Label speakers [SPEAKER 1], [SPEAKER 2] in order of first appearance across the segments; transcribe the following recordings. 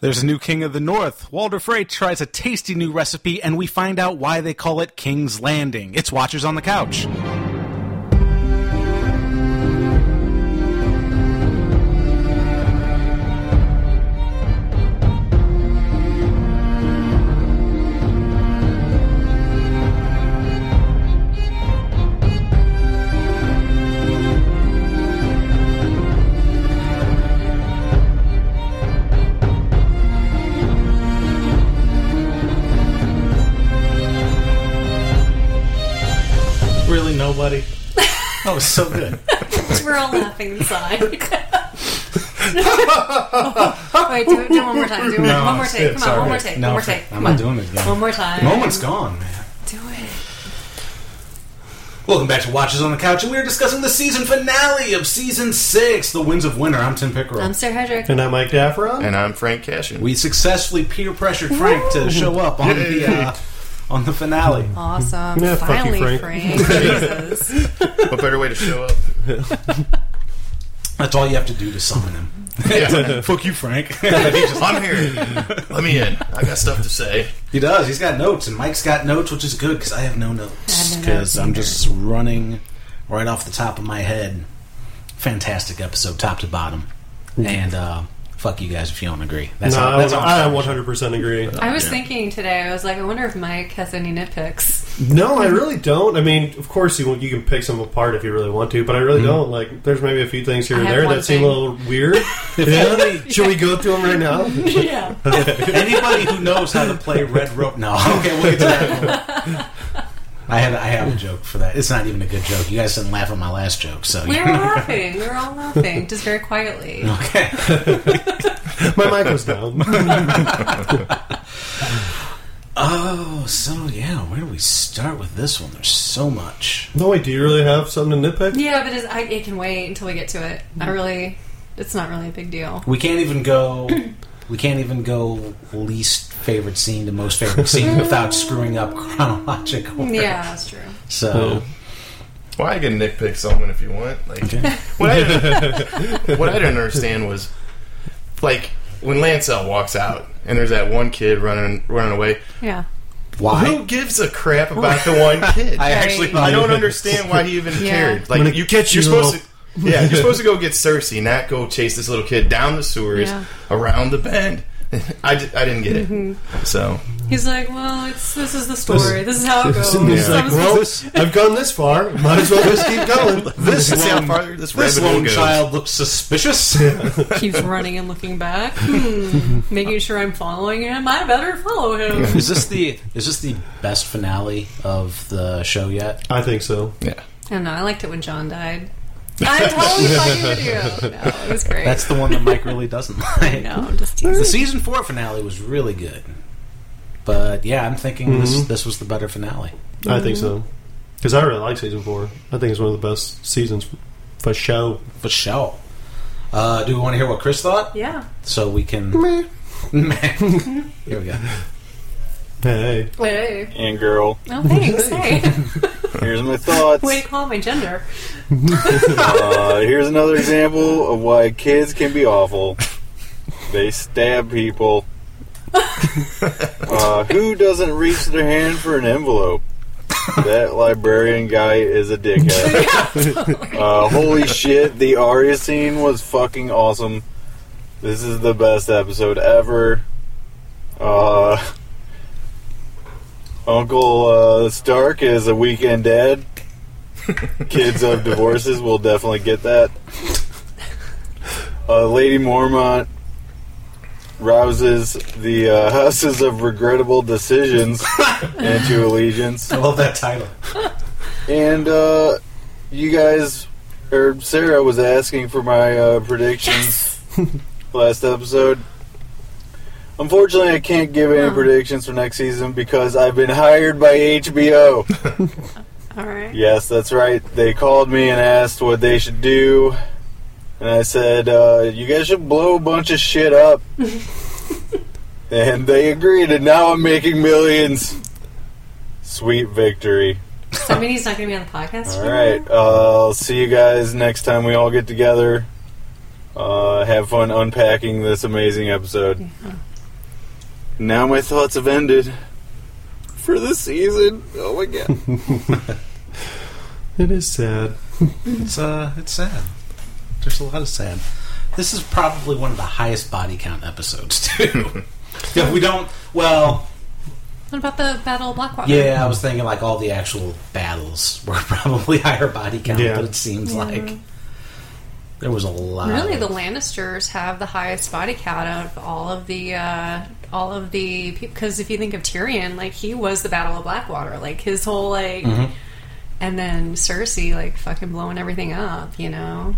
[SPEAKER 1] There's a new king of the north. Walter Frey tries a tasty new recipe, and we find out why they call it King's Landing. It's Watchers on the Couch. Really, nobody. That was so good.
[SPEAKER 2] We're all laughing inside. Wait, do it, do it one more time. Do it one more take. Come on, one more take. one more take.
[SPEAKER 1] I'm
[SPEAKER 2] Come
[SPEAKER 1] not
[SPEAKER 2] on.
[SPEAKER 1] doing it again.
[SPEAKER 2] One more time.
[SPEAKER 1] Moment's gone, man.
[SPEAKER 2] Do it.
[SPEAKER 1] Welcome back to Watches on the Couch, and we are discussing the season finale of season six, The Winds of Winter. I'm Tim Pickerel.
[SPEAKER 2] I'm Sarah Hedrick.
[SPEAKER 3] And I'm Mike Daffron.
[SPEAKER 4] And I'm Frank Cashin.
[SPEAKER 1] we successfully peer pressured Frank to show up on the uh, on the finale.
[SPEAKER 2] Awesome.
[SPEAKER 3] Yeah, fuck you,
[SPEAKER 2] Finally,
[SPEAKER 3] Frank.
[SPEAKER 2] Jesus.
[SPEAKER 4] what better way to show up?
[SPEAKER 1] That's all you have to do to summon him.
[SPEAKER 4] Yeah.
[SPEAKER 1] Fuck you, Frank.
[SPEAKER 4] I'm here. Let me in. I got stuff to say.
[SPEAKER 1] he does. He's got notes, and Mike's got notes, which is good because I have no notes
[SPEAKER 2] I have no
[SPEAKER 1] because
[SPEAKER 2] notes
[SPEAKER 1] I'm
[SPEAKER 2] either.
[SPEAKER 1] just running right off the top of my head. Fantastic episode, top to bottom, and uh, fuck you guys if you don't agree. That's
[SPEAKER 3] No,
[SPEAKER 1] all. That's all.
[SPEAKER 3] I 100% agree.
[SPEAKER 2] I was thinking today, I was like, I wonder if Mike has any nitpicks.
[SPEAKER 3] No, I really don't. I mean, of course, you you can pick some apart if you really want to, but I really don't. Like, there's maybe a few things here
[SPEAKER 2] I
[SPEAKER 3] and
[SPEAKER 2] have
[SPEAKER 3] there
[SPEAKER 2] one
[SPEAKER 3] that seem
[SPEAKER 2] thing.
[SPEAKER 3] a little weird. yeah? Should we go through them right now?
[SPEAKER 2] yeah.
[SPEAKER 1] Anybody who knows how to play Red Rope, no. Okay, we'll get to that. in a moment. I have I have a joke for that. It's not even a good joke. You guys didn't laugh at my last joke, so
[SPEAKER 2] We were laughing. We were all laughing, just very quietly.
[SPEAKER 1] okay.
[SPEAKER 3] My mic was down.
[SPEAKER 1] Oh, so yeah, where do we start with this one? There's so much.
[SPEAKER 3] no, wait, do you really have something to nitpick?
[SPEAKER 2] Yeah, but it's, I, it can wait until we get to it. I really, it's not really a big deal.
[SPEAKER 1] We can't even go. We can't even go least favorite scene to most favorite scene without screwing up chronological. order.
[SPEAKER 2] Yeah, that's true.
[SPEAKER 1] So
[SPEAKER 4] Well, I can nitpick someone if you want. Like, what, I didn't, what I didn't understand was, like, when Lancel walks out and there's that one kid running running away.
[SPEAKER 2] Yeah.
[SPEAKER 1] why?
[SPEAKER 4] Who gives a crap about the one kid?
[SPEAKER 1] I
[SPEAKER 4] I,
[SPEAKER 1] actually
[SPEAKER 2] Right.
[SPEAKER 4] don't understand why he even
[SPEAKER 2] Yeah.
[SPEAKER 4] cared. Like,
[SPEAKER 3] gonna
[SPEAKER 4] you
[SPEAKER 3] catch
[SPEAKER 4] you're
[SPEAKER 3] you, little-
[SPEAKER 4] supposed to. Yeah, you're supposed to go get Cersei, not go chase this little kid down the sewers,
[SPEAKER 2] Yeah.
[SPEAKER 4] around the bend. I, di- I didn't get it.
[SPEAKER 2] Mm-hmm.
[SPEAKER 4] So
[SPEAKER 2] He's like, well, it's this is the story. This is how it goes.
[SPEAKER 3] And he's
[SPEAKER 4] Yeah.
[SPEAKER 3] like,
[SPEAKER 2] I'm
[SPEAKER 3] well,
[SPEAKER 2] supposed-
[SPEAKER 3] I've gone this far. Might as well just keep going.
[SPEAKER 1] This
[SPEAKER 4] Let's see how
[SPEAKER 1] lone,
[SPEAKER 4] far this
[SPEAKER 1] this
[SPEAKER 4] rabbit hole
[SPEAKER 1] lone
[SPEAKER 4] goes.
[SPEAKER 1] child looks suspicious.
[SPEAKER 2] keeps running and looking back, hmm, making sure I'm following him. I better follow him.
[SPEAKER 1] is this the is this the best finale of the show yet?
[SPEAKER 3] I think so.
[SPEAKER 4] yeah,
[SPEAKER 2] I don't know. I liked it when John died. I totally fucking with you. No, it was great.
[SPEAKER 1] That's the one that Mike really doesn't like.
[SPEAKER 2] no, I'm just
[SPEAKER 1] The
[SPEAKER 2] teasing.
[SPEAKER 1] season four finale was really good, but yeah, I'm thinking this this was the better finale.
[SPEAKER 3] I think so. Because I really like season four. I think it's one of the best seasons for show.
[SPEAKER 1] For sure. Uh, do we want to hear what Chris thought?
[SPEAKER 2] Yeah.
[SPEAKER 1] So we can. Here we go.
[SPEAKER 3] Hey.
[SPEAKER 2] Hey.
[SPEAKER 5] and girl.
[SPEAKER 2] No, thanks. Hey.
[SPEAKER 5] Here's my thoughts.
[SPEAKER 2] Way to call my gender.
[SPEAKER 5] Uh, here's another example of why kids can be awful. They stab people. Uh, who doesn't reach their hand for an envelope? That librarian guy is a dickhead. Uh, holy shit, the Arya scene was fucking awesome. This is the best episode ever. Uh, Uncle uh, Stark is a weekend dad. Kids of divorces will definitely get that. Uh, Lady Mormont rouses the uh, houses of regrettable decisions into allegiance.
[SPEAKER 1] I love that title.
[SPEAKER 5] And uh, you guys, or Sarah was asking for my uh, predictions last episode. Unfortunately, I can't give any predictions for next season because I've been hired by HBO.
[SPEAKER 2] All right.
[SPEAKER 5] Yes, that's right. They called me and asked what they should do. And I said, uh, you guys should blow a bunch of shit up. and they agreed, and now I'm making millions. Sweet victory.
[SPEAKER 2] So, I mean, he's not going to be on the podcast.
[SPEAKER 5] All
[SPEAKER 2] tomorrow?
[SPEAKER 5] right. Uh, I'll see you guys next time we all get together. Uh, have fun unpacking this amazing episode. Now my thoughts have ended for the season. Oh my god.
[SPEAKER 3] It is sad.
[SPEAKER 1] It's uh, it's sad. There's a lot of sad. This is probably one of the highest body count episodes too. if we don't, well,
[SPEAKER 2] What about the Battle of Blackwater?
[SPEAKER 1] yeah, I was thinking like all the actual battles were probably higher body count,
[SPEAKER 3] Yeah.
[SPEAKER 1] but it seems like there was a lot.
[SPEAKER 2] Really,
[SPEAKER 1] of-
[SPEAKER 2] the Lannisters have the highest body count out of all of the uh, all of the people. Because if you think of Tyrion, like he was the Battle of Blackwater, like his whole like,
[SPEAKER 1] Mm-hmm.
[SPEAKER 2] and then Cersei like fucking blowing everything up, you know?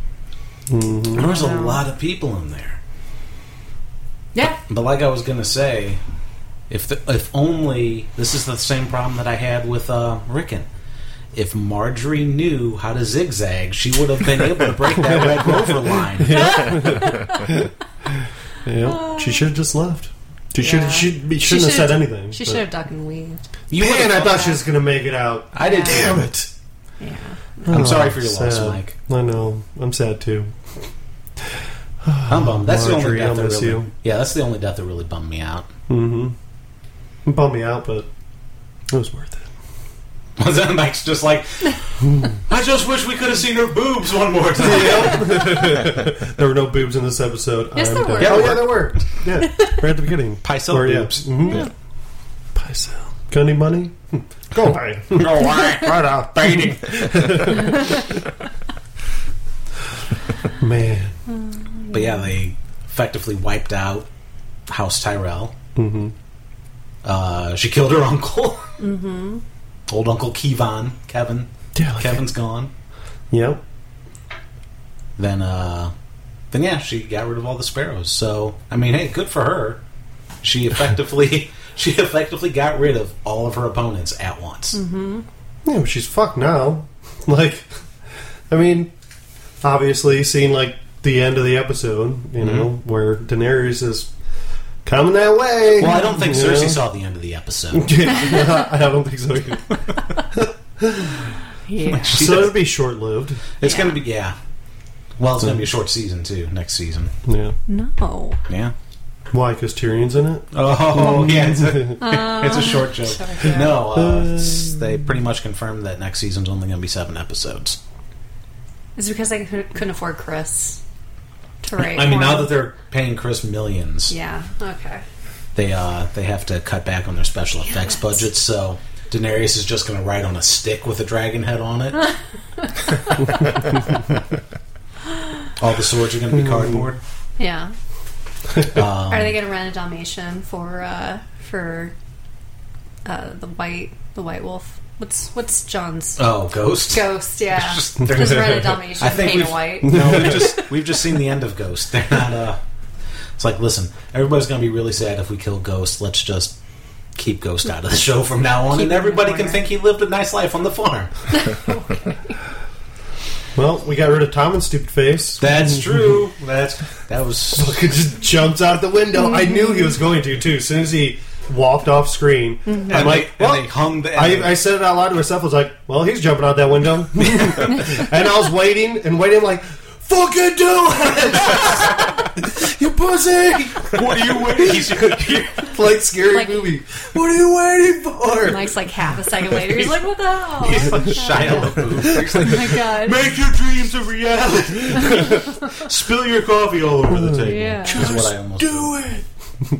[SPEAKER 1] there was a
[SPEAKER 2] Wow.
[SPEAKER 1] lot of people in there.
[SPEAKER 2] Yeah,
[SPEAKER 1] But like I was gonna say, if the, if only this is the same problem that I had with uh, Rickon. If Marjorie knew how to zigzag, she would have been able to break that Red Rover line.
[SPEAKER 3] Yeah, she should have just left. She
[SPEAKER 2] Yeah.
[SPEAKER 3] should she, she shouldn't have
[SPEAKER 2] should've-
[SPEAKER 3] said anything.
[SPEAKER 2] She
[SPEAKER 3] but-
[SPEAKER 2] should have ducked and weaved.
[SPEAKER 1] You would
[SPEAKER 3] Man, I
[SPEAKER 1] have-
[SPEAKER 3] thought she was gonna make it out.
[SPEAKER 1] I did. too.
[SPEAKER 3] Damn it!
[SPEAKER 2] Yeah,
[SPEAKER 1] I'm
[SPEAKER 3] Oh,
[SPEAKER 1] sorry for your loss,
[SPEAKER 3] sad.
[SPEAKER 1] Mike.
[SPEAKER 3] I know. I'm sad too.
[SPEAKER 1] I'm bummed. That's
[SPEAKER 3] Marjorie,
[SPEAKER 1] the only death
[SPEAKER 3] I
[SPEAKER 1] that
[SPEAKER 3] miss
[SPEAKER 1] really.
[SPEAKER 3] you.
[SPEAKER 1] Yeah, that's the only death that really bummed me out.
[SPEAKER 3] Mm-hmm. It bummed me out, but it was worth it.
[SPEAKER 1] Was that Mike's just like, I just wish we could have seen her boobs one more time.
[SPEAKER 3] There were no boobs in this episode.
[SPEAKER 2] Yes,
[SPEAKER 3] I'm
[SPEAKER 2] there were.
[SPEAKER 3] done. Yeah, oh yeah, there were. Yeah, right at the beginning.
[SPEAKER 1] Picel
[SPEAKER 3] Or, yeah.
[SPEAKER 1] boobs.
[SPEAKER 3] Mhm.
[SPEAKER 2] Yeah.
[SPEAKER 3] Picel. Got any money? Hmm.
[SPEAKER 4] Go away.
[SPEAKER 1] No, why?
[SPEAKER 4] Right off.
[SPEAKER 3] Man.
[SPEAKER 1] But yeah, they effectively wiped out House Tyrell.
[SPEAKER 3] Mm-hmm.
[SPEAKER 1] Uh, she killed her uncle. Mm-hmm. Old Uncle Kevon, Kevin.
[SPEAKER 3] Yeah. like-
[SPEAKER 1] Kevin's gone.
[SPEAKER 3] Yep.
[SPEAKER 1] Then, uh, then yeah, she got rid of all the sparrows. So I mean, hey, good for her. She effectively she effectively got rid of all of her opponents at once.
[SPEAKER 3] Yeah, but she's fucked now. Like, I mean, obviously, seeing like the end of the episode,
[SPEAKER 1] Mm-hmm.
[SPEAKER 3] you know, where Daenerys is coming that way.
[SPEAKER 1] Well, I don't think
[SPEAKER 3] you
[SPEAKER 1] Cersei
[SPEAKER 3] know?
[SPEAKER 1] saw the end of the episode.
[SPEAKER 3] Yeah, I don't think so. Either.
[SPEAKER 2] yeah.
[SPEAKER 1] She
[SPEAKER 3] so
[SPEAKER 1] does-
[SPEAKER 3] it'll be short lived.
[SPEAKER 1] It's gonna be yeah. Well, it's gonna be a short season too. Next season,
[SPEAKER 3] Yeah.
[SPEAKER 2] No.
[SPEAKER 1] yeah.
[SPEAKER 3] Why? Because Tyrion's in it.
[SPEAKER 1] Oh yeah, it's a, it's a short joke.
[SPEAKER 2] Um, sorry, yeah.
[SPEAKER 1] No, uh, s- they pretty much confirmed that next season's only gonna be seven episodes.
[SPEAKER 2] It's because I cou- couldn't afford Chris to write.
[SPEAKER 1] I mean, now
[SPEAKER 2] more.
[SPEAKER 1] that they're paying Chris millions,
[SPEAKER 2] yeah, okay,
[SPEAKER 1] they uh they have to cut back on their special effects budget, so Daenerys is just going to ride on a stick with a dragon head on it. All the swords are going to be cardboard.
[SPEAKER 2] yeah.
[SPEAKER 1] Um,
[SPEAKER 2] Are they going to rent a Dalmatian for uh, for uh, the white the white wolf? What's what's John's
[SPEAKER 1] oh, ghost.
[SPEAKER 2] ghost? Yeah,
[SPEAKER 1] Just-
[SPEAKER 2] just, rent a Dalmatian,
[SPEAKER 1] I think
[SPEAKER 2] paint it
[SPEAKER 1] we've-
[SPEAKER 2] white.
[SPEAKER 1] No, we've just we've just seen the end of Ghost. They're not. Uh, it's like, listen, everybody's going to be really sad if we kill Ghost. Let's just keep Ghost out of the show from now on, and
[SPEAKER 2] Keep him in the
[SPEAKER 1] everybody can
[SPEAKER 2] corner.
[SPEAKER 1] think he lived a nice life on the farm.
[SPEAKER 3] Well, we got rid of Tom and Stupid Face.
[SPEAKER 1] That's true. That's that was
[SPEAKER 3] Fucking just jumps out the window. I knew he was going to too. As soon as he walked off screen, I'm
[SPEAKER 1] And
[SPEAKER 3] like,
[SPEAKER 1] they,
[SPEAKER 3] well,
[SPEAKER 1] and they hung the.
[SPEAKER 3] I, I said it out loud to myself. I was like, "Well, he's jumping out that window," and I was waiting and waiting. Like, "Fucking do it, you pussy!"
[SPEAKER 1] what are you waiting?
[SPEAKER 3] Like scary
[SPEAKER 2] Like-
[SPEAKER 3] movie. What are you waiting for?
[SPEAKER 2] Mike's like half a second later. He's like, what the hell?
[SPEAKER 1] Shia LaBeouf.
[SPEAKER 2] Oh my god.
[SPEAKER 1] Make your dreams a reality.
[SPEAKER 3] Spill your coffee all over the table.
[SPEAKER 2] Yeah.
[SPEAKER 1] That's what I almost
[SPEAKER 3] Do it.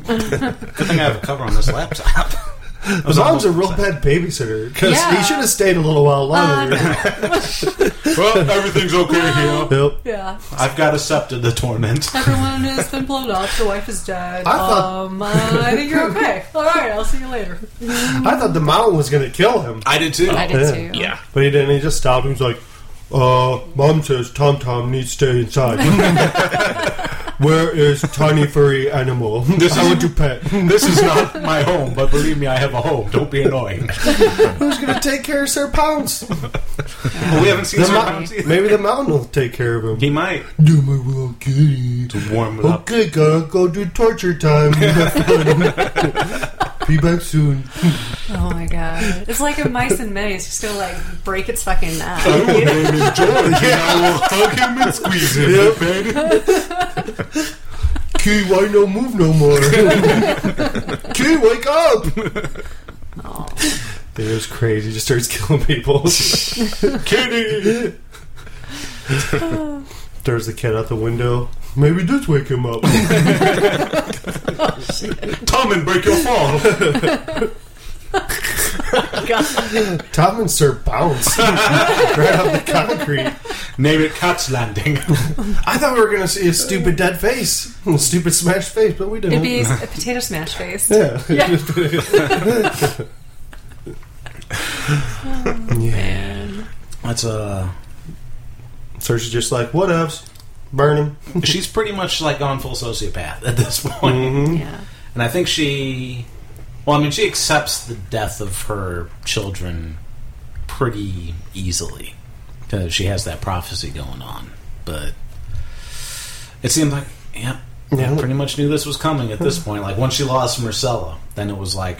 [SPEAKER 1] Good thing I have a cover on this laptop. I was almost,
[SPEAKER 3] Mom's a real bad babysitter because
[SPEAKER 2] Yeah. Uh,
[SPEAKER 3] he should have stayed a little while longer.
[SPEAKER 2] Um,
[SPEAKER 1] well, everything's okay here.
[SPEAKER 3] Nope.
[SPEAKER 2] Yeah.
[SPEAKER 1] I've got accepted the torment.
[SPEAKER 2] Everyone has been blown up. The wife is dead.
[SPEAKER 3] I thought-
[SPEAKER 2] um, uh, I think you're okay. All right, I'll see you later.
[SPEAKER 3] I thought the mom was going to kill him,
[SPEAKER 1] I did too.
[SPEAKER 2] I
[SPEAKER 3] Yeah.
[SPEAKER 2] did too.
[SPEAKER 4] Yeah.
[SPEAKER 3] but he didn't. He just stopped. He was like, "Uh, mom says Tom Tom needs to stay inside." Where is tiny furry animal? I want to pet.
[SPEAKER 1] This is not my home, but believe me, I have a home. Don't be annoying.
[SPEAKER 3] Who's gonna take care of Sir Pounce?
[SPEAKER 1] Well, we haven't seen
[SPEAKER 3] The
[SPEAKER 1] Sir
[SPEAKER 3] mo-
[SPEAKER 1] Bounce either.
[SPEAKER 3] Maybe the mountain will take care of him.
[SPEAKER 1] He might.
[SPEAKER 3] Do my little kitty.
[SPEAKER 1] Warm it up.
[SPEAKER 3] Okay, gotta go do torture time. Have fun. Be back soon.
[SPEAKER 2] Oh my god. It's like a mice and men. It's just gonna like break its fucking neck.
[SPEAKER 1] George, and I will hug him and squeeze him.
[SPEAKER 3] Yep. Key, why no move no more? Key, wake up!
[SPEAKER 2] Oh.
[SPEAKER 3] Dude, it was crazy. He just starts killing people. Kitty! Throws the kid out the window. Maybe just wake him up. Tommen, break your fall. Tommen, sir, bounced right off the concrete.
[SPEAKER 1] Name it Cat's Landing.
[SPEAKER 3] I thought we were gonna see a stupid dead face, a stupid smashed face, but we
[SPEAKER 2] It'd
[SPEAKER 3] didn't.
[SPEAKER 2] be a potato smash face.
[SPEAKER 3] yeah.
[SPEAKER 2] Yeah.
[SPEAKER 3] yeah.
[SPEAKER 2] Man.
[SPEAKER 1] That's uh
[SPEAKER 3] So she's just like, what else? Burn him.
[SPEAKER 1] she's pretty much like gone full sociopath at this point.
[SPEAKER 3] Mm-hmm.
[SPEAKER 2] Yeah.
[SPEAKER 1] And I think she well, I mean she accepts the death of her children pretty easily because she has that prophecy going on. But it seemed like yeah, yeah,
[SPEAKER 3] Yeah. Hmm.
[SPEAKER 1] pretty much knew this was coming at this point. Like once she lost Marcella, then it was like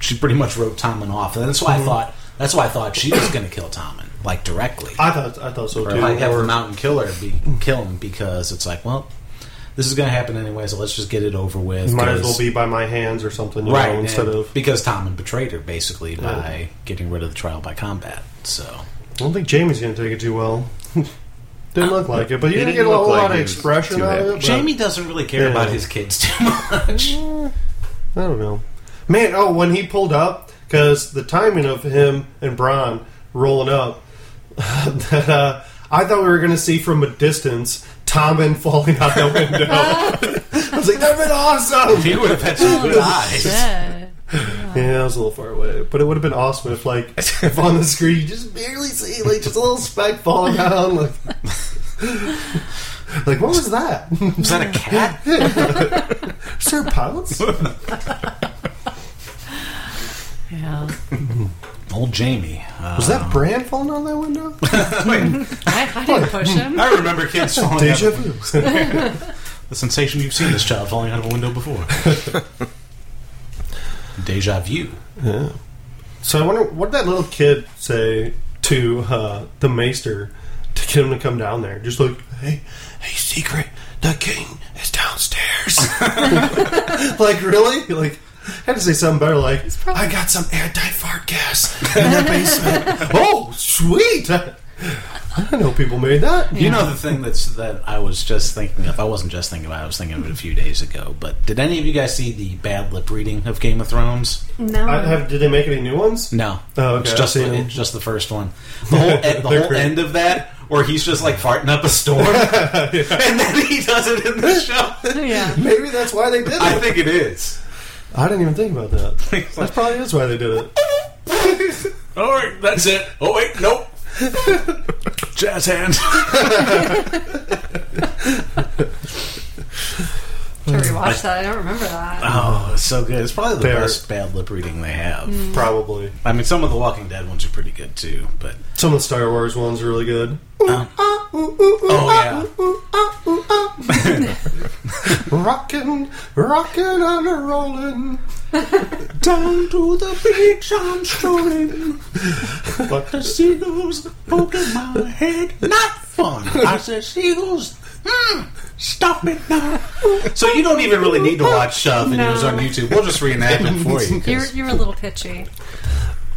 [SPEAKER 1] she pretty much wrote Tommen off. And that's why I
[SPEAKER 3] Hmm.
[SPEAKER 1] thought that's why I thought she was going to kill Tommen like directly
[SPEAKER 3] I thought I thought so
[SPEAKER 1] or
[SPEAKER 3] too.
[SPEAKER 1] like have
[SPEAKER 3] Or-
[SPEAKER 1] the mountain killer be kill him because it's like, well, this is going to happen anyway, so let's just get it over with.
[SPEAKER 3] might as
[SPEAKER 1] 'cause-
[SPEAKER 3] well be by my hands or something, you
[SPEAKER 1] right
[SPEAKER 3] know, instead
[SPEAKER 1] and-
[SPEAKER 3] of.
[SPEAKER 1] because Tommen betrayed her basically
[SPEAKER 3] Yeah.
[SPEAKER 1] by getting rid of the trial by combat. So
[SPEAKER 3] I don't think Jamie's gonna take it too well. didn't look like it, but you
[SPEAKER 4] It
[SPEAKER 3] didn't
[SPEAKER 4] didn't
[SPEAKER 3] get a
[SPEAKER 4] look
[SPEAKER 3] whole
[SPEAKER 4] like
[SPEAKER 3] lot of
[SPEAKER 4] he was
[SPEAKER 3] expression
[SPEAKER 4] too
[SPEAKER 3] out of
[SPEAKER 4] happy.
[SPEAKER 3] it. but-
[SPEAKER 1] Jamie doesn't really care
[SPEAKER 3] Yeah.
[SPEAKER 1] about his kids too much.
[SPEAKER 3] I don't know. Man, oh, when he pulled up, because the timing of him and Braun rolling up, that, uh, I thought we were going to see from a distance Tommen falling out the window. I was like, that'd been awesome.
[SPEAKER 1] he would have had some good eyes.
[SPEAKER 2] Yeah.
[SPEAKER 3] Yeah, I was a little far away, but it would have been awesome if, like, if on the screen you just barely see, like, just a little speck falling down, like. Like what was that?
[SPEAKER 1] Was that a cat?
[SPEAKER 3] Sir Pounce?
[SPEAKER 2] Yeah.
[SPEAKER 1] Old Jamie. Uh,
[SPEAKER 3] Was that Brand falling out that window?
[SPEAKER 2] I, I didn't push him.
[SPEAKER 1] I remember kids falling out
[SPEAKER 3] Deja
[SPEAKER 1] of
[SPEAKER 3] vu.
[SPEAKER 1] the sensation you've seen this child falling out of a window before. Deja vu.
[SPEAKER 3] So I wonder what did that little kid say to uh, the maester to get him to come down there. Just like, hey, hey, secret, the king is downstairs. like really? Like I had to say something better. Like
[SPEAKER 2] probably-
[SPEAKER 3] I got some anti fart gas in the basement. oh, sweet! I, I didn't know people made that.
[SPEAKER 1] You know the thing that's that I was just thinking of. I wasn't just thinking about. it, I was thinking of it a few days ago. But did any of you guys see the bad lip reading of Game of Thrones?
[SPEAKER 2] No.
[SPEAKER 3] I have, did they make any new ones?
[SPEAKER 1] No,
[SPEAKER 3] Oh, okay,
[SPEAKER 1] it's just
[SPEAKER 3] I've seen
[SPEAKER 1] the,
[SPEAKER 3] them.
[SPEAKER 1] it's just the first one. The whole the
[SPEAKER 3] They're
[SPEAKER 1] whole
[SPEAKER 3] great.
[SPEAKER 1] end of that, where he's just like farting up a storm, and then he does it in the show.
[SPEAKER 2] Oh, yeah.
[SPEAKER 3] Maybe that's why they did it.
[SPEAKER 1] I
[SPEAKER 3] I,
[SPEAKER 1] think it is.
[SPEAKER 3] didn't even think about that.
[SPEAKER 1] It's
[SPEAKER 3] That
[SPEAKER 1] like,
[SPEAKER 3] probably is why they did it.
[SPEAKER 1] All right, that's it. Oh wait, nope. Jazz hands.
[SPEAKER 2] To rewatch that, I don't remember that.
[SPEAKER 1] Oh, it's so good. It's probably the
[SPEAKER 3] They're-
[SPEAKER 1] best bad lip reading they have.
[SPEAKER 3] Probably.
[SPEAKER 1] I mean, some of the Walking Dead ones are pretty good too, but
[SPEAKER 3] Some of the Star Wars ones are really good.
[SPEAKER 1] oh yeah.
[SPEAKER 3] Rockin', rockin' and a rollin'. Down to the beach I'm strolling.
[SPEAKER 1] The seagulls poking my head. Not fun. I said, seagulls, mm, stop it now. So you don't even really need to watch uh, videos
[SPEAKER 2] No.
[SPEAKER 1] on YouTube. We'll just reenact it for you. 'cause-
[SPEAKER 2] You're, you're a little pitchy.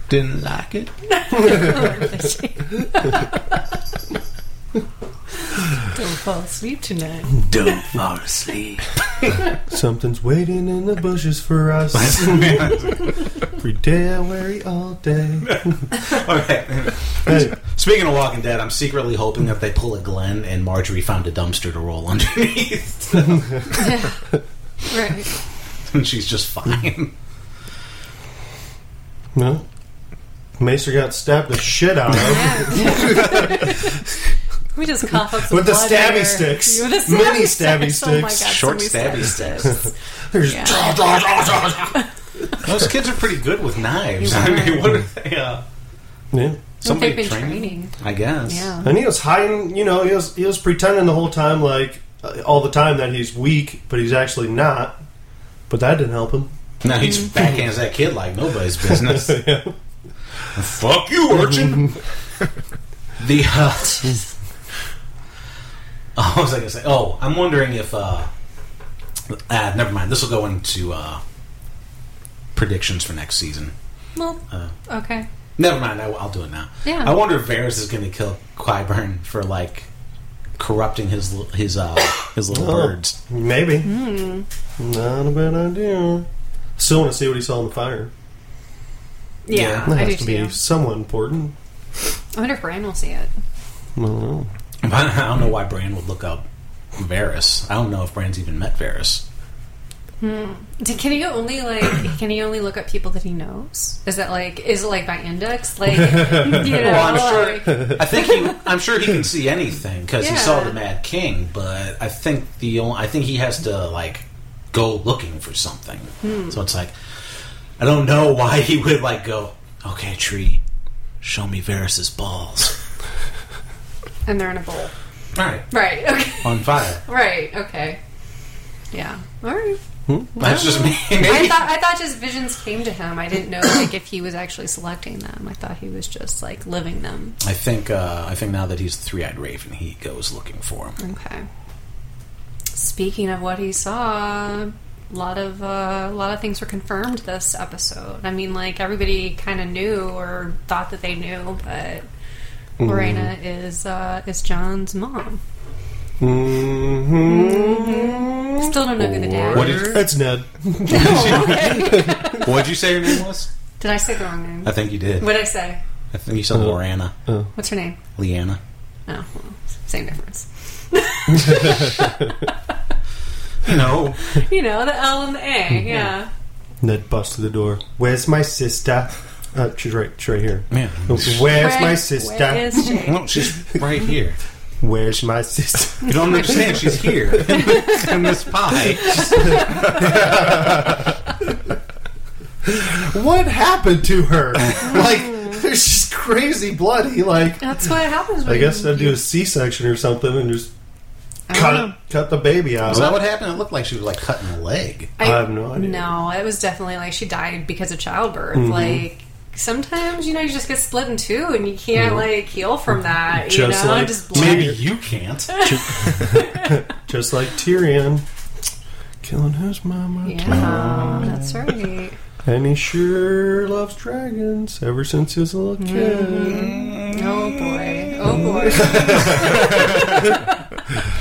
[SPEAKER 1] Didn't like it.
[SPEAKER 2] A little pitchy. Don't fall asleep tonight.
[SPEAKER 1] Don't fall asleep.
[SPEAKER 3] Something's waiting in the bushes for us. Every day I worry all day.
[SPEAKER 1] okay.
[SPEAKER 3] Hey,
[SPEAKER 1] Speaking of Walking Dead, I'm secretly hoping that they pull a Glenn and Marjorie found a dumpster to roll underneath.
[SPEAKER 2] Yeah. Right.
[SPEAKER 1] and she's just fine.
[SPEAKER 3] no. Maester got stabbed the shit out of
[SPEAKER 2] we just cough up some
[SPEAKER 3] With the
[SPEAKER 2] blood
[SPEAKER 3] stabby
[SPEAKER 2] here.
[SPEAKER 3] sticks.
[SPEAKER 2] With the stabby
[SPEAKER 3] Mini stabby
[SPEAKER 2] sticks. Oh my God,
[SPEAKER 3] sticks.
[SPEAKER 2] so
[SPEAKER 1] Short
[SPEAKER 2] many
[SPEAKER 1] stabby sticks.
[SPEAKER 3] There's
[SPEAKER 2] Yeah.
[SPEAKER 3] draw, draw, draw, draw,
[SPEAKER 1] Those kids are pretty good with knives. I mean, what are they? Uh,
[SPEAKER 3] draw. Yeah.
[SPEAKER 2] Well,
[SPEAKER 1] somebody
[SPEAKER 2] they've been
[SPEAKER 1] trained?
[SPEAKER 2] training.
[SPEAKER 1] I guess.
[SPEAKER 2] Yeah.
[SPEAKER 3] And he was hiding, you know, he was he was pretending the whole time, like uh, all the time, that he's weak, but he's actually not. But that didn't help him.
[SPEAKER 1] Now he just backhands that kid like nobody's business. Fuck you, urchin. the uh, oh, what was I gonna say? Oh, I'm wondering if uh, Ah, never mind. This will go into uh, predictions for next season.
[SPEAKER 2] Well,
[SPEAKER 1] Uh.
[SPEAKER 2] okay.
[SPEAKER 1] Never mind. I, will do it now.
[SPEAKER 2] Yeah.
[SPEAKER 1] I wonder if Varys is going to kill Qyburn for like corrupting his li- his uh, his little
[SPEAKER 3] Oh.
[SPEAKER 1] birds.
[SPEAKER 3] Maybe.
[SPEAKER 2] Hmm.
[SPEAKER 3] Not a bad idea. Still want to see what he saw in the fire.
[SPEAKER 2] Yeah,
[SPEAKER 3] That
[SPEAKER 2] I do
[SPEAKER 3] has to be
[SPEAKER 2] too.
[SPEAKER 3] somewhat important.
[SPEAKER 2] I wonder if Ryan will see it.
[SPEAKER 3] I don't know.
[SPEAKER 1] I don't know why Bran would look up Varys. I don't know if Bran's even met Varys.
[SPEAKER 2] Did, can he only like? can he only look up people that he knows? Is that like? Is it like by index? Like, you know,
[SPEAKER 1] Well, I'm
[SPEAKER 2] like,
[SPEAKER 1] I think he. I'm sure he can see anything because he saw
[SPEAKER 2] Yeah.
[SPEAKER 1] the Mad King. But I think the only. I think he has to like go looking for something.
[SPEAKER 2] Hmm.
[SPEAKER 1] So it's like I don't know why he would like go. Okay, tree, show me Varys's balls.
[SPEAKER 2] and they're in a bowl.
[SPEAKER 1] All right,
[SPEAKER 2] Right. Okay.
[SPEAKER 1] on fire.
[SPEAKER 2] Right. Okay. Yeah. All right.
[SPEAKER 1] That's just me.
[SPEAKER 2] I thought I thought just visions came to him. I didn't know like if he was actually selecting them. I thought he was just like living them.
[SPEAKER 1] I think. Uh, I think now that he's three eyed raven, he goes looking for him.
[SPEAKER 2] Okay. Speaking of what he saw, a lot of uh, a lot of things were confirmed this episode. I mean, like everybody kind of knew or thought that they knew, but Lorena is uh, is John's mom. Still don't know who the dad.
[SPEAKER 1] What
[SPEAKER 2] What?
[SPEAKER 1] did,
[SPEAKER 3] That's Ned.
[SPEAKER 1] what'd you say your name was?
[SPEAKER 2] Did I say the wrong name?
[SPEAKER 1] I think you did.
[SPEAKER 2] What did I say?
[SPEAKER 1] I think you said Lorana,
[SPEAKER 2] What's her name?
[SPEAKER 1] Leanna.
[SPEAKER 2] Oh, well, same difference.
[SPEAKER 1] No,
[SPEAKER 2] You know, the L and the A. Yeah.
[SPEAKER 3] Ned busts through the door. Where's my sister? Uh, she's right. She's right here.
[SPEAKER 1] man.
[SPEAKER 3] Where's my sister?
[SPEAKER 2] Where is Jake?
[SPEAKER 1] No, she's right here.
[SPEAKER 3] Where's my sister?
[SPEAKER 1] You don't understand. She's here in this pie.
[SPEAKER 3] what happened to her? like, there's just crazy bloody. Like,
[SPEAKER 2] That's what happens. When
[SPEAKER 3] I guess
[SPEAKER 2] you,
[SPEAKER 3] I'd do a C-section or something and just cut it, cut the baby out.
[SPEAKER 1] Is that what happened? It looked like she was like cutting a leg.
[SPEAKER 3] I have no idea.
[SPEAKER 2] No, it was definitely like she died because of childbirth.
[SPEAKER 1] Mm-hmm.
[SPEAKER 2] Like sometimes you know you just get split in two and you can't like heal from that.
[SPEAKER 3] Just
[SPEAKER 2] you know,
[SPEAKER 3] like
[SPEAKER 2] just
[SPEAKER 3] me.
[SPEAKER 2] blood.
[SPEAKER 1] Mm-hmm. Maybe you can't.
[SPEAKER 3] Just like Tyrion, killing his mama.
[SPEAKER 2] Yeah, that's right.
[SPEAKER 3] And he sure loves dragons ever since he was a little kid.
[SPEAKER 2] Oh boy, oh boy.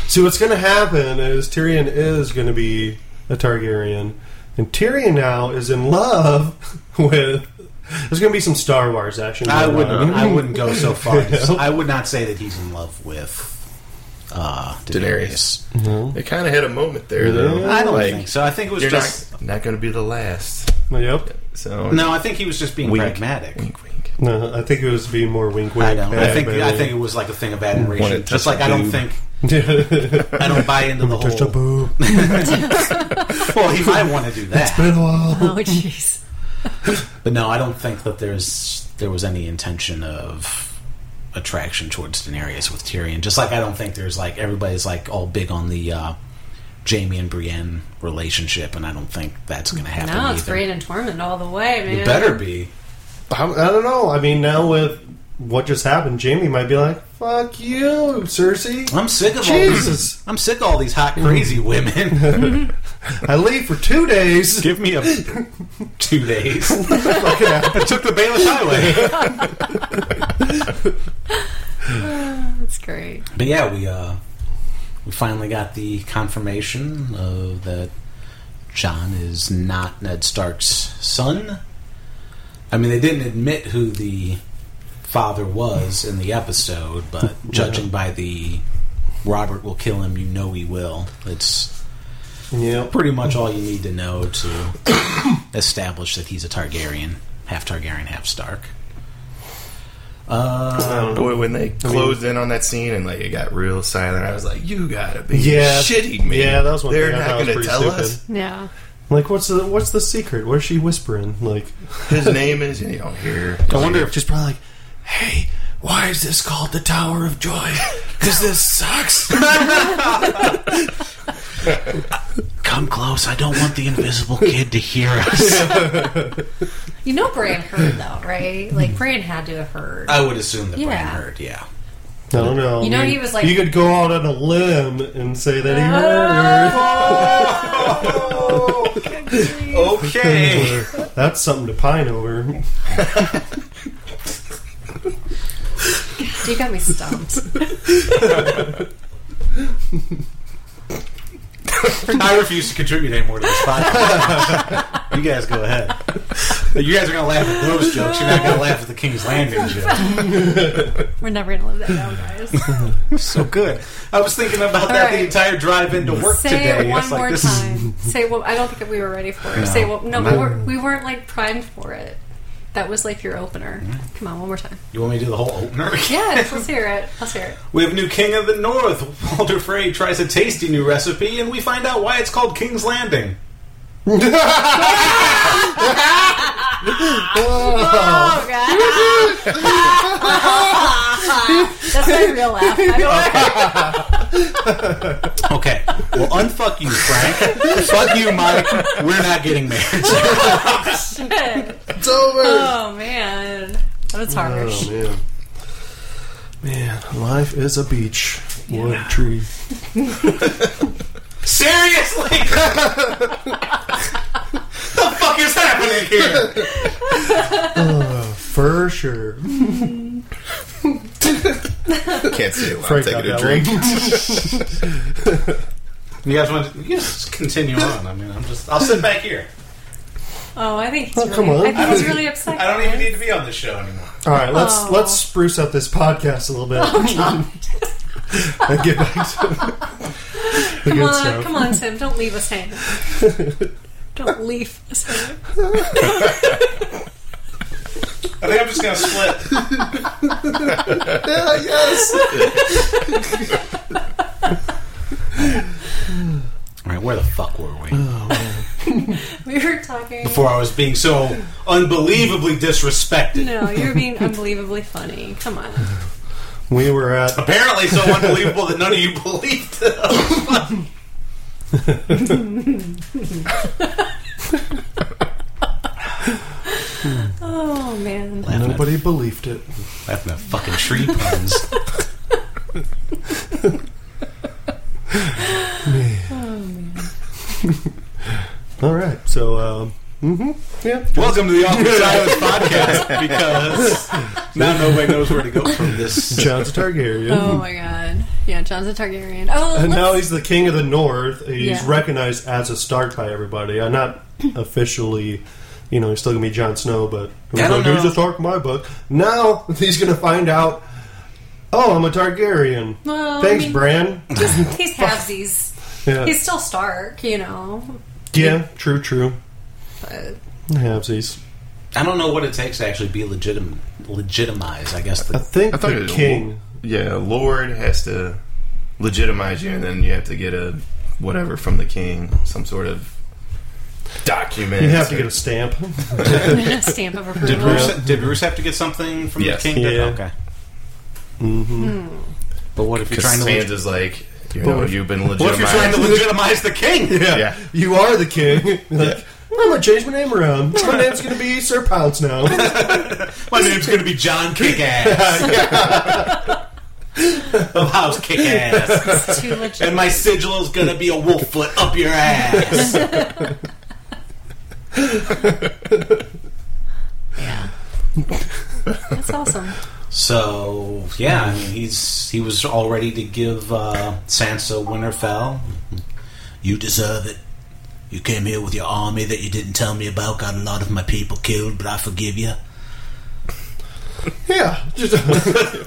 [SPEAKER 3] See, what's going to happen is Tyrion is going to be a Targaryen. And Tyrion now is in love with. There's going to be some Star Wars action.
[SPEAKER 1] I
[SPEAKER 3] going
[SPEAKER 1] wouldn't.
[SPEAKER 3] on.
[SPEAKER 1] I wouldn't go so far. I would not say that he's in love with uh, Daenerys.
[SPEAKER 4] They kind of Mm-hmm. had a moment there, though.
[SPEAKER 1] I don't
[SPEAKER 4] Like,
[SPEAKER 1] think so. I think it was
[SPEAKER 4] You're
[SPEAKER 1] just.
[SPEAKER 4] not, not going to be the last.
[SPEAKER 3] Yep.
[SPEAKER 4] So
[SPEAKER 1] No, I think he was just being
[SPEAKER 4] Wink.
[SPEAKER 1] pragmatic.
[SPEAKER 4] wink, wink.
[SPEAKER 3] No, I think it was being more wink wink.
[SPEAKER 1] I don't. I
[SPEAKER 3] bad,
[SPEAKER 1] think.
[SPEAKER 3] baby.
[SPEAKER 1] I think it was like a thing of admiration.
[SPEAKER 4] Wanted to
[SPEAKER 1] Just like
[SPEAKER 4] touch
[SPEAKER 1] I
[SPEAKER 4] the
[SPEAKER 1] don't
[SPEAKER 4] boob.
[SPEAKER 1] think. I don't buy into the
[SPEAKER 3] Touch the
[SPEAKER 1] whole.
[SPEAKER 3] boob.
[SPEAKER 1] Well, he might want to do that.
[SPEAKER 3] Been a while.
[SPEAKER 2] Oh jeez.
[SPEAKER 1] But no, I don't think that there's there was any intention of attraction towards Daenerys with Tyrion. Just like I don't think there's like everybody's like all big on the uh, Jamie and Brienne relationship, and I don't think that's going to happen.
[SPEAKER 2] No, it's
[SPEAKER 1] either.
[SPEAKER 2] brain and torment all the way, man.
[SPEAKER 1] It better be.
[SPEAKER 3] I, I don't know. I mean, now with what just happened, Jamie might be like, "Fuck you, Cersei."
[SPEAKER 1] I'm sick of all these.
[SPEAKER 3] Jesus,
[SPEAKER 1] I'm sick of all these hot crazy women.
[SPEAKER 3] I leave for two days.
[SPEAKER 1] Give me a two days. I took the Baelish Highway.
[SPEAKER 2] That's great.
[SPEAKER 1] But yeah, we uh, we finally got the confirmation of that John is not Ned Stark's son. I mean, they didn't admit who the father was in the episode, but judging by the Robert will kill him, you know he will. It's
[SPEAKER 3] Yep.
[SPEAKER 1] pretty much all you need to know to establish that he's a Targaryen, half Targaryen, half Stark. Uh,
[SPEAKER 4] Boy, when they closed in on that scene and like it got real silent, I was like, "You gotta be
[SPEAKER 3] Yeah.
[SPEAKER 4] shitting me!"
[SPEAKER 3] Yeah, that was one
[SPEAKER 4] They're
[SPEAKER 3] thing I
[SPEAKER 4] not
[SPEAKER 3] thought was
[SPEAKER 4] gonna
[SPEAKER 3] pretty
[SPEAKER 4] tell
[SPEAKER 3] stupid.
[SPEAKER 4] us
[SPEAKER 2] Yeah.
[SPEAKER 3] Like, what's the what's the secret? Where's she whispering? Like,
[SPEAKER 4] his name is, and you don't hear.
[SPEAKER 1] I wonder if
[SPEAKER 3] she's probably like, "Hey, why is this called the Tower of Joy? Because this sucks."
[SPEAKER 1] come close. I don't want the invisible kid to hear us.
[SPEAKER 2] You know, Bran heard though, right? Like Bran had to have heard.
[SPEAKER 1] I would assume that
[SPEAKER 2] Yeah.
[SPEAKER 1] Bran heard, yeah.
[SPEAKER 3] I don't know.
[SPEAKER 2] You know, he was like-
[SPEAKER 3] You could go out on a limb and say that he
[SPEAKER 2] Oh.
[SPEAKER 1] Oh,
[SPEAKER 4] okay.
[SPEAKER 3] murdered. That's something to pine over.
[SPEAKER 2] You got me stumped.
[SPEAKER 1] I refuse to contribute anymore to this podcast. you guys go ahead. You guys are going to laugh at those jokes. You're not going to laugh at the King's Landing joke.
[SPEAKER 2] We're never gonna live that down, guys.
[SPEAKER 1] So good. I was thinking about
[SPEAKER 2] All
[SPEAKER 1] that the
[SPEAKER 2] right.
[SPEAKER 1] entire drive into work
[SPEAKER 2] Say
[SPEAKER 1] today.
[SPEAKER 2] it one
[SPEAKER 1] It's like,
[SPEAKER 2] more
[SPEAKER 1] this is-
[SPEAKER 2] time. Say well. I don't think that we were ready for it.
[SPEAKER 1] No.
[SPEAKER 2] Say well. No,
[SPEAKER 1] No.
[SPEAKER 2] we weren't. We weren't like primed for it. That was like your opener. Come on, one more time.
[SPEAKER 1] you want me to do the whole opener?
[SPEAKER 2] Yes, let's hear it. Let's hear it.
[SPEAKER 1] We have new King of the North. Walter Frey tries a tasty new recipe, and we find out why it's called King's Landing.
[SPEAKER 2] Oh god. That's my real laugh. by the way.
[SPEAKER 1] Okay. Well, unfuck you, Frank. Fuck you, Mike. We're not getting married.
[SPEAKER 2] Shit.
[SPEAKER 5] It's over.
[SPEAKER 2] Oh man. That was harsh.
[SPEAKER 3] Oh man, man, life is a beach, wood, tree.
[SPEAKER 1] Seriously? the fuck is happening here?
[SPEAKER 3] For sure.
[SPEAKER 4] Can't see it. I'm
[SPEAKER 3] Frank got
[SPEAKER 4] taking a
[SPEAKER 3] that
[SPEAKER 4] drink.
[SPEAKER 1] You guys want to you guys just continue on? I mean, I'm just I'll sit back here.
[SPEAKER 2] Oh, I think he's
[SPEAKER 3] Oh,
[SPEAKER 2] really,
[SPEAKER 3] come on.
[SPEAKER 2] I think he's really upset.
[SPEAKER 1] I don't even need to be on this show anymore.
[SPEAKER 3] All right, let's
[SPEAKER 2] Oh.
[SPEAKER 3] let's spruce up this podcast a little bit and get back to the
[SPEAKER 2] Come
[SPEAKER 3] good
[SPEAKER 2] on,
[SPEAKER 3] stuff.
[SPEAKER 2] come on, Tim. Don't leave us hanging. don't leave us hanging.
[SPEAKER 1] I think I'm just gonna split.
[SPEAKER 3] yes.
[SPEAKER 1] All right, where the fuck were we?
[SPEAKER 2] We were talking.
[SPEAKER 1] Before I was being so unbelievably disrespected.
[SPEAKER 2] No, you're being unbelievably funny. Come on.
[SPEAKER 3] We were at
[SPEAKER 1] Apparently, so unbelievable that none of you believed. it.
[SPEAKER 2] Oh man.
[SPEAKER 3] nobody believed it.
[SPEAKER 1] Laughing at fucking tree puns.
[SPEAKER 3] All right, so um, hmm yeah,
[SPEAKER 1] Welcome to the Awkward Silence podcast because now nobody knows where to go from this.
[SPEAKER 3] John's a Targaryen.
[SPEAKER 2] Oh my god. Yeah, John's a Targaryen. Oh,
[SPEAKER 3] And Uh, now
[SPEAKER 2] let's-
[SPEAKER 3] he's the king of the north. He's
[SPEAKER 2] Yeah.
[SPEAKER 3] recognized as a Stark by everybody. I'm not officially, you know, he's still gonna be Jon Snow, but
[SPEAKER 1] I don't
[SPEAKER 3] he's
[SPEAKER 1] know.
[SPEAKER 3] a Stark in my book. Now he's gonna find out. Oh, I'm a Targaryen.
[SPEAKER 2] Well, I
[SPEAKER 3] Thanks,
[SPEAKER 2] mean-
[SPEAKER 3] Bran.
[SPEAKER 2] just he's halfsies.
[SPEAKER 3] Yeah,
[SPEAKER 2] He's still Stark, you know.
[SPEAKER 3] yeah, true, true.
[SPEAKER 2] But
[SPEAKER 3] Halfsies.
[SPEAKER 1] I don't know what it takes to actually be legitim- legitimized. I guess
[SPEAKER 3] I
[SPEAKER 1] the,
[SPEAKER 3] think
[SPEAKER 4] I thought it
[SPEAKER 3] the
[SPEAKER 4] was
[SPEAKER 3] king.
[SPEAKER 4] Yeah, Lord has to legitimize you, and then you have to get a whatever from the king, some sort of document.
[SPEAKER 3] You have to get a stamp.
[SPEAKER 2] stamp of
[SPEAKER 1] did
[SPEAKER 2] approval.
[SPEAKER 1] Bruce did Bruce have to get something from
[SPEAKER 4] Yes.
[SPEAKER 1] the king? to-
[SPEAKER 3] Yeah.
[SPEAKER 1] Okay. But what if you're
[SPEAKER 4] Because
[SPEAKER 1] trying to? leg-
[SPEAKER 4] Sansa's like, you know,
[SPEAKER 3] But-
[SPEAKER 4] you've been legitimized.
[SPEAKER 1] what if you're trying to legitimize the king?
[SPEAKER 4] Yeah.
[SPEAKER 3] you are the king. Like, I'm gonna change my name around. My name's gonna be Sir Pounce now.
[SPEAKER 1] My name's going to be John Kickass of House Kickass,
[SPEAKER 2] It's too legit.
[SPEAKER 1] and my sigil's going to be a wolf foot up your ass.
[SPEAKER 2] yeah. That's awesome.
[SPEAKER 1] So yeah, I mean he's he was all ready to give uh, Sansa Winterfell. You deserve it. You came here with your army that you didn't tell me about. Got a lot of my people killed, but I forgive you.
[SPEAKER 3] Yeah, just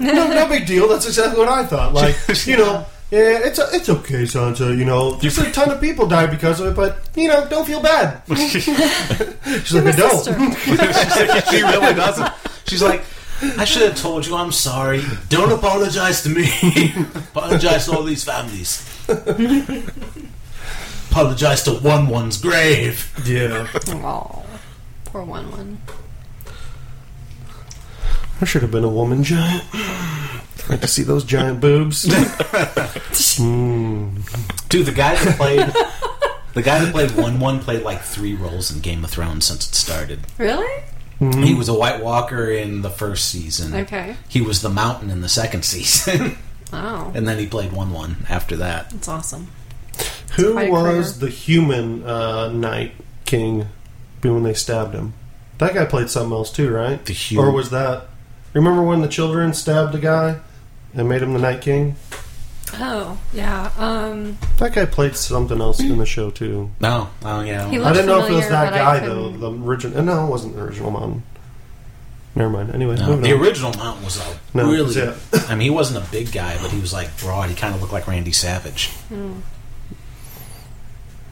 [SPEAKER 3] no, no big deal. That's exactly what I thought. Like you know, yeah, it's it's okay, Sansa. You know, just a ton of people died because of it, but you know, don't feel bad. She's like, I don't.
[SPEAKER 2] Sister.
[SPEAKER 1] she really doesn't. She's like, I should have told you. I'm sorry. Don't apologize to me. apologize to all these families. apologize to one one's grave.
[SPEAKER 3] Yeah,
[SPEAKER 2] Oh, poor one one.
[SPEAKER 3] I should have been a woman giant. Like to see those giant boobs.
[SPEAKER 1] Dude, the guy that played the guy that played one one played like three roles in Game of Thrones since it started.
[SPEAKER 2] Really?
[SPEAKER 1] He was a White Walker in the first season.
[SPEAKER 2] Okay.
[SPEAKER 1] He was the Mountain in the second season,
[SPEAKER 2] Wow.
[SPEAKER 1] and then he played one one after that.
[SPEAKER 2] That's awesome.
[SPEAKER 3] Who
[SPEAKER 2] Freddy
[SPEAKER 3] was the human uh, Night King when they stabbed him? That guy played something else too, right?
[SPEAKER 1] The human.
[SPEAKER 3] Or was that? Remember when the children stabbed a guy and made him the Night King?
[SPEAKER 2] Oh, yeah. Um,
[SPEAKER 3] That guy played something else in the show too.
[SPEAKER 1] no? Oh yeah.
[SPEAKER 2] He
[SPEAKER 3] I
[SPEAKER 2] looked
[SPEAKER 3] didn't know if it was
[SPEAKER 2] familiar,
[SPEAKER 3] that
[SPEAKER 2] but I
[SPEAKER 3] guy though.
[SPEAKER 2] couldn't-
[SPEAKER 3] The original. No, it wasn't the original mountain. Never mind. Anyway,
[SPEAKER 1] No,
[SPEAKER 3] moving
[SPEAKER 1] the
[SPEAKER 3] on.
[SPEAKER 1] original Mountain was a
[SPEAKER 3] No,
[SPEAKER 1] really.
[SPEAKER 3] yeah.
[SPEAKER 1] I mean, he wasn't a big guy, but he was like broad. He kind of looked like Randy Savage.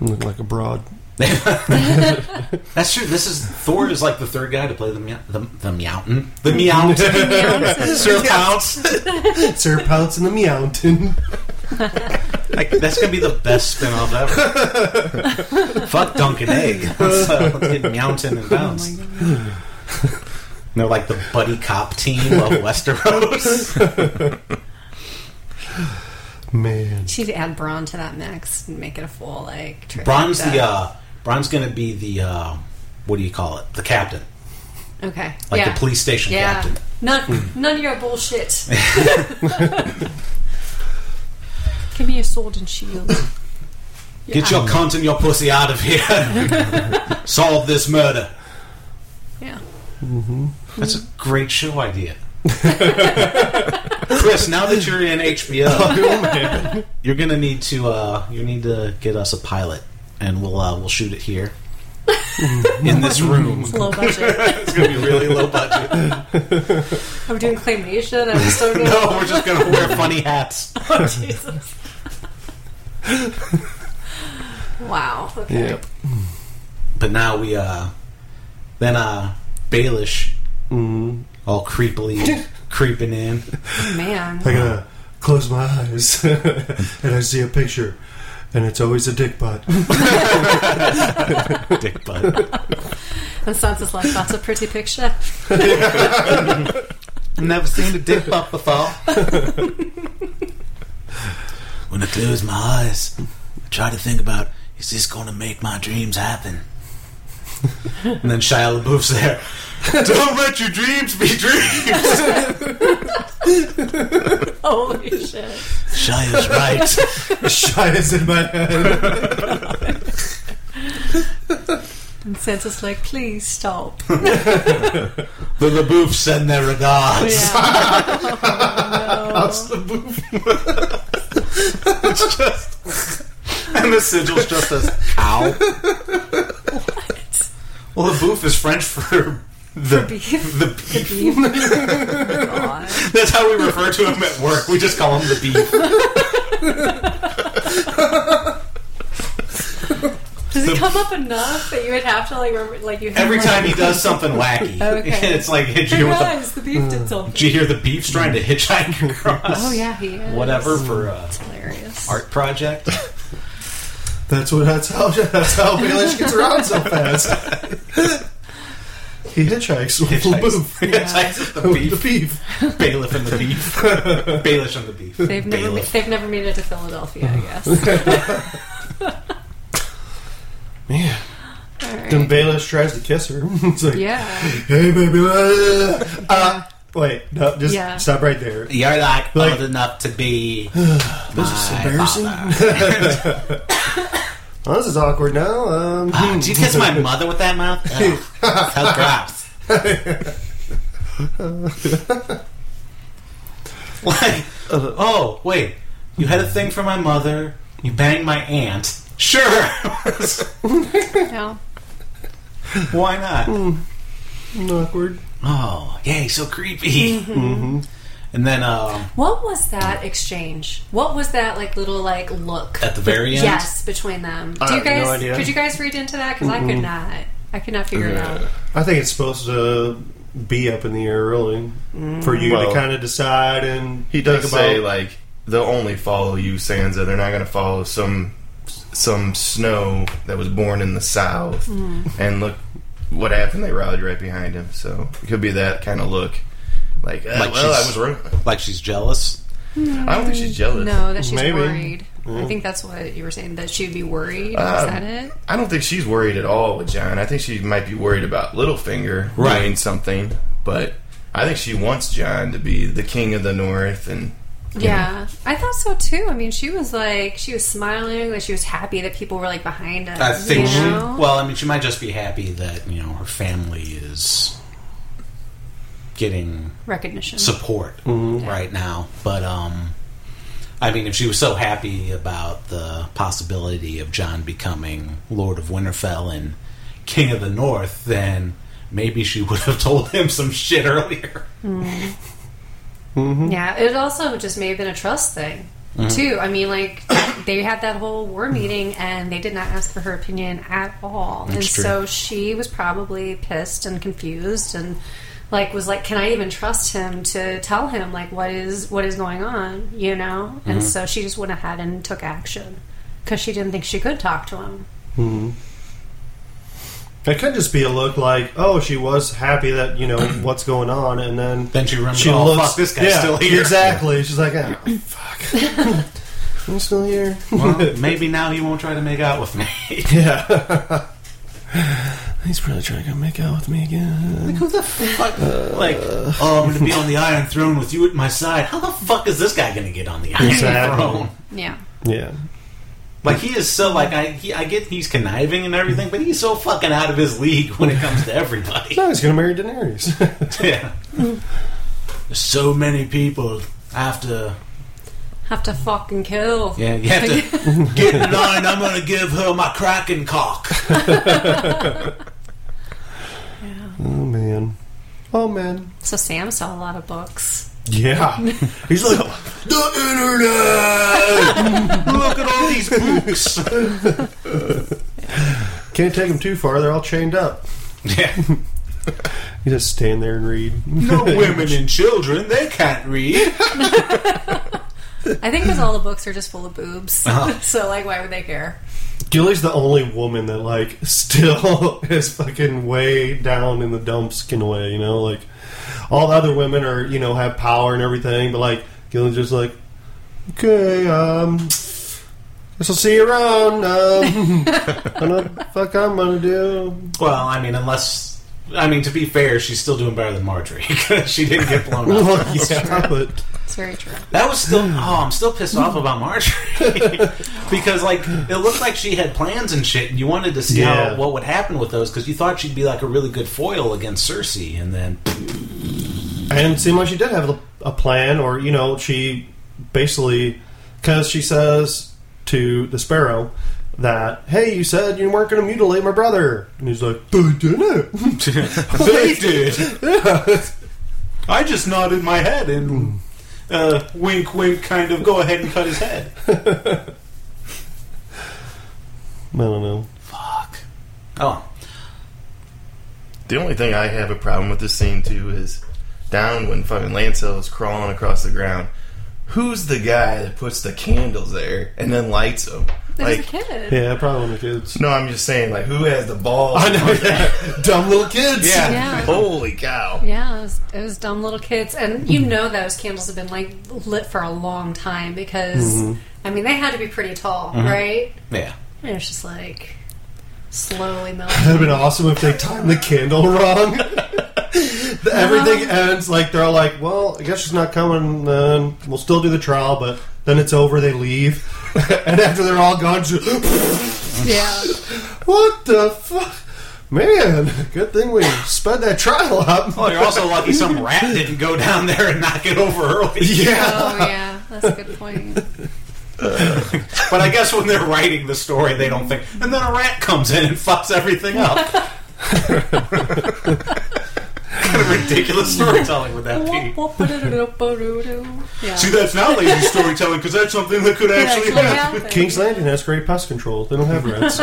[SPEAKER 3] Looked like a broad.
[SPEAKER 1] That's true. This is Thor is like the third guy to play the meow, the, the Mountain. The Meountain. Sir Pounce.
[SPEAKER 3] Sir Pounce in the Mountain.
[SPEAKER 1] Like, that's gonna be the best spin-off ever. Fuck Dunkin' Egg. Let's, uh, let's get Mountain and Bounce.
[SPEAKER 2] Oh my God.
[SPEAKER 1] They're like the buddy cop team of Westeros.
[SPEAKER 3] Man,
[SPEAKER 2] She'd add Braun to that mix and make it a full like. trifecta.
[SPEAKER 1] Bron's the uh, Bron's gonna be the uh, what do you call it? The captain,
[SPEAKER 2] okay,
[SPEAKER 1] like
[SPEAKER 2] yeah,
[SPEAKER 1] the police station
[SPEAKER 2] yeah.
[SPEAKER 1] captain.
[SPEAKER 2] None,
[SPEAKER 1] Hmm.
[SPEAKER 2] none of your bullshit. Give me a sword and shield.
[SPEAKER 1] Get your cunt and your pussy out of here. Solve this murder.
[SPEAKER 2] yeah.
[SPEAKER 1] That's a great show idea. Chris, now that you're in HBO, you're gonna need to uh, you need to get us a pilot, and we'll uh, we'll shoot it here in this room.
[SPEAKER 2] It's low budget.
[SPEAKER 1] It's gonna be really low budget.
[SPEAKER 2] I'm doing claymation. I'm so good.
[SPEAKER 1] No, we're just gonna wear funny hats.
[SPEAKER 2] Oh, Jesus. wow. Okay.
[SPEAKER 3] Yep.
[SPEAKER 1] But now we uh, then uh, Baelish
[SPEAKER 3] mm.
[SPEAKER 1] all creepily creeping in.
[SPEAKER 2] Man.
[SPEAKER 3] I gotta close my eyes and I see a picture, and it's always a dick butt.
[SPEAKER 1] Dick butt.
[SPEAKER 2] And Sansa's like, that's a pretty picture.
[SPEAKER 1] Never seen a dick butt before. when I close my eyes, I try to think about is this going to make my dreams happen? and then Shia LaBeouf's there. Don't let your dreams be dreams.
[SPEAKER 2] Holy shit.
[SPEAKER 1] Shia's right.
[SPEAKER 3] Shine is in my head.
[SPEAKER 2] And Sansa's like, please stop.
[SPEAKER 1] The LaBeoufs send their regards.
[SPEAKER 2] Yeah. Oh, no.
[SPEAKER 1] It's just and the sigil's just as cow. Well, the boof is French for the
[SPEAKER 2] For beef.
[SPEAKER 1] The beef.
[SPEAKER 2] Oh, God.
[SPEAKER 1] That's how we refer to him at work. We just call him the beef.
[SPEAKER 2] Does
[SPEAKER 1] The-
[SPEAKER 2] it come up enough that you would have to like remember, like you have
[SPEAKER 1] Every
[SPEAKER 2] like,
[SPEAKER 1] time he does something wacky,
[SPEAKER 2] Okay.
[SPEAKER 1] it's like did you
[SPEAKER 2] Hey
[SPEAKER 1] hear what the, Mm.
[SPEAKER 2] guys, the beef did something.
[SPEAKER 1] did you hear the beef's trying to hitchhike across?
[SPEAKER 2] Oh yeah, he is.
[SPEAKER 1] whatever for uh,
[SPEAKER 2] It's hilarious.
[SPEAKER 1] art project.
[SPEAKER 3] That's what. That's how. That's how Baelish gets around so fast. he hitchhikes with
[SPEAKER 1] Hitchhikes.
[SPEAKER 3] LaBeouf.
[SPEAKER 1] Hitchhikes with the
[SPEAKER 3] With
[SPEAKER 1] beef,
[SPEAKER 3] the beef.
[SPEAKER 1] bailiff and the beef, bailish and the beef.
[SPEAKER 2] They've never
[SPEAKER 1] bailiff.
[SPEAKER 2] they've never made it to Philadelphia, I guess.
[SPEAKER 3] Man.
[SPEAKER 2] All right.
[SPEAKER 3] Then Baelish tries to kiss her. it's like,
[SPEAKER 2] Yeah.
[SPEAKER 3] hey, baby. Uh, uh, wait, no, just
[SPEAKER 2] Yeah.
[SPEAKER 3] stop right there.
[SPEAKER 1] You're like,
[SPEAKER 3] Like-
[SPEAKER 1] old enough to be.
[SPEAKER 3] This is
[SPEAKER 1] my
[SPEAKER 3] embarrassing. Well, this is awkward now. Um,
[SPEAKER 1] Ah, Did you kiss my mother with that mouth? Ugh. so gross. like, oh, wait. You had a thing for my mother. You banged my aunt. Sure.
[SPEAKER 2] No.
[SPEAKER 1] Why not?
[SPEAKER 3] awkward.
[SPEAKER 1] Oh, yay, so creepy. Mm-hmm. And then um,
[SPEAKER 2] What was that exchange? What was that like little like look?
[SPEAKER 1] at the very end,
[SPEAKER 2] Yes, between them. Do
[SPEAKER 3] I
[SPEAKER 2] you
[SPEAKER 3] have no
[SPEAKER 2] guys
[SPEAKER 3] idea.
[SPEAKER 2] could you guys read into that? Because I could not. I could not figure it out.
[SPEAKER 3] I think it's supposed to be up in the air, really,
[SPEAKER 2] Mm.
[SPEAKER 3] for you to
[SPEAKER 4] Well,
[SPEAKER 3] kind of decide and
[SPEAKER 4] He does
[SPEAKER 3] think
[SPEAKER 4] say
[SPEAKER 3] about.
[SPEAKER 4] like they'll only follow you, Sansa. They're not going to follow some some snow that was born in the south. And look what happened. They rallied right behind him. So it could be that kind of look. Like, uh,
[SPEAKER 1] Like
[SPEAKER 4] well, I
[SPEAKER 1] she's-
[SPEAKER 4] was wrong.
[SPEAKER 1] like she's jealous.
[SPEAKER 4] I don't think she's jealous.
[SPEAKER 2] No, that she's
[SPEAKER 3] Maybe.
[SPEAKER 2] worried.
[SPEAKER 1] Mm.
[SPEAKER 2] I think that's what you were saying that she'd be worried.
[SPEAKER 4] Uh,
[SPEAKER 1] Um,
[SPEAKER 2] Is that it?
[SPEAKER 4] I don't think she's worried at all with John. I think she might be worried about Littlefinger
[SPEAKER 1] Right.
[SPEAKER 4] doing something, but I think she wants John to be the king of the North and
[SPEAKER 2] Yeah, I thought so too. I mean, she was like, she was smiling, like she was happy that people were like behind us.
[SPEAKER 1] I think
[SPEAKER 2] you
[SPEAKER 1] she.
[SPEAKER 2] know?
[SPEAKER 1] Well, I mean, she might just be happy that you know her family is getting
[SPEAKER 2] recognition.
[SPEAKER 1] support
[SPEAKER 3] Mm-hmm.
[SPEAKER 1] right now. But um, I mean, if she was so happy about the possibility of John becoming Lord of Winterfell and King of the North, then maybe she would have told him some shit earlier.
[SPEAKER 2] yeah, it also just may have been a trust thing
[SPEAKER 1] Mm-hmm.
[SPEAKER 2] too. I mean, like they had that whole war meeting and they did not ask for her opinion at all, and
[SPEAKER 1] That's true.
[SPEAKER 2] so she was probably pissed and confused and like was like, can I even trust him to tell him like what is what is going on? You know,
[SPEAKER 1] Mm-hmm.
[SPEAKER 2] and so she just went ahead and took action because she didn't think she could talk to him.
[SPEAKER 3] It could just be a look like, oh, she was happy that you know what's going on, and then
[SPEAKER 1] Then she remembered,
[SPEAKER 3] she
[SPEAKER 1] oh
[SPEAKER 3] looks.
[SPEAKER 1] fuck, this guy's
[SPEAKER 3] yeah,
[SPEAKER 1] still here.
[SPEAKER 3] Exactly. She's like, oh, fuck, I'm still here.
[SPEAKER 1] Well, maybe now he won't try to make out with me.
[SPEAKER 3] yeah. He's probably trying to make out with me again.
[SPEAKER 1] Who the fuck?
[SPEAKER 3] Uh,
[SPEAKER 1] Like, oh, I'm going to be on the Iron Throne with you at my side. How the fuck is this guy going to get on the Iron
[SPEAKER 3] Exactly.
[SPEAKER 1] Throne?
[SPEAKER 2] Yeah.
[SPEAKER 3] Yeah.
[SPEAKER 1] Like he is so like I he, I get he's conniving and everything, but he's so fucking out of his league when it comes to everybody.
[SPEAKER 3] No, he's gonna marry Daenerys.
[SPEAKER 1] yeah. There's so many people have to
[SPEAKER 2] Have to fucking kill.
[SPEAKER 1] yeah you have to get in line. I'm gonna give her my kraken cock.
[SPEAKER 3] oh man. Oh man.
[SPEAKER 2] So Sam saw a lot of books.
[SPEAKER 3] Yeah. He's like the internet.
[SPEAKER 1] Look at all these books.
[SPEAKER 3] Can't take them too far. They're all chained up.
[SPEAKER 1] yeah.
[SPEAKER 3] You just stand there and read.
[SPEAKER 1] No women and children, they can't read.
[SPEAKER 2] I think because all the books are just full of boobs.
[SPEAKER 1] Uh-huh.
[SPEAKER 2] so like, why would they care?
[SPEAKER 3] Gilly's the only woman that like still is fucking way down in the dumps kind of way, you know, like all the other women are, you know, have power and everything, but like Gilly's just like, Okay, um guess I'll see you around. Um I don't know what the fuck I'm gonna do.
[SPEAKER 1] Well, I mean, unless I mean to be fair, she's still doing better than Marjorie 'cause she didn't get blown up.
[SPEAKER 3] Well, yeah, but
[SPEAKER 2] It's very true.
[SPEAKER 1] That was still. Oh, I'm still pissed off about Marjorie because like it looked like she had plans and shit, and you wanted to see
[SPEAKER 3] Yeah.
[SPEAKER 1] how what would happen with those because you thought she'd be like a really good foil against Cersei, and then
[SPEAKER 3] And it seemed like she did have a- a plan, or you know, she basically because she says to the sparrow that, "Hey, you said you weren't going to mutilate my brother," and he's like, "They didn't."
[SPEAKER 1] they did. I just nodded my head and uh, wink, wink, kind of go ahead and cut his head.
[SPEAKER 3] I don't know.
[SPEAKER 1] Fuck. Oh,
[SPEAKER 4] The only thing I have a problem with this scene too is down when fucking Lancel is crawling across the ground. Who's the guy that puts the candles there and then lights them?
[SPEAKER 2] There's
[SPEAKER 4] Like,
[SPEAKER 2] a kid.
[SPEAKER 3] Yeah, probably when the kids.
[SPEAKER 4] no, I'm just saying, like, who has the balls?
[SPEAKER 3] I know, yeah. dumb little kids.
[SPEAKER 4] Yeah.
[SPEAKER 2] Yeah.
[SPEAKER 4] Holy cow.
[SPEAKER 2] Yeah, it was, it was dumb little kids, and you know those candles have been like lit for a long time because I mean they had to be pretty tall, right?
[SPEAKER 1] yeah.
[SPEAKER 2] And it's just like slowly
[SPEAKER 3] That'd have
[SPEAKER 2] melting.
[SPEAKER 3] been awesome if they timed the candle wrong. The- Everything ends like they're all like, well, I guess she's not coming. Then we'll still do the trial, but then it's over. They leave, and after they're all gone, she-
[SPEAKER 2] yeah,
[SPEAKER 3] What the fuck? Man, good thing we sped that trial up.
[SPEAKER 1] Well, you're also lucky some rat didn't go down there and knock it over early.
[SPEAKER 3] yeah.
[SPEAKER 2] oh yeah, that's a good point.
[SPEAKER 1] But I guess when they're writing the story, they don't think. And then a rat comes in and fucks everything up. kind of ridiculous storytelling would that be?
[SPEAKER 2] yeah.
[SPEAKER 1] See, that's not lazy storytelling because that's something that could actually
[SPEAKER 2] actually
[SPEAKER 1] happen.
[SPEAKER 2] happened.
[SPEAKER 3] King's Landing has great pest control. They don't have rats.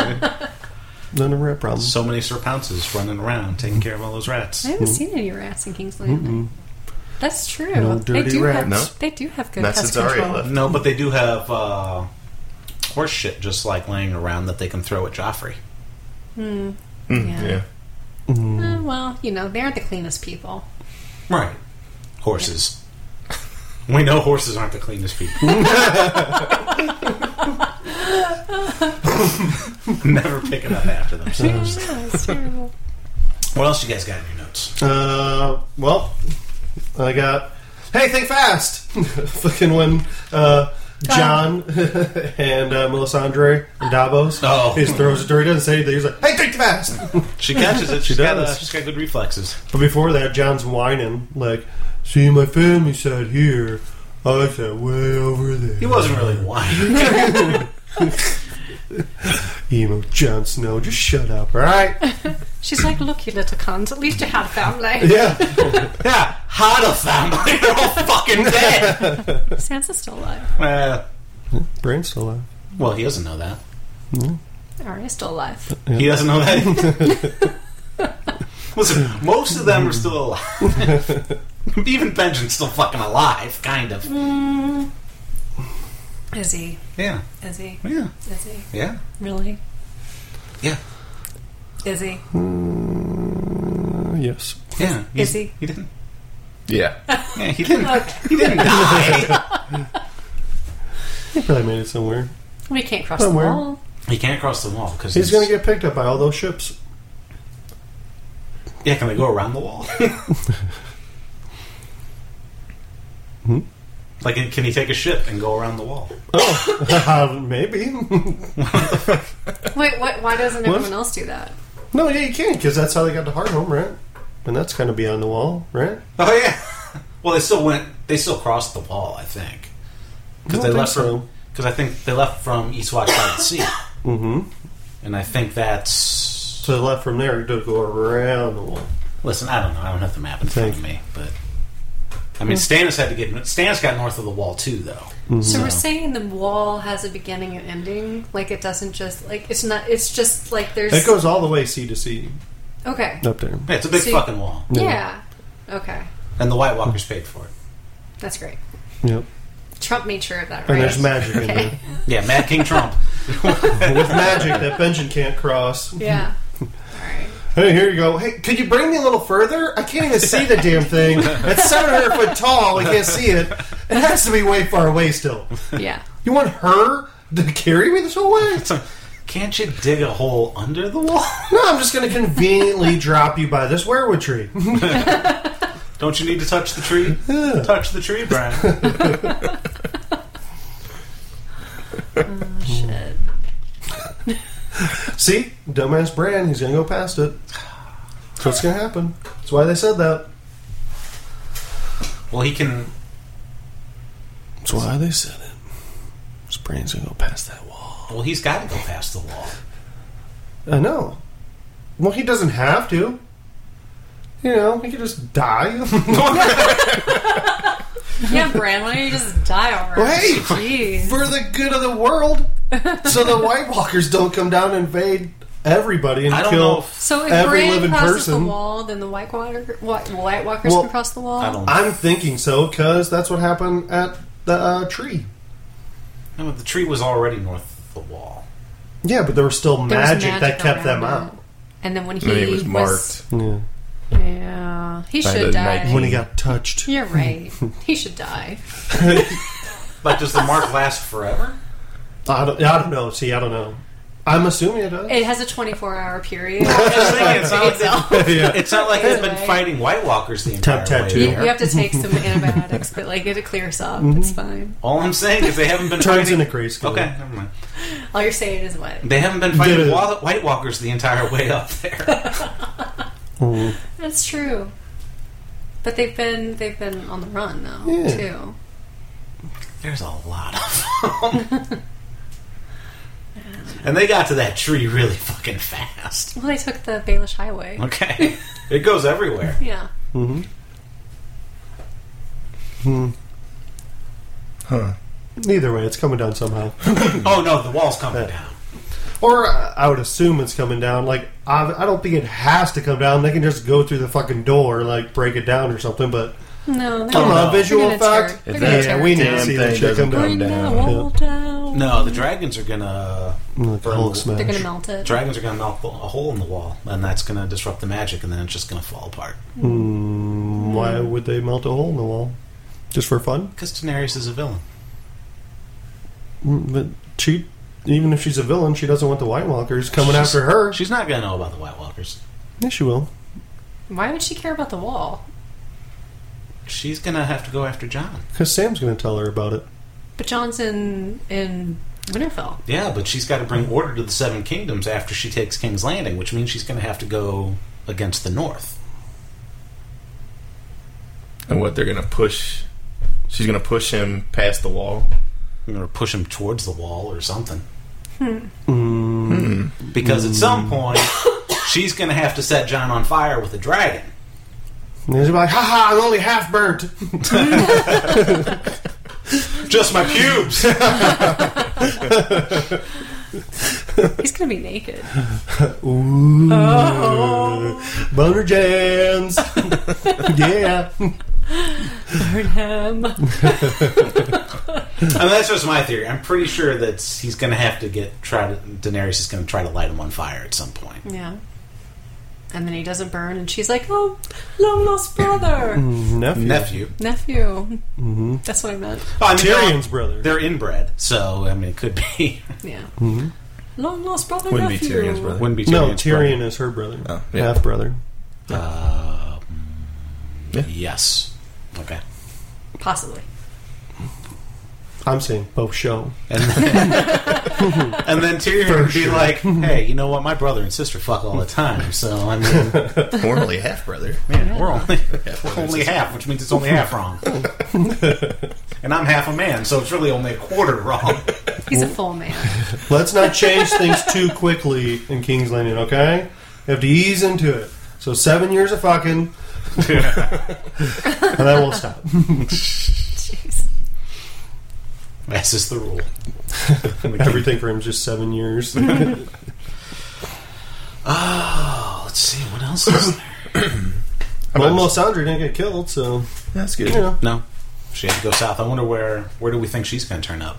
[SPEAKER 3] None of rat problems.
[SPEAKER 1] So many Sir Pounces running around taking care of all those rats.
[SPEAKER 2] I haven't seen any rats in King's Landing. That's true.
[SPEAKER 3] No dirty
[SPEAKER 2] they do
[SPEAKER 3] rats.
[SPEAKER 2] Have,
[SPEAKER 4] No.
[SPEAKER 2] They do have good
[SPEAKER 4] That's
[SPEAKER 2] pest
[SPEAKER 4] Cesaria
[SPEAKER 2] control.
[SPEAKER 4] left.
[SPEAKER 1] No, but they do have uh, horse shit just like laying around that they can throw at Joffrey.
[SPEAKER 4] Mm,
[SPEAKER 2] Yeah.
[SPEAKER 4] yeah.
[SPEAKER 2] Mm, Uh, well, you know, they aren't the cleanest people.
[SPEAKER 1] Right. Horses. We know horses aren't the cleanest people. Never picking up after themselves.
[SPEAKER 2] That's terrible.
[SPEAKER 1] What else you guys got in your notes?
[SPEAKER 3] Uh, well, I got. Hey, think fast! Fucking when uh, John and uh, Melisandre and Davos,
[SPEAKER 1] Oh.
[SPEAKER 3] he just throws it to her. He doesn't say anything. He's like, "Hey, think fast!"
[SPEAKER 1] She catches it. She's got, uh,
[SPEAKER 3] does.
[SPEAKER 1] she's got good reflexes.
[SPEAKER 3] But before that, John's whining like, "See, my family sat here. I sat way over there."
[SPEAKER 1] He wasn't really whining.
[SPEAKER 3] emo Jon Snow. Just shut up, all right?
[SPEAKER 2] She's like, look, you little cons. At least you had family.
[SPEAKER 3] yeah.
[SPEAKER 1] yeah, had a family. They're all fucking dead.
[SPEAKER 2] Sansa's still alive.
[SPEAKER 1] Uh,
[SPEAKER 3] Brain's still alive.
[SPEAKER 1] well, he doesn't know that.
[SPEAKER 2] Arya's still alive.
[SPEAKER 1] He doesn't know that. Listen, most of them are still alive. Even Benjamin's still fucking alive, kind of.
[SPEAKER 2] Mm. Is he?
[SPEAKER 1] Yeah,
[SPEAKER 2] Is he?
[SPEAKER 1] yeah,
[SPEAKER 2] Is he?
[SPEAKER 1] yeah.
[SPEAKER 2] Really?
[SPEAKER 1] Yeah.
[SPEAKER 2] Is he?
[SPEAKER 3] Uh, yes.
[SPEAKER 1] Yeah, he's-
[SPEAKER 2] Is he?
[SPEAKER 1] He didn't.
[SPEAKER 4] Yeah.
[SPEAKER 1] Yeah, he didn't. he didn't die.
[SPEAKER 3] He probably made it somewhere.
[SPEAKER 2] We can't cross
[SPEAKER 3] Somewhere.
[SPEAKER 2] the wall.
[SPEAKER 1] He can't cross the wall because
[SPEAKER 3] He's going to get picked up by all those ships.
[SPEAKER 1] Yeah, can they go around the wall? Like, can he take a ship and go around the wall?
[SPEAKER 3] Uh, maybe.
[SPEAKER 2] Wait, what, why doesn't
[SPEAKER 3] What?
[SPEAKER 2] everyone else do that?
[SPEAKER 3] no, yeah, you can, because that's how they got to Hardhome, right? And that's kind of beyond the wall, right?
[SPEAKER 1] Oh yeah. Well, they still went. They still crossed the wall, I think, because
[SPEAKER 3] I
[SPEAKER 1] they
[SPEAKER 3] don't
[SPEAKER 1] left
[SPEAKER 3] think so.
[SPEAKER 1] from. Because I think they left from Eastwatch by the sea,
[SPEAKER 3] Mm-hmm.
[SPEAKER 1] and I think that's.
[SPEAKER 3] To the left from there to go around the wall.
[SPEAKER 1] Listen, I don't know. I don't have the map in front of
[SPEAKER 3] Thank-
[SPEAKER 1] me, but I mean, Stannis had to get. Stannis got north of the wall too, though.
[SPEAKER 3] Mm-hmm.
[SPEAKER 2] So we're
[SPEAKER 1] So-
[SPEAKER 2] saying the wall has a beginning and ending. Like it doesn't just like it's not. It's just like there's
[SPEAKER 3] It goes all the way sea to sea
[SPEAKER 2] okay.
[SPEAKER 3] up there.
[SPEAKER 1] Yeah, it's a big
[SPEAKER 2] So you-
[SPEAKER 1] fucking wall,
[SPEAKER 2] Yeah. Okay,
[SPEAKER 1] and the White Walkers paid for it.
[SPEAKER 2] that's great.
[SPEAKER 3] Yep.
[SPEAKER 2] Trump made sure of that.
[SPEAKER 3] And
[SPEAKER 2] Right?
[SPEAKER 3] there's magic in
[SPEAKER 2] Okay.
[SPEAKER 3] there.
[SPEAKER 1] Yeah, Mad King Trump.
[SPEAKER 3] With magic that Benjamin can't cross.
[SPEAKER 2] yeah. All right.
[SPEAKER 3] Hey, here you go. Hey, could you bring me a little further? I can't even see the damn thing. It's 700 foot tall. I can't see it. It has to be way far away still.
[SPEAKER 2] Yeah.
[SPEAKER 3] You want her to carry me this whole way?
[SPEAKER 1] So, can't you dig a hole under the wall?
[SPEAKER 3] No, I'm just going to conveniently drop you by this weirwood tree.
[SPEAKER 1] Don't you need to touch the tree? touch the tree, Brian.
[SPEAKER 2] Shit.
[SPEAKER 3] See? Dumbass Bran, he's going to go past it. That's what's going to happen. That's why they said that.
[SPEAKER 1] well, he can.
[SPEAKER 3] That's why they said it. His brain's going to go past that wall.
[SPEAKER 1] Well, he's got to go past the wall.
[SPEAKER 3] I know. Well, he doesn't have to. You know, he could just die.
[SPEAKER 2] Yeah, Bran, why don't you just die already?
[SPEAKER 3] Wait.
[SPEAKER 2] Jeez.
[SPEAKER 3] for the good of the world. so the White Walkers don't come down and invade everybody and
[SPEAKER 1] I don't know
[SPEAKER 3] kill.
[SPEAKER 1] if-
[SPEAKER 2] So if
[SPEAKER 3] Every
[SPEAKER 2] Bran
[SPEAKER 3] living
[SPEAKER 2] crosses
[SPEAKER 3] person-
[SPEAKER 2] the wall, then the White Walker, what, White Walkers
[SPEAKER 3] Well,
[SPEAKER 2] can cross the wall.
[SPEAKER 1] I don't.
[SPEAKER 3] I'm thinking so because that's what happened at the uh, tree.
[SPEAKER 1] No, but the tree was already north of the wall.
[SPEAKER 3] Yeah, but there was still
[SPEAKER 2] There was
[SPEAKER 3] magic, that kept
[SPEAKER 2] around
[SPEAKER 3] them out.
[SPEAKER 2] it. And then when he,
[SPEAKER 4] And then he was marked.
[SPEAKER 3] Yeah.
[SPEAKER 2] yeah, he
[SPEAKER 4] By
[SPEAKER 2] should
[SPEAKER 4] the
[SPEAKER 2] die.
[SPEAKER 4] Nike.
[SPEAKER 3] When he got touched,
[SPEAKER 2] You're right. he should die.
[SPEAKER 1] Like, does the mark last forever?
[SPEAKER 3] I don't, I don't know. See, I don't know. I'm assuming it does.
[SPEAKER 2] It has a 24 hour period.
[SPEAKER 1] it's, not like they-
[SPEAKER 3] yeah.
[SPEAKER 1] it's not like they've been
[SPEAKER 2] Anyway.
[SPEAKER 1] fighting White Walkers the entire
[SPEAKER 3] Tap tattoo.
[SPEAKER 2] you,
[SPEAKER 1] way.
[SPEAKER 2] you
[SPEAKER 1] there.
[SPEAKER 2] have to take some antibiotics, but like it clears up. It's fine.
[SPEAKER 1] All I'm saying is they haven't been
[SPEAKER 3] Turns
[SPEAKER 1] fighting.
[SPEAKER 3] into grayscale.
[SPEAKER 1] okay, never mind.
[SPEAKER 2] All you're saying is what?
[SPEAKER 1] They haven't been fighting
[SPEAKER 3] Dude.
[SPEAKER 1] wa- White Walkers the entire way up there.
[SPEAKER 3] Mm.
[SPEAKER 2] That's true. But they've been they've been on the run though
[SPEAKER 3] Yeah.
[SPEAKER 2] too.
[SPEAKER 1] There's a lot of them. and they got to that tree really fucking fast.
[SPEAKER 2] Well, they took the Baelish Highway.
[SPEAKER 1] Okay, it goes everywhere.
[SPEAKER 2] Yeah.
[SPEAKER 4] Huh.
[SPEAKER 3] Either way, it's coming down somehow.
[SPEAKER 1] Oh no, the wall's coming
[SPEAKER 3] Yeah.
[SPEAKER 1] down.
[SPEAKER 3] Or uh, I would assume it's coming down. Like I, I don't think it has to come down. They can just go through the fucking door, and, like break it down or something. But
[SPEAKER 2] No, they're
[SPEAKER 3] Come
[SPEAKER 1] Oh,
[SPEAKER 2] not.
[SPEAKER 3] on,
[SPEAKER 1] no.
[SPEAKER 3] visual
[SPEAKER 2] They're gonna
[SPEAKER 3] effect.
[SPEAKER 2] tear-
[SPEAKER 4] If
[SPEAKER 2] they're gonna
[SPEAKER 4] that
[SPEAKER 2] tear
[SPEAKER 3] Yeah, we
[SPEAKER 2] it
[SPEAKER 3] need
[SPEAKER 4] damn
[SPEAKER 3] to see
[SPEAKER 4] thing
[SPEAKER 3] that shit come
[SPEAKER 4] doesn't
[SPEAKER 3] down.
[SPEAKER 2] Bring
[SPEAKER 4] come
[SPEAKER 2] that
[SPEAKER 4] down.
[SPEAKER 2] wall down.
[SPEAKER 1] No, the dragons are gonna
[SPEAKER 3] Like a Hulk
[SPEAKER 2] They're gonna
[SPEAKER 3] smash.
[SPEAKER 2] melt it.
[SPEAKER 1] dragons are gonna melt a hole in the wall, and that's gonna disrupt the magic, and then it's just gonna fall apart.
[SPEAKER 3] Mm, why would they melt a hole in the wall? Just for fun?
[SPEAKER 1] Because Daenerys is a villain.
[SPEAKER 3] Mm, But she, even if she's a villain, she doesn't want the White Walkers coming after her.
[SPEAKER 1] She's not going to know about the White Walkers.
[SPEAKER 3] Yeah, she will.
[SPEAKER 2] Why would she care about the wall?
[SPEAKER 1] She's going to have to go after John.
[SPEAKER 3] Because Sam's going to tell her about it.
[SPEAKER 2] But John's in in Winterfell.
[SPEAKER 1] Yeah, but she's got to bring order to the Seven Kingdoms after she takes King's Landing, which means she's going to have to go against the North.
[SPEAKER 4] and what they're gonna push. She's gonna push him past the wall.
[SPEAKER 1] Or push him towards the wall or something.
[SPEAKER 3] Hmm. Mm,
[SPEAKER 1] Hmm. Because at some point, she's going to have to set John on fire with a dragon.
[SPEAKER 3] And she'll be like, haha, I'm only half burnt.
[SPEAKER 1] Just my pubes!
[SPEAKER 2] He's gonna be naked.
[SPEAKER 3] Ooh.
[SPEAKER 2] Oh.
[SPEAKER 3] Boner jams. yeah.
[SPEAKER 2] Burn him.
[SPEAKER 1] I mean, that's just my theory. I'm pretty sure that he's going to have to get try to Daenerys is going to try to light him on fire at some point.
[SPEAKER 2] Yeah. And then he doesn't burn, and she's like, "Oh, long lost brother,
[SPEAKER 3] Nephew.
[SPEAKER 1] Nephew,
[SPEAKER 2] nephew."
[SPEAKER 3] Mm-hmm.
[SPEAKER 2] That's what I meant.
[SPEAKER 1] oh, I mean, they're-
[SPEAKER 3] Tyrion's brother.
[SPEAKER 1] They're inbred, so I mean, it could be.
[SPEAKER 2] Yeah.
[SPEAKER 3] Mm-hmm.
[SPEAKER 2] Long lost brother,
[SPEAKER 4] Wouldn't be
[SPEAKER 2] nephew.
[SPEAKER 4] Tyrion's brother.
[SPEAKER 1] Wouldn't be
[SPEAKER 3] no,
[SPEAKER 1] Tyrion's
[SPEAKER 3] Tyrion is her brother.
[SPEAKER 4] Oh, yeah.
[SPEAKER 3] Half brother.
[SPEAKER 1] brother. Um,
[SPEAKER 4] Yeah.
[SPEAKER 1] Yes. Okay.
[SPEAKER 2] Possibly.
[SPEAKER 3] I'm saying both show.
[SPEAKER 1] And then, and then Tyrion
[SPEAKER 3] For
[SPEAKER 1] would be
[SPEAKER 3] sure.
[SPEAKER 1] like, "Hey, you know what? My brother and sister fuck all the time, so I mean,
[SPEAKER 4] We're only half brother.
[SPEAKER 1] man, we're only
[SPEAKER 4] brother and
[SPEAKER 1] only half, which means it's only half wrong. and I'm half a man, so it's really only a quarter wrong."
[SPEAKER 2] He's a full man.
[SPEAKER 3] Let's not change things too quickly in King's Landing, okay? We have to ease into it. So seven years of fucking, and then we'll stop.
[SPEAKER 2] Jeez.
[SPEAKER 1] That's just the rule.
[SPEAKER 3] Everything for him is just seven years.
[SPEAKER 1] Oh, let's see what else is there.
[SPEAKER 3] well, Melisandre didn't get killed, so
[SPEAKER 4] That's good.
[SPEAKER 3] you know.
[SPEAKER 1] No, she had to go south. I wonder where. Where do we think she's going to turn up?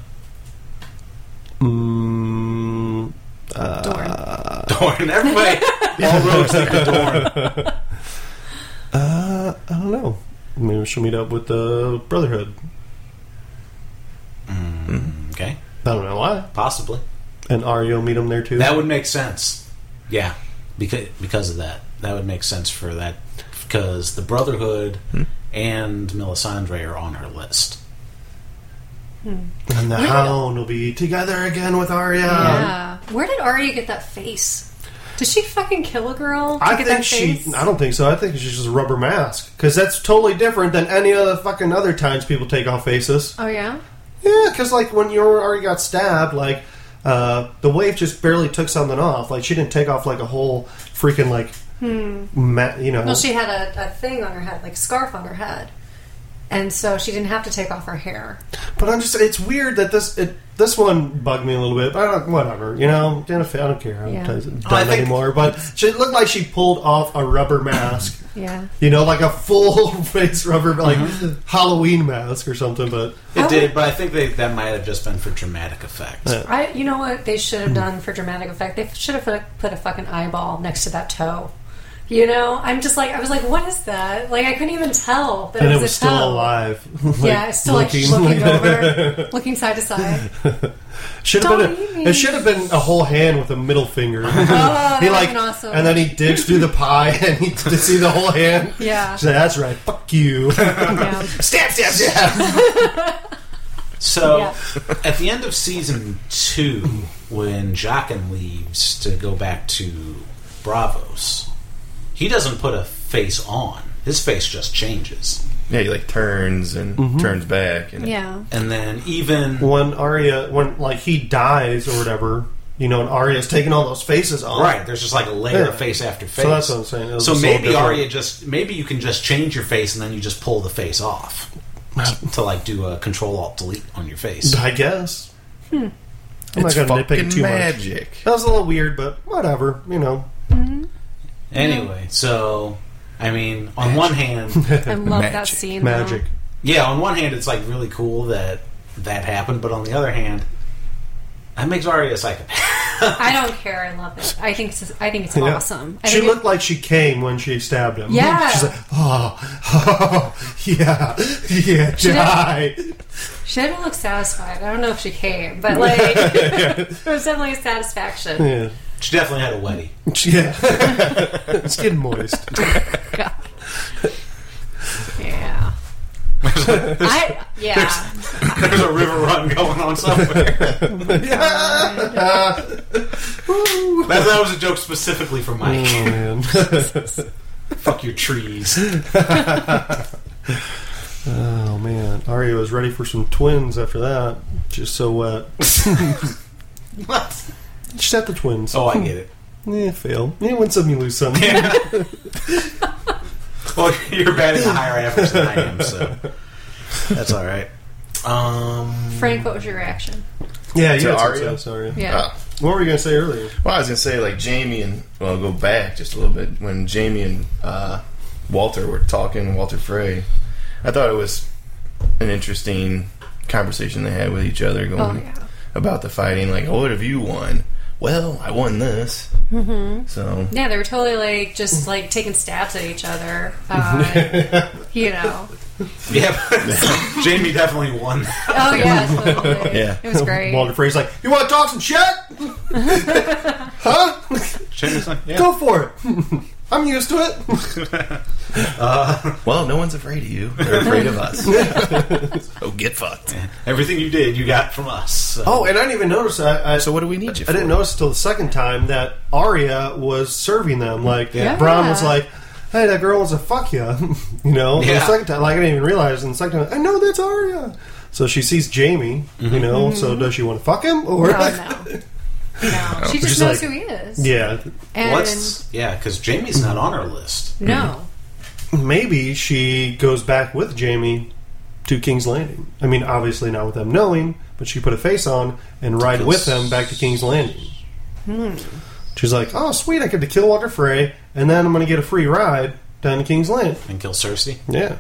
[SPEAKER 3] Mm,
[SPEAKER 2] Dorne.
[SPEAKER 3] Uh,
[SPEAKER 1] Dorne. Everybody, all roads lead to Dorne.
[SPEAKER 3] uh, I don't know. Maybe she'll meet up with the Brotherhood.
[SPEAKER 1] Okay,
[SPEAKER 3] I don't know why.
[SPEAKER 1] possibly.
[SPEAKER 3] And Arya will meet him there too.
[SPEAKER 1] That would make sense. Yeah, because because of that, that would make sense for that because the Brotherhood and Melisandre are on her list.
[SPEAKER 3] and the Hound will be together again with Arya.
[SPEAKER 2] yeah.
[SPEAKER 3] um,
[SPEAKER 2] Where did Arya get that face? Did she fucking kill a girl to
[SPEAKER 3] I
[SPEAKER 2] get
[SPEAKER 3] think
[SPEAKER 2] that
[SPEAKER 3] she.
[SPEAKER 2] face?
[SPEAKER 3] I don't think so. I think she's just a rubber mask because that's totally different than any other fucking other times people take off faces.
[SPEAKER 2] Oh yeah.
[SPEAKER 3] Yeah, because like when you already got stabbed, like uh, the wave just barely took something off. Like she didn't take off like a whole freaking like, ma- you know.
[SPEAKER 2] Well, Hmm. she had a, a thing on her head, like a scarf on her head, and so she didn't have to take off her hair.
[SPEAKER 3] but I'm just. It's weird that this it, this one bugged me a little bit. But I don't, whatever, you know. I don't, I don't care. I
[SPEAKER 2] Yeah.
[SPEAKER 3] don't yeah.
[SPEAKER 1] I think-
[SPEAKER 3] anymore. But she it looked like she pulled off a rubber mask.
[SPEAKER 2] Yeah.
[SPEAKER 3] You know, like a full face rubber, like
[SPEAKER 1] Mm-hmm.
[SPEAKER 3] Halloween mask or something, but
[SPEAKER 1] It
[SPEAKER 2] I would-
[SPEAKER 1] did, but I think they, that might have just been for dramatic effect.
[SPEAKER 3] Yeah.
[SPEAKER 2] I, you know what they should
[SPEAKER 3] Hmm.
[SPEAKER 2] have done for dramatic effect? They should have put a, put a fucking eyeball next to that toe. You know, I'm just like I was like, what is that? Like I couldn't even tell that
[SPEAKER 3] and
[SPEAKER 2] it
[SPEAKER 3] it
[SPEAKER 2] was,
[SPEAKER 3] was
[SPEAKER 2] a
[SPEAKER 3] still
[SPEAKER 2] toe.
[SPEAKER 3] alive.
[SPEAKER 2] yeah, it's still like looking over, looking side to side.
[SPEAKER 3] Should have been.
[SPEAKER 2] Don't Oh,
[SPEAKER 3] A, it should have been a whole hand with a middle finger.
[SPEAKER 2] that
[SPEAKER 3] he
[SPEAKER 2] would've
[SPEAKER 3] like,
[SPEAKER 2] been awesome.
[SPEAKER 3] and then he digs through the pie and he to see the whole hand.
[SPEAKER 2] Yeah.
[SPEAKER 3] So that's right. Fuck you.
[SPEAKER 2] yeah.
[SPEAKER 3] stab, stab, stab.
[SPEAKER 1] So,
[SPEAKER 2] Yeah.
[SPEAKER 1] at the end of season two, when Jaqen leaves to go back to Bravos, he doesn't put a face on. His face just changes.
[SPEAKER 4] Yeah, he like turns and turns back. And
[SPEAKER 2] Mm-hmm. Yeah.
[SPEAKER 1] And then even
[SPEAKER 3] When Arya, when like he dies or whatever, you know, and Arya's taking all those faces off.
[SPEAKER 1] right, there's just like a layer
[SPEAKER 3] Yeah.
[SPEAKER 1] of face after face.
[SPEAKER 3] So that's what I'm saying. It was
[SPEAKER 1] So
[SPEAKER 3] just a
[SPEAKER 1] maybe
[SPEAKER 3] little
[SPEAKER 1] Arya just maybe you can just change your face and then you just pull the face off to like do a Control Alt Delete on your face.
[SPEAKER 3] different. I guess. I'm not
[SPEAKER 4] it's
[SPEAKER 3] gonna
[SPEAKER 4] fucking
[SPEAKER 3] nitpick too much.
[SPEAKER 4] magic.
[SPEAKER 3] That was a little weird, but whatever. You know,
[SPEAKER 1] Anyway, so I mean, on one hand,
[SPEAKER 2] I love that
[SPEAKER 4] Magic.
[SPEAKER 2] scene. though.
[SPEAKER 3] magic.
[SPEAKER 1] yeah, on one hand it's like really cool that that happened, but on the other hand, that makes Arya a psychopath.
[SPEAKER 2] I don't care. I love it. I think it's, I think it's
[SPEAKER 3] Yeah.
[SPEAKER 2] awesome. I
[SPEAKER 3] She
[SPEAKER 2] think it-
[SPEAKER 3] looked like she came when she stabbed him.
[SPEAKER 2] Yeah.
[SPEAKER 3] She's like, oh, oh yeah, yeah,
[SPEAKER 2] did.
[SPEAKER 3] die.
[SPEAKER 2] She didn't look satisfied. I don't know if she came, but like it was definitely a satisfaction.
[SPEAKER 3] Yeah.
[SPEAKER 1] She definitely had a wedding.
[SPEAKER 3] yeah. Skin moist.
[SPEAKER 2] God. Yeah. I yeah.
[SPEAKER 1] There's a river run going on somewhere. that, that was a joke specifically for
[SPEAKER 3] Oh,
[SPEAKER 1] Mike.
[SPEAKER 3] man.
[SPEAKER 1] Fuck your trees.
[SPEAKER 3] Oh, man. Aria was ready for some twins after that. Just so wet.
[SPEAKER 1] What?
[SPEAKER 3] Just had the twins.
[SPEAKER 1] Oh, I get it.
[SPEAKER 3] Yeah, Eh, fail. You win some, you lose some.
[SPEAKER 1] Well, you're batting a higher average than I am, so that's all right. Um,
[SPEAKER 2] Frank, what was your reaction?
[SPEAKER 3] Yeah,
[SPEAKER 4] To
[SPEAKER 3] you had
[SPEAKER 4] Arya?
[SPEAKER 3] some sense, Arya.
[SPEAKER 2] Yeah.
[SPEAKER 4] Ah.
[SPEAKER 3] What were you going to say earlier?
[SPEAKER 4] Well, I was gonna say like Jamie and well, I'll go back just a little bit when Jamie and uh, Walter were talking, Walter Frey. I thought it was an interesting conversation they had with each other going
[SPEAKER 2] Oh yeah.
[SPEAKER 4] about the fighting. Like, oh, what have you won? Well, I won this. Mm-hmm. So
[SPEAKER 2] Yeah, they were totally like just like taking stabs at each other. Uh, you know.
[SPEAKER 1] yeah, but Jamie definitely won.
[SPEAKER 2] Oh yeah. Totally.
[SPEAKER 4] Yeah.
[SPEAKER 2] It was great.
[SPEAKER 3] Walter Frey's like, You want to talk some shit? huh?
[SPEAKER 1] Jamie's like, yeah.
[SPEAKER 3] Go for it. I'm used to it.
[SPEAKER 4] well, no one's afraid of you. They're afraid of us. so get fucked.
[SPEAKER 1] Everything you did, you got from us. So.
[SPEAKER 3] Oh, and I didn't even notice. I, I,
[SPEAKER 4] So what do we need you for?
[SPEAKER 3] I didn't notice till the second time that Arya was serving them. Like
[SPEAKER 2] Yeah.
[SPEAKER 3] Bron was like, "Hey, that girl wants to fuck you," you know. And
[SPEAKER 1] Yeah.
[SPEAKER 3] The second time, like I didn't even realize. And the second time, I know that's Arya. So she sees Jamie,
[SPEAKER 4] Mm-hmm.
[SPEAKER 3] you know. So does she want to fuck him or?
[SPEAKER 2] No, Oh, no. No. She just
[SPEAKER 3] She's
[SPEAKER 2] knows who
[SPEAKER 3] like-
[SPEAKER 2] he is.
[SPEAKER 3] yeah,
[SPEAKER 2] And
[SPEAKER 1] What's yeah? Because Jamie's not on our list.
[SPEAKER 2] no.
[SPEAKER 3] maybe she goes back with Jamie to King's Landing. I mean, obviously not with them knowing, but she put a face on and ride with them back to King's Landing.
[SPEAKER 2] Hmm.
[SPEAKER 3] She's like, "Oh, sweet! I get to kill Walter Frey, and then I'm going to get a free ride down to King's Landing."
[SPEAKER 1] And kill Cersei.
[SPEAKER 3] Yeah.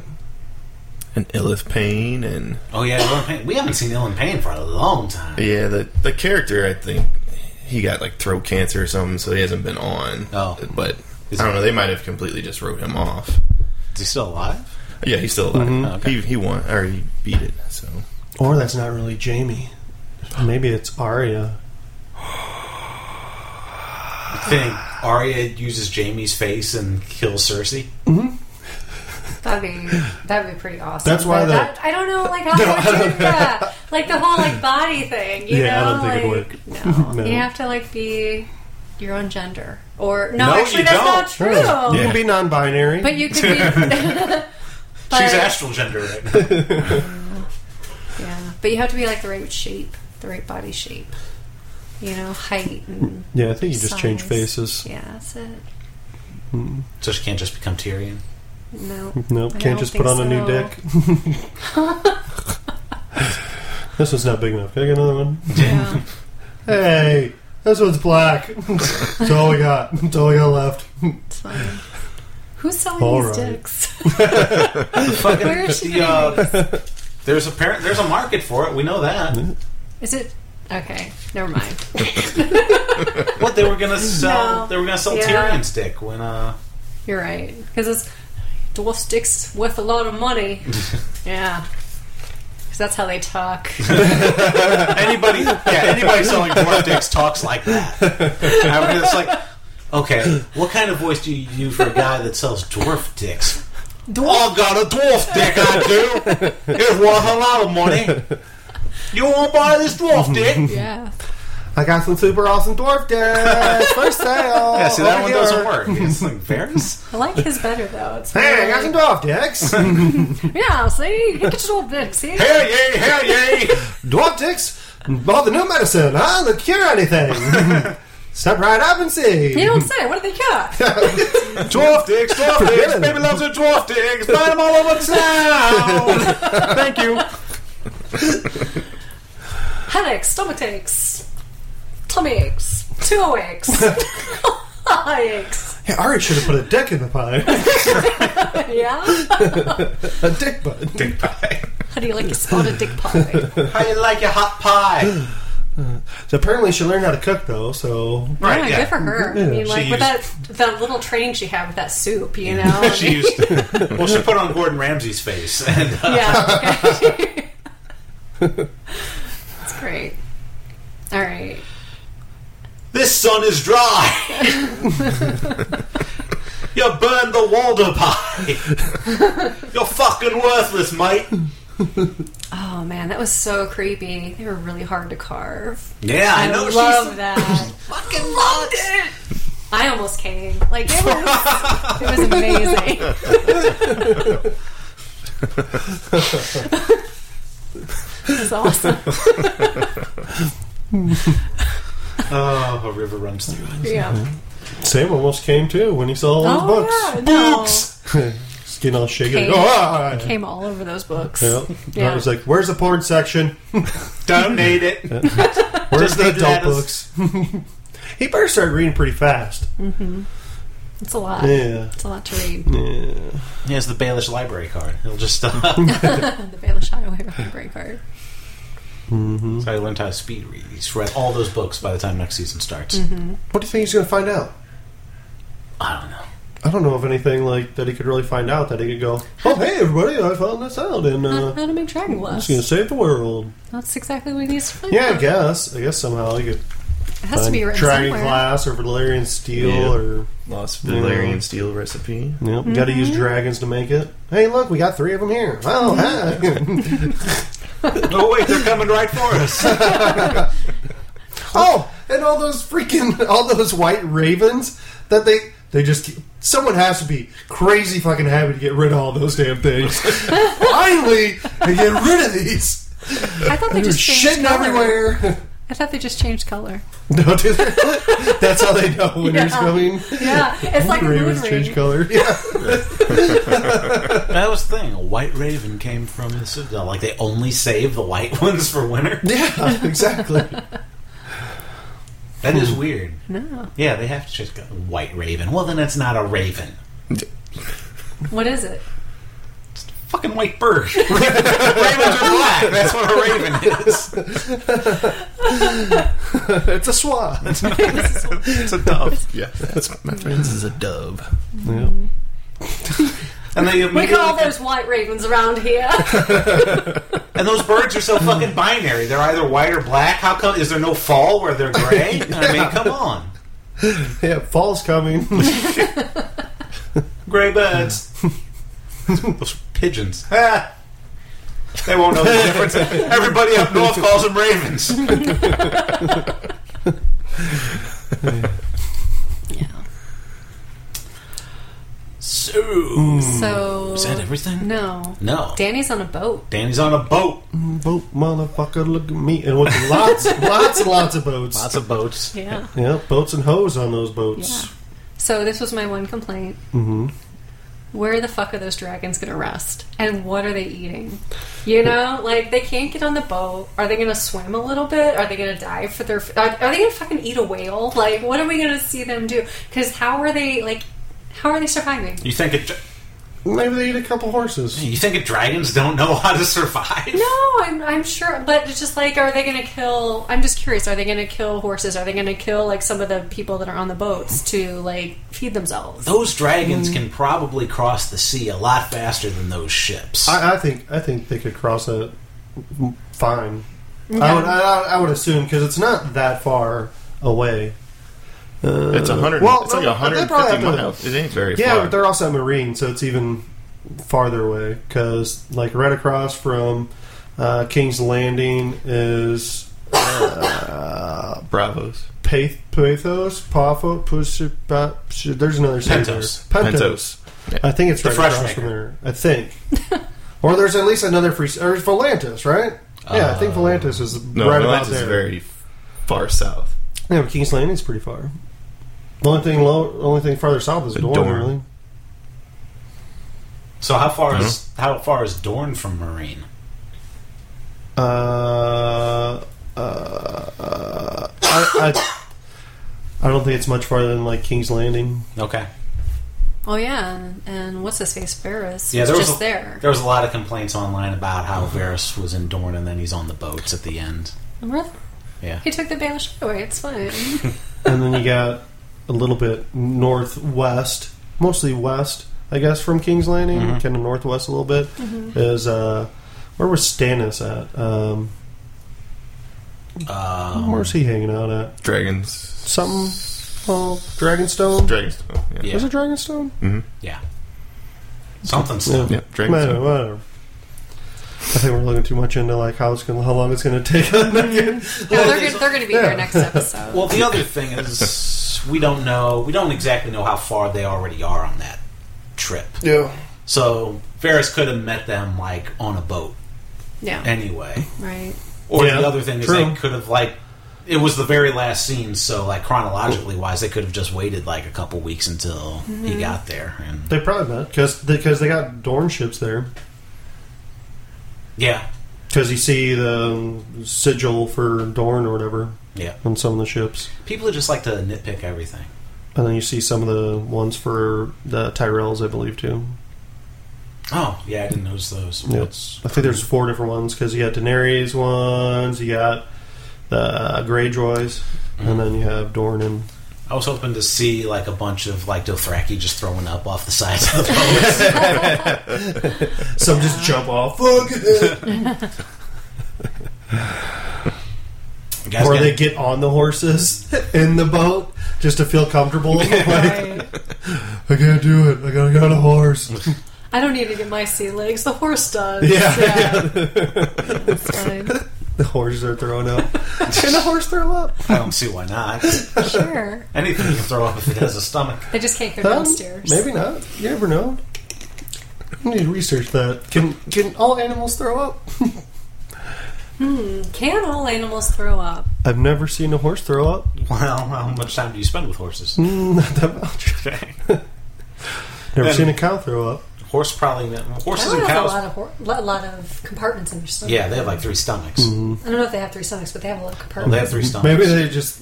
[SPEAKER 4] And Illith Payne and
[SPEAKER 1] Oh yeah, Ellen Payne. We haven't seen Ellen Payne for a long time.
[SPEAKER 4] yeah, the the character I think he got like throat cancer or something, so he hasn't been on.
[SPEAKER 1] Oh.
[SPEAKER 4] but
[SPEAKER 1] Is
[SPEAKER 4] I don't
[SPEAKER 1] he-
[SPEAKER 4] know. They might have completely just wrote him off.
[SPEAKER 1] Is he still alive?
[SPEAKER 4] Yeah, he's still alive.
[SPEAKER 1] Oh, okay.
[SPEAKER 4] He he won or he beat it. So
[SPEAKER 3] Or that's not really Jamie. Maybe it's Arya.
[SPEAKER 1] Thing. Arya uses Jamie's face and kills Cersei.
[SPEAKER 2] That'd be that'd be pretty awesome.
[SPEAKER 3] That's why
[SPEAKER 2] But
[SPEAKER 3] the-
[SPEAKER 2] that, I don't know, like how I would do that. Like the whole like body thing. You
[SPEAKER 3] Yeah, I
[SPEAKER 2] know?
[SPEAKER 3] don't think
[SPEAKER 2] like,
[SPEAKER 3] it'd work.
[SPEAKER 2] No.
[SPEAKER 3] No.
[SPEAKER 2] you have to like be your own gender, or no,
[SPEAKER 1] No,
[SPEAKER 2] actually
[SPEAKER 1] you
[SPEAKER 2] that's
[SPEAKER 1] don't.
[SPEAKER 2] not true.
[SPEAKER 3] You
[SPEAKER 4] Yeah.
[SPEAKER 3] can be non-binary.
[SPEAKER 2] But you could be. but,
[SPEAKER 1] She's astral gender right now.
[SPEAKER 2] Yeah, but you have to be like the right shape, the right body shape. You know, height and
[SPEAKER 3] yeah, I think you just change
[SPEAKER 2] size.
[SPEAKER 3] faces. Mm.
[SPEAKER 2] Yeah, that's it.
[SPEAKER 1] So she can't just become Tyrion.
[SPEAKER 2] No,
[SPEAKER 3] Nope,
[SPEAKER 2] I
[SPEAKER 3] can't
[SPEAKER 2] don't
[SPEAKER 3] just put on
[SPEAKER 2] think
[SPEAKER 3] a new
[SPEAKER 2] so.
[SPEAKER 3] dick. this one's not big enough. Can I get another one?
[SPEAKER 2] Yeah.
[SPEAKER 3] Hey, this one's black. That's all we got. That's all we got left.
[SPEAKER 2] It's fine. Who's selling
[SPEAKER 3] All
[SPEAKER 2] these
[SPEAKER 3] right.
[SPEAKER 2] dicks?
[SPEAKER 1] Fucking
[SPEAKER 2] Where is she
[SPEAKER 1] the, uh, there's a parent. There's a market for it. We know that.
[SPEAKER 2] Is it okay? Never mind.
[SPEAKER 1] What they were gonna sell?
[SPEAKER 2] No.
[SPEAKER 1] They were gonna sell
[SPEAKER 2] Yeah.
[SPEAKER 1] Tyrion's dick when uh.
[SPEAKER 2] You're right because it's dwarf sticks worth a lot of money. yeah, because that's how they talk.
[SPEAKER 1] anybody, yeah, anybody selling dwarf dicks talks like that. I mean, it's like, okay, what kind of voice do you do for a guy that sells dwarf dicks?
[SPEAKER 2] Dwarf.
[SPEAKER 1] I got a dwarf dick, I do. It's worth a lot of money. You won't buy this dwarf dick?
[SPEAKER 2] Yeah.
[SPEAKER 3] I got some super awesome dwarf dicks for sale.
[SPEAKER 1] Yeah, see, that
[SPEAKER 3] Over
[SPEAKER 1] one
[SPEAKER 3] here.
[SPEAKER 1] doesn't work. It's like, Ferris?
[SPEAKER 2] I like his better though. It's
[SPEAKER 3] Hey, I got some dwarf dicks.
[SPEAKER 2] yeah, see, he gets dwarf dicks. See,
[SPEAKER 1] Hell yay, hell yay!
[SPEAKER 3] dwarf dicks, all the new medicine, huh? The cure anything. Step right up and see.
[SPEAKER 2] you don't say. What do they got?
[SPEAKER 1] Dwarf dicks, dwarf dicks, baby loves her dwarf dicks, buy them all over town! Thank you.
[SPEAKER 2] Headaches, stomach aches, tummy aches, toe aches, eye aches.
[SPEAKER 3] Hey, Ari should have put a dick in the pie.
[SPEAKER 2] Yeah.
[SPEAKER 3] a dick button.
[SPEAKER 4] dick pie.
[SPEAKER 2] How do you like your spotted dick pie?
[SPEAKER 1] How you like your hot pie?
[SPEAKER 3] So apparently she learned how to cook though, so
[SPEAKER 4] Right,
[SPEAKER 2] yeah,
[SPEAKER 4] yeah.
[SPEAKER 2] good for her. I
[SPEAKER 3] Yeah.
[SPEAKER 2] mean,
[SPEAKER 4] She
[SPEAKER 2] like with
[SPEAKER 4] used-
[SPEAKER 2] that that little training she had with that soup, you know.
[SPEAKER 1] She used well, she put on Gordon Ramsay's face, and uh,
[SPEAKER 2] yeah. It's great. All right.
[SPEAKER 1] this sun is dry. you burned the Walder pie. You're fucking worthless, mate.
[SPEAKER 2] Oh man, that was so creepy. They were really hard to carve.
[SPEAKER 1] Yeah, I, know.
[SPEAKER 2] love
[SPEAKER 1] she's
[SPEAKER 2] that.
[SPEAKER 1] fucking loved it.
[SPEAKER 2] I almost came. Like it was, it was amazing. It's awesome.
[SPEAKER 1] Oh, a river runs through it.
[SPEAKER 2] Yeah.
[SPEAKER 3] Sam almost came too when he saw all those books.
[SPEAKER 2] Oh, yeah, no.
[SPEAKER 3] Just getting all shaky. like,
[SPEAKER 2] Came.
[SPEAKER 3] "Oh, ah, ah, ah."
[SPEAKER 2] Came all over those books.
[SPEAKER 3] Yeah.
[SPEAKER 2] Yeah.
[SPEAKER 3] I was like, "Where's the porn section?
[SPEAKER 1] Don't need it.
[SPEAKER 3] Where's the
[SPEAKER 1] needed
[SPEAKER 3] adult
[SPEAKER 1] at us.
[SPEAKER 3] books?" he better start reading pretty fast.
[SPEAKER 2] Mm. It's a lot.
[SPEAKER 3] Yeah.
[SPEAKER 2] It's a lot to read.
[SPEAKER 3] Yeah.
[SPEAKER 1] He has the Baelish library card. He'll just. Uh,
[SPEAKER 2] the Baelish Highway with a great card.
[SPEAKER 3] hmm
[SPEAKER 1] so I learned how to speed read. He's read all those books by the time next season starts.
[SPEAKER 3] What do you think he's going to find out?
[SPEAKER 1] I don't know.
[SPEAKER 3] I don't know of anything like that he could really find out that he could go, "Oh, hey everybody, I found this out, and
[SPEAKER 2] How
[SPEAKER 3] uh,
[SPEAKER 2] how to make dragon
[SPEAKER 3] I'm
[SPEAKER 2] glass.
[SPEAKER 3] just going to save the world."
[SPEAKER 2] That's exactly what he needs to find
[SPEAKER 3] Yeah, I
[SPEAKER 2] out.
[SPEAKER 3] guess. I guess somehow he could
[SPEAKER 2] It has to
[SPEAKER 3] find
[SPEAKER 2] be written
[SPEAKER 3] Dragon
[SPEAKER 2] somewhere.
[SPEAKER 3] Glass or Valerian Steel
[SPEAKER 4] Yeah.
[SPEAKER 3] or
[SPEAKER 4] Lost
[SPEAKER 3] Yeah.
[SPEAKER 4] Valerian Steel recipe.
[SPEAKER 3] Yep, got to
[SPEAKER 2] Mm-hmm.
[SPEAKER 3] use dragons to make it. Hey, look, we got three of them here. Oh,
[SPEAKER 2] Mm-hmm.
[SPEAKER 3] hi.
[SPEAKER 1] No, Oh, wait, they're coming right for us.
[SPEAKER 3] oh, and all those freaking all those white ravens that they they just keep- someone has to be crazy fucking happy to get rid of all those damn things. Finally, they get rid of these.
[SPEAKER 2] I thought they
[SPEAKER 3] They're
[SPEAKER 2] just changed
[SPEAKER 3] shitting
[SPEAKER 2] color.
[SPEAKER 3] everywhere.
[SPEAKER 2] I thought they just changed color.
[SPEAKER 3] no, do they? that's how they know winter's
[SPEAKER 2] Yeah.
[SPEAKER 3] coming.
[SPEAKER 2] Yeah, it's like a moon
[SPEAKER 3] ravens
[SPEAKER 2] ring.
[SPEAKER 3] change color. Yeah,
[SPEAKER 1] That was the thing. A white raven came from the citadel. Like they only save the white ones for winter.
[SPEAKER 3] yeah, exactly.
[SPEAKER 1] That is weird.
[SPEAKER 2] No.
[SPEAKER 1] Yeah, they have to just go white raven. Well, then that's not a raven.
[SPEAKER 2] What is it?
[SPEAKER 1] Fucking white bird. Ravens are black. That's what a raven is.
[SPEAKER 3] it's a swan.
[SPEAKER 4] It's a dove. yeah, that's my friends. Is a dove.
[SPEAKER 3] Yep.
[SPEAKER 1] And they
[SPEAKER 2] We
[SPEAKER 1] immediately-
[SPEAKER 2] call those white ravens around here.
[SPEAKER 1] and those birds are so fucking binary. They're either white or black. How come is there no fall where they're gray? I mean, come on,
[SPEAKER 3] Yeah, fall's coming.
[SPEAKER 1] gray birds. those pigeons. Ah. They won't know the difference. Everybody up north calls them ravens.
[SPEAKER 2] yeah.
[SPEAKER 1] So,
[SPEAKER 2] So
[SPEAKER 1] is that everything?
[SPEAKER 2] no.
[SPEAKER 1] No.
[SPEAKER 2] Danny's on a boat.
[SPEAKER 1] Danny's on a boat.
[SPEAKER 3] Boat motherfucker, look at me. And with lots, lots and lots of boats.
[SPEAKER 1] Lots of boats.
[SPEAKER 2] Yeah.
[SPEAKER 3] yeah, boats and hoes on those boats.
[SPEAKER 2] Yeah. So this was my one complaint.
[SPEAKER 3] hmm
[SPEAKER 2] Where the fuck are those dragons going to rest? And what are they eating? You know, like they can't get on the boat. Are they going to swim a little bit? Are they going to dive for their? Are, are they going to fucking eat a whale? Like, what are we going to see them do? Because how are they like? How are they surviving?
[SPEAKER 1] You think it?
[SPEAKER 3] Maybe they eat a couple horses.
[SPEAKER 1] You think dragons don't know how to survive?
[SPEAKER 2] No, I'm, I'm sure, but it's just like, are they going to kill? I'm just curious. Are they going to kill horses? Are they going to kill like some of the people that are on the boats to like feed themselves?
[SPEAKER 1] Those dragons can probably cross the sea a lot faster than those ships.
[SPEAKER 3] I, I think I think they could cross it fine. I would I, I would assume because it's not that far away. Uh,
[SPEAKER 4] It's a hundred.
[SPEAKER 3] well,
[SPEAKER 4] it's like
[SPEAKER 3] no,
[SPEAKER 4] a
[SPEAKER 3] but they
[SPEAKER 4] hundred
[SPEAKER 3] probably
[SPEAKER 4] fifty
[SPEAKER 3] have to-
[SPEAKER 4] miles. It ain't very
[SPEAKER 3] Yeah,
[SPEAKER 4] far.
[SPEAKER 3] but they're also a marine, so it's even farther away. Because like right across from uh, King's Landing is. Uh,
[SPEAKER 4] Bravos.
[SPEAKER 3] Path- Pathos, Pafo, Push, there's another city there.
[SPEAKER 1] Pentos.
[SPEAKER 3] Pentos. I think it's
[SPEAKER 1] The
[SPEAKER 3] right
[SPEAKER 1] fresh
[SPEAKER 3] across
[SPEAKER 1] maker.
[SPEAKER 3] from there. I think. or there's at least another free. Or it's Volantis, right? yeah, I think
[SPEAKER 1] Uh,
[SPEAKER 3] Volantis is
[SPEAKER 4] No,
[SPEAKER 3] right
[SPEAKER 4] Atlantis
[SPEAKER 3] about there.
[SPEAKER 4] is very f- far south.
[SPEAKER 3] yeah, but King's Landing's pretty far. The only thing low, the only thing farther south is
[SPEAKER 4] The
[SPEAKER 3] Dorne,
[SPEAKER 4] Dorne.
[SPEAKER 3] really.
[SPEAKER 1] so how far is how far is Dorn from Marine?
[SPEAKER 3] Uh, uh, uh, I, I, I don't think it's much farther than like King's Landing.
[SPEAKER 1] Okay.
[SPEAKER 2] Oh yeah, and, and what's his face, Ferris?
[SPEAKER 1] Yeah,
[SPEAKER 2] was
[SPEAKER 1] there was
[SPEAKER 2] just
[SPEAKER 1] a-
[SPEAKER 2] there.
[SPEAKER 1] There was a lot of complaints online about how Varys was in Dorn and then he's on the boats at the end.
[SPEAKER 2] Remember?
[SPEAKER 1] Yeah.
[SPEAKER 2] He took the Baelish away. It's fine.
[SPEAKER 3] and then you got a little bit northwest, mostly west, I guess, from King's Landing,
[SPEAKER 1] Mhm.
[SPEAKER 3] kind of northwest a little bit. Is uh, where was Stannis at? Um,
[SPEAKER 1] Um,
[SPEAKER 3] where's he hanging out at?
[SPEAKER 4] Dragons.
[SPEAKER 3] Something? Oh, Dragonstone.
[SPEAKER 4] Dragons. Oh, yeah.
[SPEAKER 1] Yeah.
[SPEAKER 3] Is it Dragonstone?
[SPEAKER 4] Mm-hmm.
[SPEAKER 1] yeah. Something
[SPEAKER 3] Yeah.
[SPEAKER 1] still.
[SPEAKER 4] yeah.
[SPEAKER 3] Whatever,
[SPEAKER 4] Dragons.
[SPEAKER 3] whatever. I think we're looking too much into like how it's gonna, how long it's going to take.
[SPEAKER 2] No, they're gonna, they're going to be
[SPEAKER 3] Yeah.
[SPEAKER 2] there next episode.
[SPEAKER 1] Well, the other thing is, we don't know. We don't exactly know how far they already are on that trip.
[SPEAKER 3] yeah.
[SPEAKER 1] So Ferris could have met them like on a boat
[SPEAKER 2] yeah,
[SPEAKER 1] anyway.
[SPEAKER 2] right.
[SPEAKER 1] Or
[SPEAKER 3] Yeah,
[SPEAKER 1] the other thing is
[SPEAKER 3] true.
[SPEAKER 1] they could have like it was the very last scene, so like chronologically wise, they could have just waited like a couple weeks until he got there. And
[SPEAKER 3] They probably met because because they got Dorn ships there.
[SPEAKER 1] yeah,
[SPEAKER 3] Because you see the um, sigil for Dorn or whatever
[SPEAKER 1] yeah.
[SPEAKER 3] on some of the ships,
[SPEAKER 1] People just like to nitpick everything.
[SPEAKER 3] and then you see some of the ones for the Tyrells, I believe too.
[SPEAKER 1] Oh yeah, I didn't notice those.
[SPEAKER 3] Yeah.
[SPEAKER 1] What's-
[SPEAKER 3] I think there's four different ones because you got Daenerys ones, you got the uh, Greyjoys, and then you have Dorn and
[SPEAKER 1] I was hoping to see like a bunch of like Dothraki just throwing up off the sides of the boat.
[SPEAKER 3] some just jump off,
[SPEAKER 1] You guys
[SPEAKER 3] or
[SPEAKER 1] got-
[SPEAKER 3] they get on the horses in the boat just to feel comfortable. like
[SPEAKER 2] Right.
[SPEAKER 3] I can't do it. I gotta get on a horse.
[SPEAKER 2] I don't need to get my sea legs. The horse does.
[SPEAKER 3] Yeah.
[SPEAKER 2] It's fine.
[SPEAKER 3] the horses are thrown up. Can the horse throw up?
[SPEAKER 1] I don't see why not.
[SPEAKER 2] Sure.
[SPEAKER 1] Anything you can throw up if it has a stomach.
[SPEAKER 2] They just can't go
[SPEAKER 3] Um,
[SPEAKER 2] downstairs.
[SPEAKER 3] Maybe not. You never know. I need to research that. Can can all animals throw up?
[SPEAKER 2] Can all animals throw up?
[SPEAKER 3] I've never seen a horse throw up.
[SPEAKER 1] Well, how much time do you spend with horses?
[SPEAKER 3] Mm, Not that much.
[SPEAKER 1] Okay.
[SPEAKER 3] Never
[SPEAKER 1] Then-
[SPEAKER 3] seen a cow throw up.
[SPEAKER 1] Horse probably horses
[SPEAKER 2] Cows
[SPEAKER 1] and
[SPEAKER 2] have a lot
[SPEAKER 1] cows.
[SPEAKER 2] of hor- lo- lot of compartments in their stomach.
[SPEAKER 1] Yeah, they have like three stomachs.
[SPEAKER 2] I don't know if they have three stomachs, but they have a lot of
[SPEAKER 1] Well, they
[SPEAKER 2] compartments.
[SPEAKER 1] have three stomachs.
[SPEAKER 3] Hmm. Maybe they just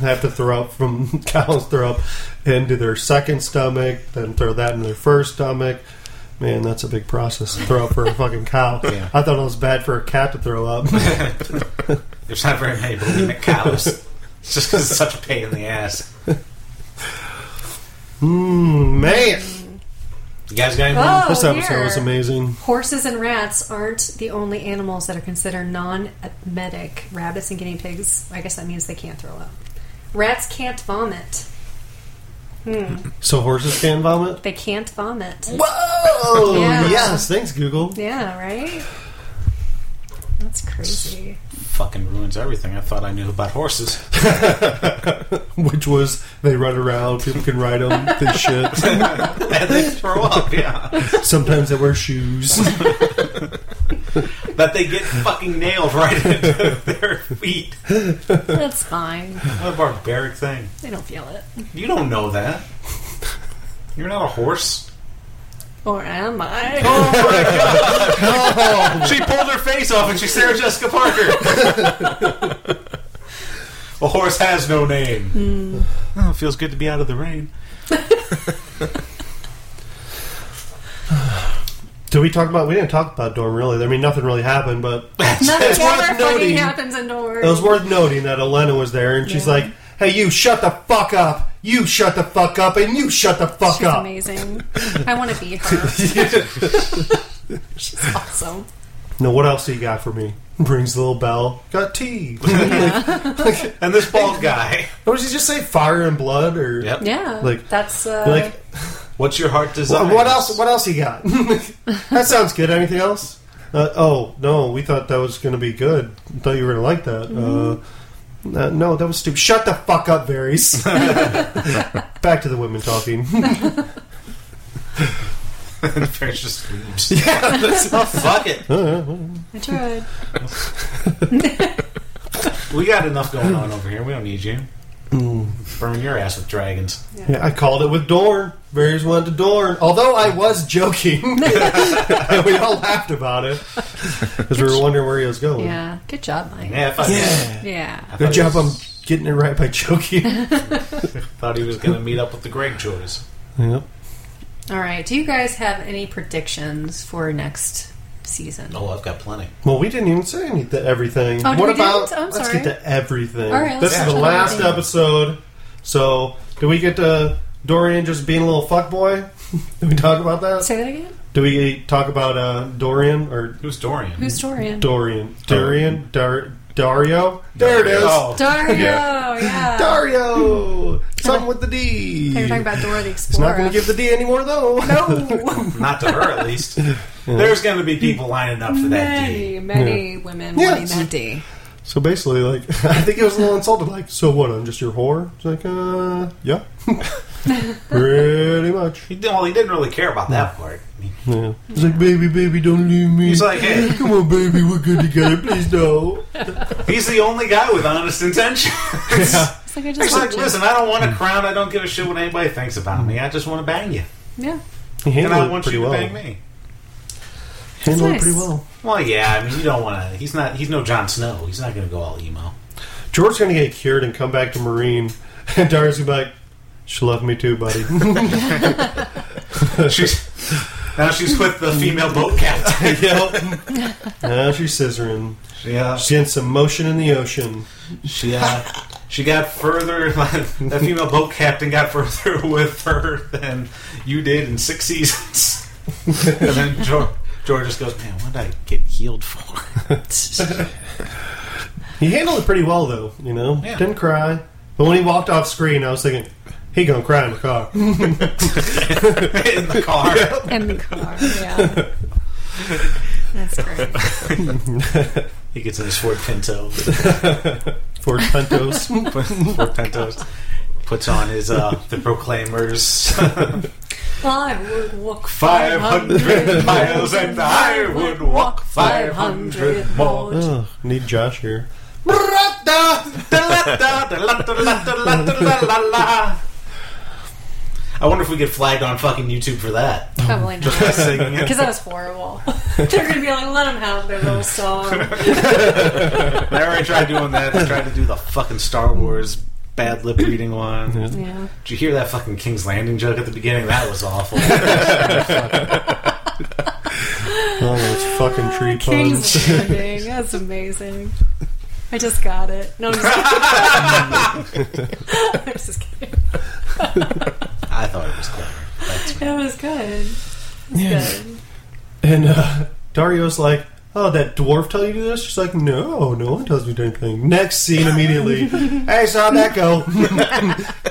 [SPEAKER 3] have to throw up from cows throw up into their second stomach, then throw that into their first stomach. Man, that's a big process. to Throw up for a fucking cow.
[SPEAKER 1] Yeah.
[SPEAKER 3] I thought it was bad for a cat to throw up.
[SPEAKER 1] There's not very many bulimic cows. It's just 'cause it's such a pain in the ass.
[SPEAKER 3] mm, man,
[SPEAKER 1] You guys got anything?
[SPEAKER 2] Oh,
[SPEAKER 3] this episode
[SPEAKER 2] here.
[SPEAKER 3] was amazing.
[SPEAKER 2] Horses and rats aren't the only animals that are considered non-emetic. Rabbits and guinea pigs. I guess that means they can't throw up. Rats can't vomit. Hmm.
[SPEAKER 3] So horses can vomit.
[SPEAKER 2] They can't vomit.
[SPEAKER 3] Whoa!
[SPEAKER 2] Yeah.
[SPEAKER 3] Yes, thanks Google.
[SPEAKER 2] Yeah. Right. That's crazy.
[SPEAKER 1] Fucking ruins everything I thought I knew about horses.
[SPEAKER 3] Which was they run around, people can ride them, they shit.
[SPEAKER 1] and they throw up, yeah.
[SPEAKER 3] Sometimes they wear shoes.
[SPEAKER 1] That they get fucking nailed right into their feet.
[SPEAKER 2] That's fine.
[SPEAKER 1] What a barbaric thing.
[SPEAKER 2] They don't feel it.
[SPEAKER 1] You don't know that. You're not a horse.
[SPEAKER 2] Or am I?
[SPEAKER 3] Oh,
[SPEAKER 1] Oh, She pulled her face off and she's Sarah Jessica Parker. a horse has no name. Oh, it feels good to be out of the rain.
[SPEAKER 3] Did we talk about? We didn't talk about Dorm really. I mean, nothing really happened, but It's
[SPEAKER 2] Nothing
[SPEAKER 3] worth
[SPEAKER 2] ever fucking
[SPEAKER 3] noting.
[SPEAKER 2] happens indoors.
[SPEAKER 3] it was worth noting that Elena was there, and she's
[SPEAKER 2] Yeah.
[SPEAKER 3] like, "Hey, you shut the fuck up! You shut the fuck up! And you shut the fuck
[SPEAKER 2] She's
[SPEAKER 3] up!"
[SPEAKER 2] amazing. I want to be her. She's awesome.
[SPEAKER 3] Now, what else do you got for me? Brings the little bell. Got tea.
[SPEAKER 1] And this bald guy.
[SPEAKER 3] or does he just say fire and blood? Or
[SPEAKER 1] Yep.
[SPEAKER 2] Yeah,
[SPEAKER 3] Like-
[SPEAKER 2] that's uh,
[SPEAKER 3] like,
[SPEAKER 1] What's your heart desire?
[SPEAKER 3] Wha- What else? What else you got? that sounds good. Anything else? Uh, oh no, we thought that was going to be good. Thought you were going to like that.
[SPEAKER 2] Mm-hmm.
[SPEAKER 3] Uh, uh, no, that was stupid. Shut the fuck up, Varys. Back to the women talking.
[SPEAKER 1] and Ferris just leaves. Yeah, fuck it.
[SPEAKER 2] I tried.
[SPEAKER 1] We got enough going on over here. We don't need you. Burn your ass with dragons.
[SPEAKER 3] yeah, I called it with Dorn. Varys went to Dorn. Although I was joking, and we all laughed about it because we were wondering where he was going.
[SPEAKER 2] Yeah, good job, Mike. Yeah,
[SPEAKER 1] Yeah, I thought, I
[SPEAKER 3] Good
[SPEAKER 1] thought
[SPEAKER 3] job
[SPEAKER 1] He
[SPEAKER 3] on
[SPEAKER 1] was,
[SPEAKER 3] getting it right by joking.
[SPEAKER 1] thought he was going to meet up with the Greg Joys.
[SPEAKER 3] yep.
[SPEAKER 2] All right. Do you guys have any predictions for next season.
[SPEAKER 1] Oh, I've got plenty.
[SPEAKER 3] Well, we didn't even say anything. Everything.
[SPEAKER 2] Oh, did
[SPEAKER 3] what
[SPEAKER 2] we
[SPEAKER 3] about?
[SPEAKER 2] didn't? I'm
[SPEAKER 3] let's
[SPEAKER 2] sorry.
[SPEAKER 3] get to everything.
[SPEAKER 2] All right, let's
[SPEAKER 3] this is
[SPEAKER 2] touch
[SPEAKER 3] the
[SPEAKER 2] on
[SPEAKER 3] last
[SPEAKER 2] everything.
[SPEAKER 3] episode. So, do we get to Dorian just being a little fuckboy? do we talk about that?
[SPEAKER 2] Say that again.
[SPEAKER 3] Do we talk about uh, Dorian or
[SPEAKER 1] Who's Dorian?
[SPEAKER 2] Who's Dorian?
[SPEAKER 3] Dorian? Dorian? Dar- Dario? There it is.
[SPEAKER 1] Oh.
[SPEAKER 2] Dario. Yeah.
[SPEAKER 3] Dario. Something with the D.
[SPEAKER 2] They were talking about Dora the
[SPEAKER 3] He's
[SPEAKER 2] Explorer.
[SPEAKER 3] not going to give the D anymore though.
[SPEAKER 2] no.
[SPEAKER 1] Oh, Not to her, at least. There's going to be people lining up for that D.
[SPEAKER 2] many, many women
[SPEAKER 3] Yeah,
[SPEAKER 2] wanting
[SPEAKER 3] it's-
[SPEAKER 2] that D.
[SPEAKER 3] So basically, like, I think it was a little insulted. Like, so what? I'm just your whore. It's like, uh, yeah, pretty much.
[SPEAKER 1] He didn't- Well, he didn't really care about that part.
[SPEAKER 3] Yeah. He's like, baby, baby, don't leave me.
[SPEAKER 1] He's like, hey.
[SPEAKER 3] come on, baby, we're good together. Please no.
[SPEAKER 1] He's the only guy with honest intention.
[SPEAKER 3] Yeah.
[SPEAKER 2] It's like I just
[SPEAKER 1] He's like,
[SPEAKER 2] watched it.
[SPEAKER 1] listen, I don't want a crown. I don't give a shit what anybody thinks about me. I just want to bang you.
[SPEAKER 2] Yeah.
[SPEAKER 3] He
[SPEAKER 1] And
[SPEAKER 3] handled
[SPEAKER 1] I
[SPEAKER 3] it
[SPEAKER 1] want you
[SPEAKER 3] pretty
[SPEAKER 1] to
[SPEAKER 3] well.
[SPEAKER 1] bang me.
[SPEAKER 3] Handled
[SPEAKER 2] Nice.
[SPEAKER 3] it pretty well.
[SPEAKER 1] Well, yeah, I mean, you don't want to. He's not. He's no Jon Snow. He's not going to go all emo.
[SPEAKER 3] George's gonna get cured and come back to Marine, and Darius will be like, she loved me too, buddy.
[SPEAKER 1] She's now she's with the female boat captain.
[SPEAKER 3] yep. Now she's scissoring.
[SPEAKER 1] Yeah,
[SPEAKER 3] She's getting some motion in the ocean.
[SPEAKER 1] she uh, she got further. That female boat captain got further with her than you did in six seasons. and then George, George just goes, "Man, what did I get healed for?"
[SPEAKER 3] He handled it pretty well, though. You know,
[SPEAKER 1] Yeah.
[SPEAKER 3] didn't cry. But when he walked off screen, I was thinking, he gonna cry in the car.
[SPEAKER 1] in the car.
[SPEAKER 2] In the car. Yeah. That's great.
[SPEAKER 1] He gets in his Ford Pinto.
[SPEAKER 3] Ford Pentos.
[SPEAKER 1] Ford Pintos. Puts on his uh, the Proclaimers.
[SPEAKER 2] Well, I would walk
[SPEAKER 1] 500 miles and I would walk 500 more.
[SPEAKER 3] Ugh, need Josh here.
[SPEAKER 1] I wonder if we get flagged on fucking YouTube for that.
[SPEAKER 2] Probably not.
[SPEAKER 1] Just singing it.
[SPEAKER 2] Because that was horrible. They're going to be like, let them have their little song.
[SPEAKER 1] They already tried doing that. They tried to do the fucking Star Wars bad lip reading one.
[SPEAKER 2] Yeah.
[SPEAKER 1] Did you hear that fucking King's Landing joke at the beginning? That was awful.
[SPEAKER 3] Oh, those fucking tree puns.
[SPEAKER 2] Ah, King's Landing. That's amazing. I just got it. No, I'm just kidding. I'm just kidding.
[SPEAKER 1] I thought it was clever.
[SPEAKER 2] It was good. It was good.
[SPEAKER 3] And uh, Dario's like, "Oh, that dwarf tell you to do this?" She's like, "No, no one tells me to do anything." Next scene immediately. hey, so how'd that go?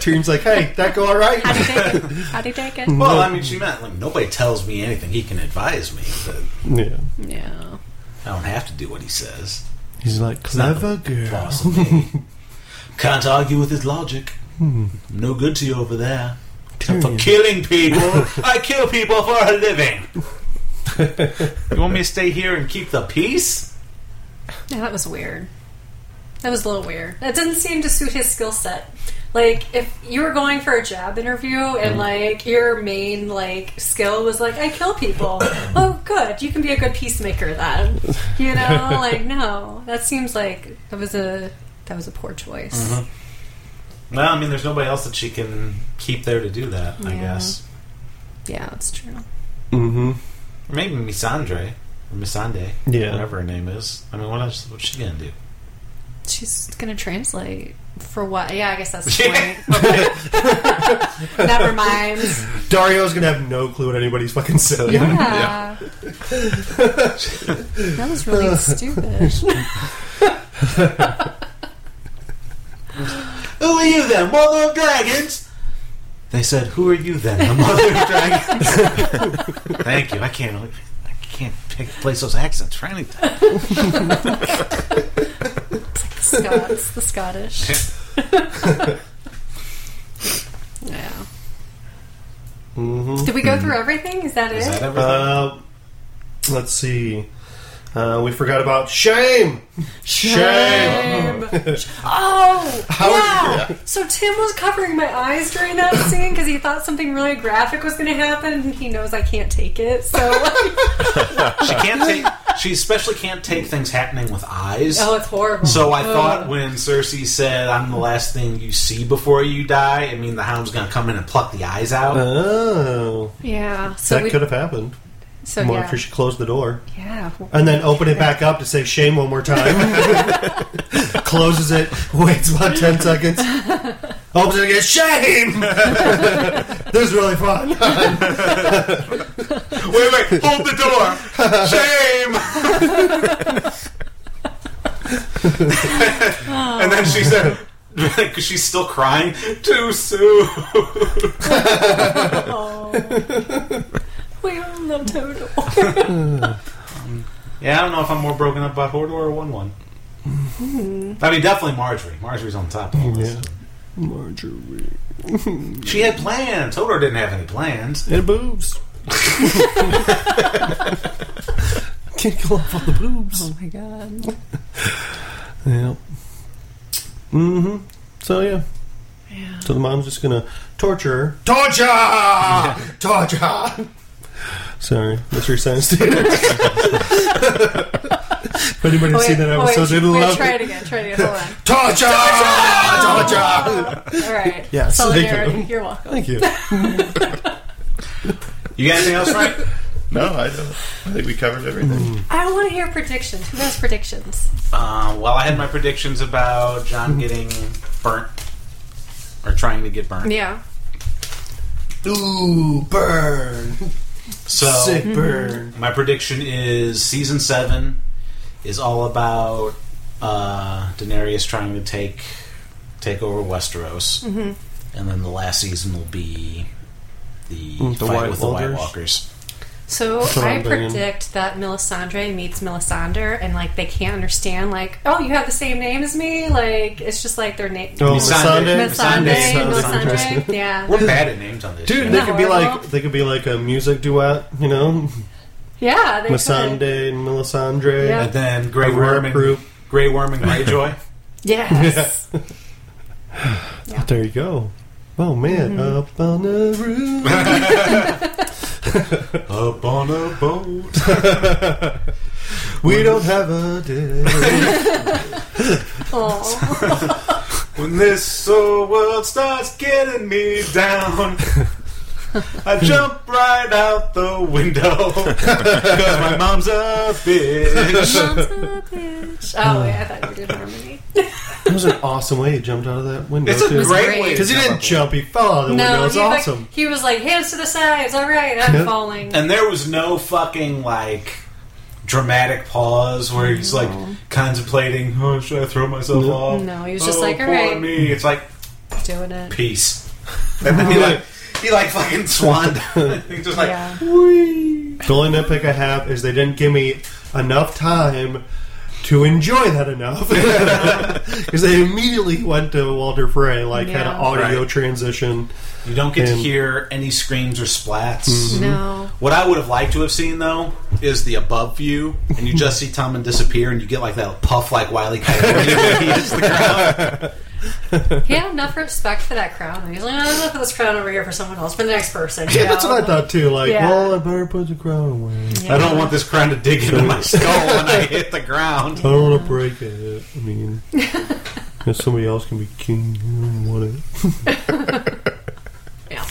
[SPEAKER 3] Tyrion's like, "Hey, that go all right?"
[SPEAKER 2] How'd you take it? How'd you take it?
[SPEAKER 3] Mm.
[SPEAKER 1] Well, I mean, she meant like nobody tells me anything. He can advise me, but
[SPEAKER 3] Yeah.
[SPEAKER 2] Yeah.
[SPEAKER 1] I don't have to do what he says.
[SPEAKER 3] He's like,
[SPEAKER 1] not
[SPEAKER 3] "Clever girl."
[SPEAKER 1] Boss of me. Can't argue with his logic. No good to you over there. Except for killing people. I kill people for a living. you want me to stay here and keep the peace?
[SPEAKER 2] Yeah, that was weird. That was a little weird. That didn't seem to suit his skill set. Like, if you were going for a job interview and like your main like skill was like I kill people, oh good, you can be a good peacemaker then. You know, like no, that seems like that was a that was a poor choice.
[SPEAKER 1] No, I mean, there's nobody else that she can keep there to do that, I
[SPEAKER 2] Yeah.
[SPEAKER 1] guess.
[SPEAKER 2] Yeah, that's true.
[SPEAKER 3] Mm-hmm.
[SPEAKER 1] Or maybe Misandre. Or Misande.
[SPEAKER 3] Yeah.
[SPEAKER 1] Whatever her name is. I mean, what else? What's she going to do?
[SPEAKER 2] She's gonna translate for what? Yeah, I guess that's the
[SPEAKER 1] Yeah.
[SPEAKER 2] point. Never mind.
[SPEAKER 3] Dario's gonna have no clue what anybody's fucking saying.
[SPEAKER 2] Yeah. that was really stupid.
[SPEAKER 1] Who are you then, Mother of Dragons? They said, "Who are you then, the Mother of Dragons?" Thank you. I can't. really- I can't pick, place those accents for anything.
[SPEAKER 2] Scots, the Scottish. yeah.
[SPEAKER 3] Mm-hmm.
[SPEAKER 2] Did we go through everything? Is that
[SPEAKER 1] Is
[SPEAKER 2] it?
[SPEAKER 1] that everything?
[SPEAKER 3] Uh, let's see. Uh, we forgot about shame. Shame.
[SPEAKER 2] Oh,
[SPEAKER 3] How-
[SPEAKER 2] yeah. So Tim was covering my eyes during that scene because he thought something really graphic was going to happen, and he knows I can't take it. So,
[SPEAKER 1] she can't
[SPEAKER 2] Uh,
[SPEAKER 1] take. She especially can't take things happening with eyes.
[SPEAKER 2] oh, it's horrible.
[SPEAKER 1] So I thought when Cersei said, "I'm the last thing you see before you die," I
[SPEAKER 3] Uh.
[SPEAKER 1] mean the Hound's gonna come in and pluck the eyes out.
[SPEAKER 3] Oh,
[SPEAKER 2] yeah. So
[SPEAKER 3] that
[SPEAKER 2] we
[SPEAKER 3] could have happened.
[SPEAKER 2] So
[SPEAKER 3] Monica
[SPEAKER 2] yeah,
[SPEAKER 3] should close the door
[SPEAKER 2] yeah,
[SPEAKER 3] and then open it back up to say shame one more time. Closes it, waits about 10 seconds, opens it again, shame! this is really fun.
[SPEAKER 4] Wait, wait, hold the door. Shame.
[SPEAKER 1] And then she said, because she's still crying, too soon.
[SPEAKER 2] Oh. we all love Toto.
[SPEAKER 1] Yeah, I don't know if I'm more broken up by Hodor or 1 1. I mean, definitely Marjorie. Marjorie's on top of all this.
[SPEAKER 3] Marjorie.
[SPEAKER 1] She had plans. Hodor didn't have any plans.
[SPEAKER 3] And boobs. Can't go off on the boobs.
[SPEAKER 2] Oh my god,
[SPEAKER 3] Yeah. Mm hmm. So, yeah.
[SPEAKER 2] yeah.
[SPEAKER 3] So the mom's just gonna torture her. Torture! torture! Sorry, Mystery Science Theater. if anybody's seen that
[SPEAKER 2] wait,
[SPEAKER 3] episode, they
[SPEAKER 2] wait,
[SPEAKER 3] love
[SPEAKER 2] try
[SPEAKER 3] it.
[SPEAKER 2] it again. Try it again. Hold on.
[SPEAKER 3] Torture! Torture!
[SPEAKER 2] All right.
[SPEAKER 3] Yes, thank you.
[SPEAKER 2] Solidarity. You're welcome.
[SPEAKER 3] Thank you.
[SPEAKER 1] You got anything else, right?
[SPEAKER 4] No, I don't. I think we covered everything.
[SPEAKER 2] I want to hear predictions. Who has predictions?
[SPEAKER 1] Uh, well, I had my predictions about John getting burnt or trying to get burnt.
[SPEAKER 2] Yeah.
[SPEAKER 3] Ooh, burn!
[SPEAKER 1] So
[SPEAKER 3] Sick burn.
[SPEAKER 1] my prediction is season seven is all about uh, Daenerys trying to take take over Westeros, and then the last season will be the,
[SPEAKER 3] Mm, the
[SPEAKER 1] fight
[SPEAKER 3] White
[SPEAKER 1] with the
[SPEAKER 3] Walkers.
[SPEAKER 1] White Walkers.
[SPEAKER 2] So
[SPEAKER 3] That's what
[SPEAKER 2] I
[SPEAKER 3] I'm thinking.
[SPEAKER 2] predict that Melisandre meets Melisandre, and like they can't understand, like, oh, you have the same name as me. Like it's just like their name.
[SPEAKER 3] Oh,
[SPEAKER 1] Missandei.
[SPEAKER 3] Missandei.
[SPEAKER 2] Melisandre,
[SPEAKER 1] Melisandre.
[SPEAKER 2] Melisandre. Yeah.
[SPEAKER 1] We're bad at names on this. show.
[SPEAKER 3] Dude, they could be
[SPEAKER 2] horrible?
[SPEAKER 3] like they could be like a music duet, you know,
[SPEAKER 2] Yeah. They could.
[SPEAKER 3] Missandei and Melisandre,
[SPEAKER 2] Yeah.
[SPEAKER 1] and then
[SPEAKER 3] a
[SPEAKER 1] Grey Worm
[SPEAKER 3] rap
[SPEAKER 1] and
[SPEAKER 3] group.
[SPEAKER 1] Grey Worm and Greyjoy.
[SPEAKER 2] Yes.
[SPEAKER 3] There you go. Oh man,
[SPEAKER 2] Mm-hmm.
[SPEAKER 3] up on the roof.
[SPEAKER 1] Up on a boat.
[SPEAKER 3] We don't have a day.
[SPEAKER 2] Aw.
[SPEAKER 1] When this old world starts getting me down, I jump right out the window. Cause my mom's a bitch.
[SPEAKER 2] Mom's a bitch. Oh wait, I thought you did harmony.
[SPEAKER 3] It was an awesome way he jumped out of that window.
[SPEAKER 1] It's a
[SPEAKER 3] too.
[SPEAKER 1] great way. to
[SPEAKER 3] Because he
[SPEAKER 1] jump
[SPEAKER 3] didn't
[SPEAKER 1] up.
[SPEAKER 3] jump, he fell out of the window.
[SPEAKER 2] No,
[SPEAKER 3] It's
[SPEAKER 2] he,
[SPEAKER 3] awesome.
[SPEAKER 2] like, he was like hands to the sides. All right, I'm
[SPEAKER 3] Yeah.
[SPEAKER 2] falling.
[SPEAKER 1] And there was no fucking like dramatic pause where he's like contemplating, oh, should I throw myself
[SPEAKER 3] No.
[SPEAKER 1] off?
[SPEAKER 2] No, he was just
[SPEAKER 1] Oh,
[SPEAKER 2] like,
[SPEAKER 1] poor
[SPEAKER 2] alright.
[SPEAKER 1] me. It's like,
[SPEAKER 2] Doing it.
[SPEAKER 1] peace. And then he like, he like fucking swanned. He's just like,
[SPEAKER 2] Yeah.
[SPEAKER 3] The only nitpick I have is they didn't give me enough time to enjoy that enough. Because they immediately went to Walter Frey, like, had an
[SPEAKER 2] Yeah.
[SPEAKER 3] audio
[SPEAKER 1] Right.
[SPEAKER 3] transition.
[SPEAKER 1] you don't get to
[SPEAKER 3] And-
[SPEAKER 1] hear any screams or splats.
[SPEAKER 2] No.
[SPEAKER 1] What I would have liked to have seen though is the above view, and you just see Tommen disappear, and you get like that puff like Wiley Coyote when he hits the ground.
[SPEAKER 2] He had enough respect for that crown. He's like, oh, look at this crown over here for someone else, for the next person.
[SPEAKER 3] Yeah, that's what I thought, too. Like,
[SPEAKER 2] Yeah.
[SPEAKER 3] well, I better put the crown away.
[SPEAKER 1] I don't want this crown to dig into my skull when I hit the ground.
[SPEAKER 3] I don't want to break it. I mean, if somebody else can be king, I don't want it.
[SPEAKER 2] Yeah.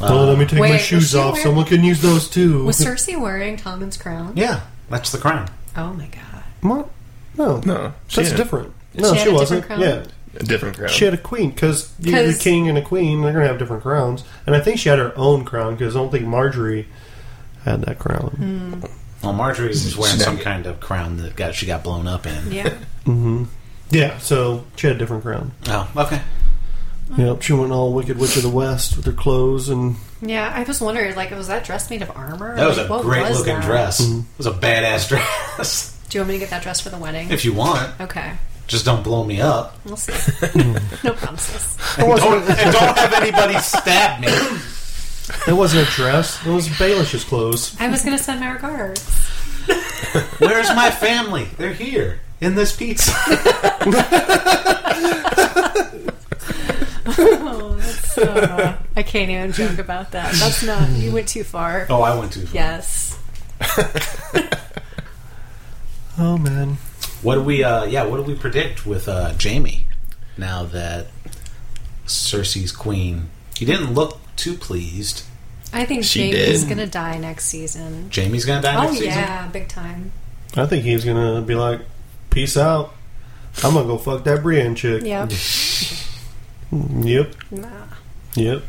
[SPEAKER 3] Don't let me take my
[SPEAKER 2] Wait, was
[SPEAKER 3] shoes
[SPEAKER 2] she
[SPEAKER 3] off.
[SPEAKER 2] wearing-
[SPEAKER 3] Someone can use those, too.
[SPEAKER 2] Was Cersei wearing Tommen's crown?
[SPEAKER 1] yeah, that's the crown.
[SPEAKER 2] Oh my god.
[SPEAKER 3] What? No.
[SPEAKER 4] No, she
[SPEAKER 3] That's
[SPEAKER 4] had
[SPEAKER 3] different. No,
[SPEAKER 2] She
[SPEAKER 3] she,
[SPEAKER 2] had a
[SPEAKER 3] wasn't.
[SPEAKER 2] different
[SPEAKER 3] Yeah,
[SPEAKER 2] crown?
[SPEAKER 4] a different crowd.
[SPEAKER 3] she had a queen because you're the
[SPEAKER 2] 'Cause-
[SPEAKER 3] king and a queen. They're gonna have different crowns, and I think she had her own crown because I don't think Marjorie had that crown.
[SPEAKER 2] Mm.
[SPEAKER 1] Well, Marjorie's is wearing
[SPEAKER 4] She-
[SPEAKER 1] some kind of crown that got she got blown up in.
[SPEAKER 2] Yeah.
[SPEAKER 3] Yeah, so she had a different crown.
[SPEAKER 1] Oh, okay.
[SPEAKER 2] Mm.
[SPEAKER 3] Yep, she went all Wicked Witch of the West with her clothes and
[SPEAKER 2] Yeah, I was wondering, like, was that dress made of armor?
[SPEAKER 1] That was
[SPEAKER 2] Like,
[SPEAKER 1] a
[SPEAKER 2] what
[SPEAKER 1] great
[SPEAKER 2] was
[SPEAKER 1] looking
[SPEAKER 2] that?
[SPEAKER 1] dress. It was a badass dress.
[SPEAKER 2] Do you want me to get that dress for the wedding?
[SPEAKER 1] if you want,
[SPEAKER 2] okay.
[SPEAKER 1] just don't blow me up.
[SPEAKER 2] We'll see. no promises.
[SPEAKER 1] Don't, and don't have anybody stab me.
[SPEAKER 3] that wasn't a dress. It was Baelish's clothes.
[SPEAKER 2] I was going to send my regards.
[SPEAKER 1] Where's my family? They're here in this pizza.
[SPEAKER 2] Oh, that's uh, I can't even joke about that. That's not. You went too far.
[SPEAKER 1] Oh, I went too far.
[SPEAKER 2] Yes.
[SPEAKER 3] Oh man,
[SPEAKER 1] What do we? Uh, yeah, what do we predict with uh, Jamie now that Cersei's queen? He didn't look too pleased.
[SPEAKER 2] I think
[SPEAKER 4] She
[SPEAKER 2] Jamie's
[SPEAKER 4] did.
[SPEAKER 2] gonna die next season.
[SPEAKER 1] Jamie's gonna die
[SPEAKER 2] Oh
[SPEAKER 1] next season.
[SPEAKER 2] yeah, big time.
[SPEAKER 3] I think he's gonna be like, "Peace out. I'm gonna go fuck that Brienne chick." Mm,
[SPEAKER 2] Yep.
[SPEAKER 3] Yep.
[SPEAKER 2] nah.
[SPEAKER 3] Yep.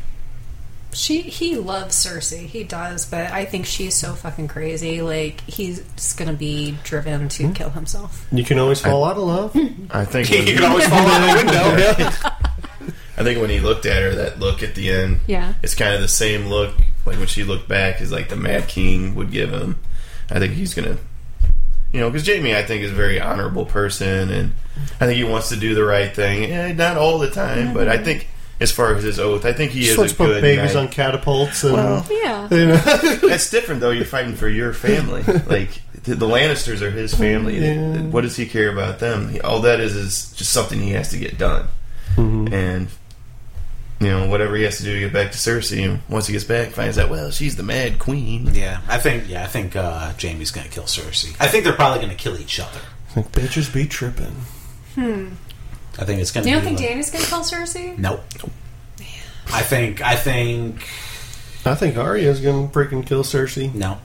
[SPEAKER 2] She he loves Cersei, he does, but I think she's so fucking crazy. Like he's just gonna be driven to kill himself.
[SPEAKER 3] You can always fall out of love.
[SPEAKER 4] I think
[SPEAKER 1] you
[SPEAKER 4] when,
[SPEAKER 1] can always fall out the window.
[SPEAKER 4] I think when he looked at her, that look at the end,
[SPEAKER 2] Yeah,
[SPEAKER 4] it's kind of the same look. Like when she looked back, is like the Mad King would give him. I think he's gonna, you know, because Jamie, I think, is a very honorable person, and I think he wants to do the right thing. Eh, not all the time, but I think as far as his oath, I think he
[SPEAKER 3] Mm. Just
[SPEAKER 4] is
[SPEAKER 3] let's
[SPEAKER 4] a
[SPEAKER 3] put
[SPEAKER 4] good.
[SPEAKER 3] babies
[SPEAKER 4] knight.
[SPEAKER 3] on catapults and.
[SPEAKER 4] Well,
[SPEAKER 2] yeah.
[SPEAKER 3] you know.
[SPEAKER 4] That's different, though. You're fighting for your family. Like the, the Lannisters are his family.
[SPEAKER 3] Yeah.
[SPEAKER 4] What does he care about them? He- All that is is just something he has to get done, and you know whatever he has to do to get back to Cersei. And once he gets back, finds out well she's the Mad Queen.
[SPEAKER 1] Yeah, I think yeah, I think uh, Jamie's gonna kill Cersei. I think they're probably gonna kill each other.
[SPEAKER 3] Like, bitches be tripping.
[SPEAKER 1] I think it's gonna.
[SPEAKER 2] You don't
[SPEAKER 1] be
[SPEAKER 2] think
[SPEAKER 1] the-
[SPEAKER 2] Danny's gonna kill Cersei?
[SPEAKER 1] Nope. I think I think
[SPEAKER 3] I think Arya's gonna freaking kill Cersei.
[SPEAKER 1] no.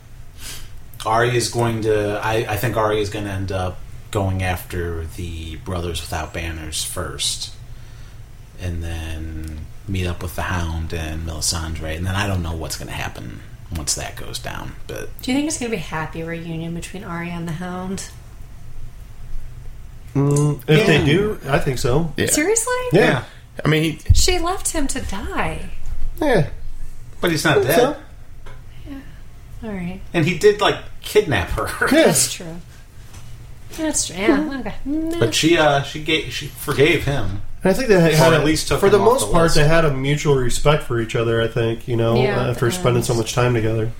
[SPEAKER 1] Arya is going to. I, I think Arya is going to end up going after the Brothers Without Banners first, and then meet up with the Hound and Melisandre, and then I don't know what's going to happen once that goes down. But
[SPEAKER 2] Do you think it's gonna be a happy reunion between Arya and the Hound?
[SPEAKER 3] Mm, if they do, I think so.
[SPEAKER 4] Yeah,
[SPEAKER 2] Seriously?
[SPEAKER 3] Yeah.
[SPEAKER 4] I mean, he,
[SPEAKER 2] She left him to die.
[SPEAKER 3] Yeah.
[SPEAKER 1] but he's not dead,
[SPEAKER 3] So,
[SPEAKER 2] All right,
[SPEAKER 1] and he did like kidnap her.
[SPEAKER 3] yeah.
[SPEAKER 2] that's true. That's true. Yeah. Okay. Nah.
[SPEAKER 1] But she uh she gave she forgave him.
[SPEAKER 3] And I think they had
[SPEAKER 1] Or at least took
[SPEAKER 3] for the
[SPEAKER 1] him off
[SPEAKER 3] most
[SPEAKER 1] the
[SPEAKER 3] part
[SPEAKER 1] list.
[SPEAKER 3] they had a mutual respect for each other. I think you know
[SPEAKER 2] Yeah,
[SPEAKER 3] after
[SPEAKER 2] uh,
[SPEAKER 3] spending so much time together.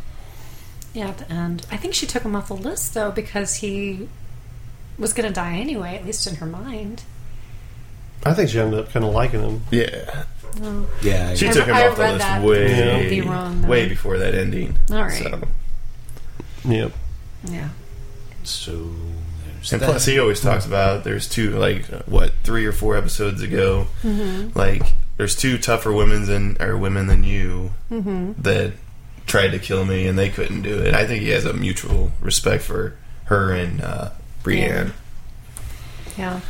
[SPEAKER 2] Yeah, at the end. I think she took him off the list though because he was going to die anyway, at least in her mind.
[SPEAKER 3] I think she ended up kind of liking him.
[SPEAKER 4] yeah,
[SPEAKER 1] Yeah,
[SPEAKER 4] she
[SPEAKER 2] I-
[SPEAKER 4] took him
[SPEAKER 2] I
[SPEAKER 4] off the
[SPEAKER 2] read
[SPEAKER 4] list
[SPEAKER 2] that.
[SPEAKER 3] Yeah.
[SPEAKER 4] way,
[SPEAKER 2] Be wrong, though.
[SPEAKER 4] way before that ending.
[SPEAKER 2] All right.
[SPEAKER 4] So.
[SPEAKER 3] Yep.
[SPEAKER 2] Yeah.
[SPEAKER 1] so there's
[SPEAKER 4] And
[SPEAKER 1] that.
[SPEAKER 4] plus, he always talks about there's two, like what, three or four episodes ago,
[SPEAKER 1] Mm-hmm.
[SPEAKER 4] like there's two tougher women than or women than you
[SPEAKER 1] Mm-hmm.
[SPEAKER 4] that tried to kill me and they couldn't do it. I think he has a mutual respect for her and uh, Brienne.
[SPEAKER 2] Yeah.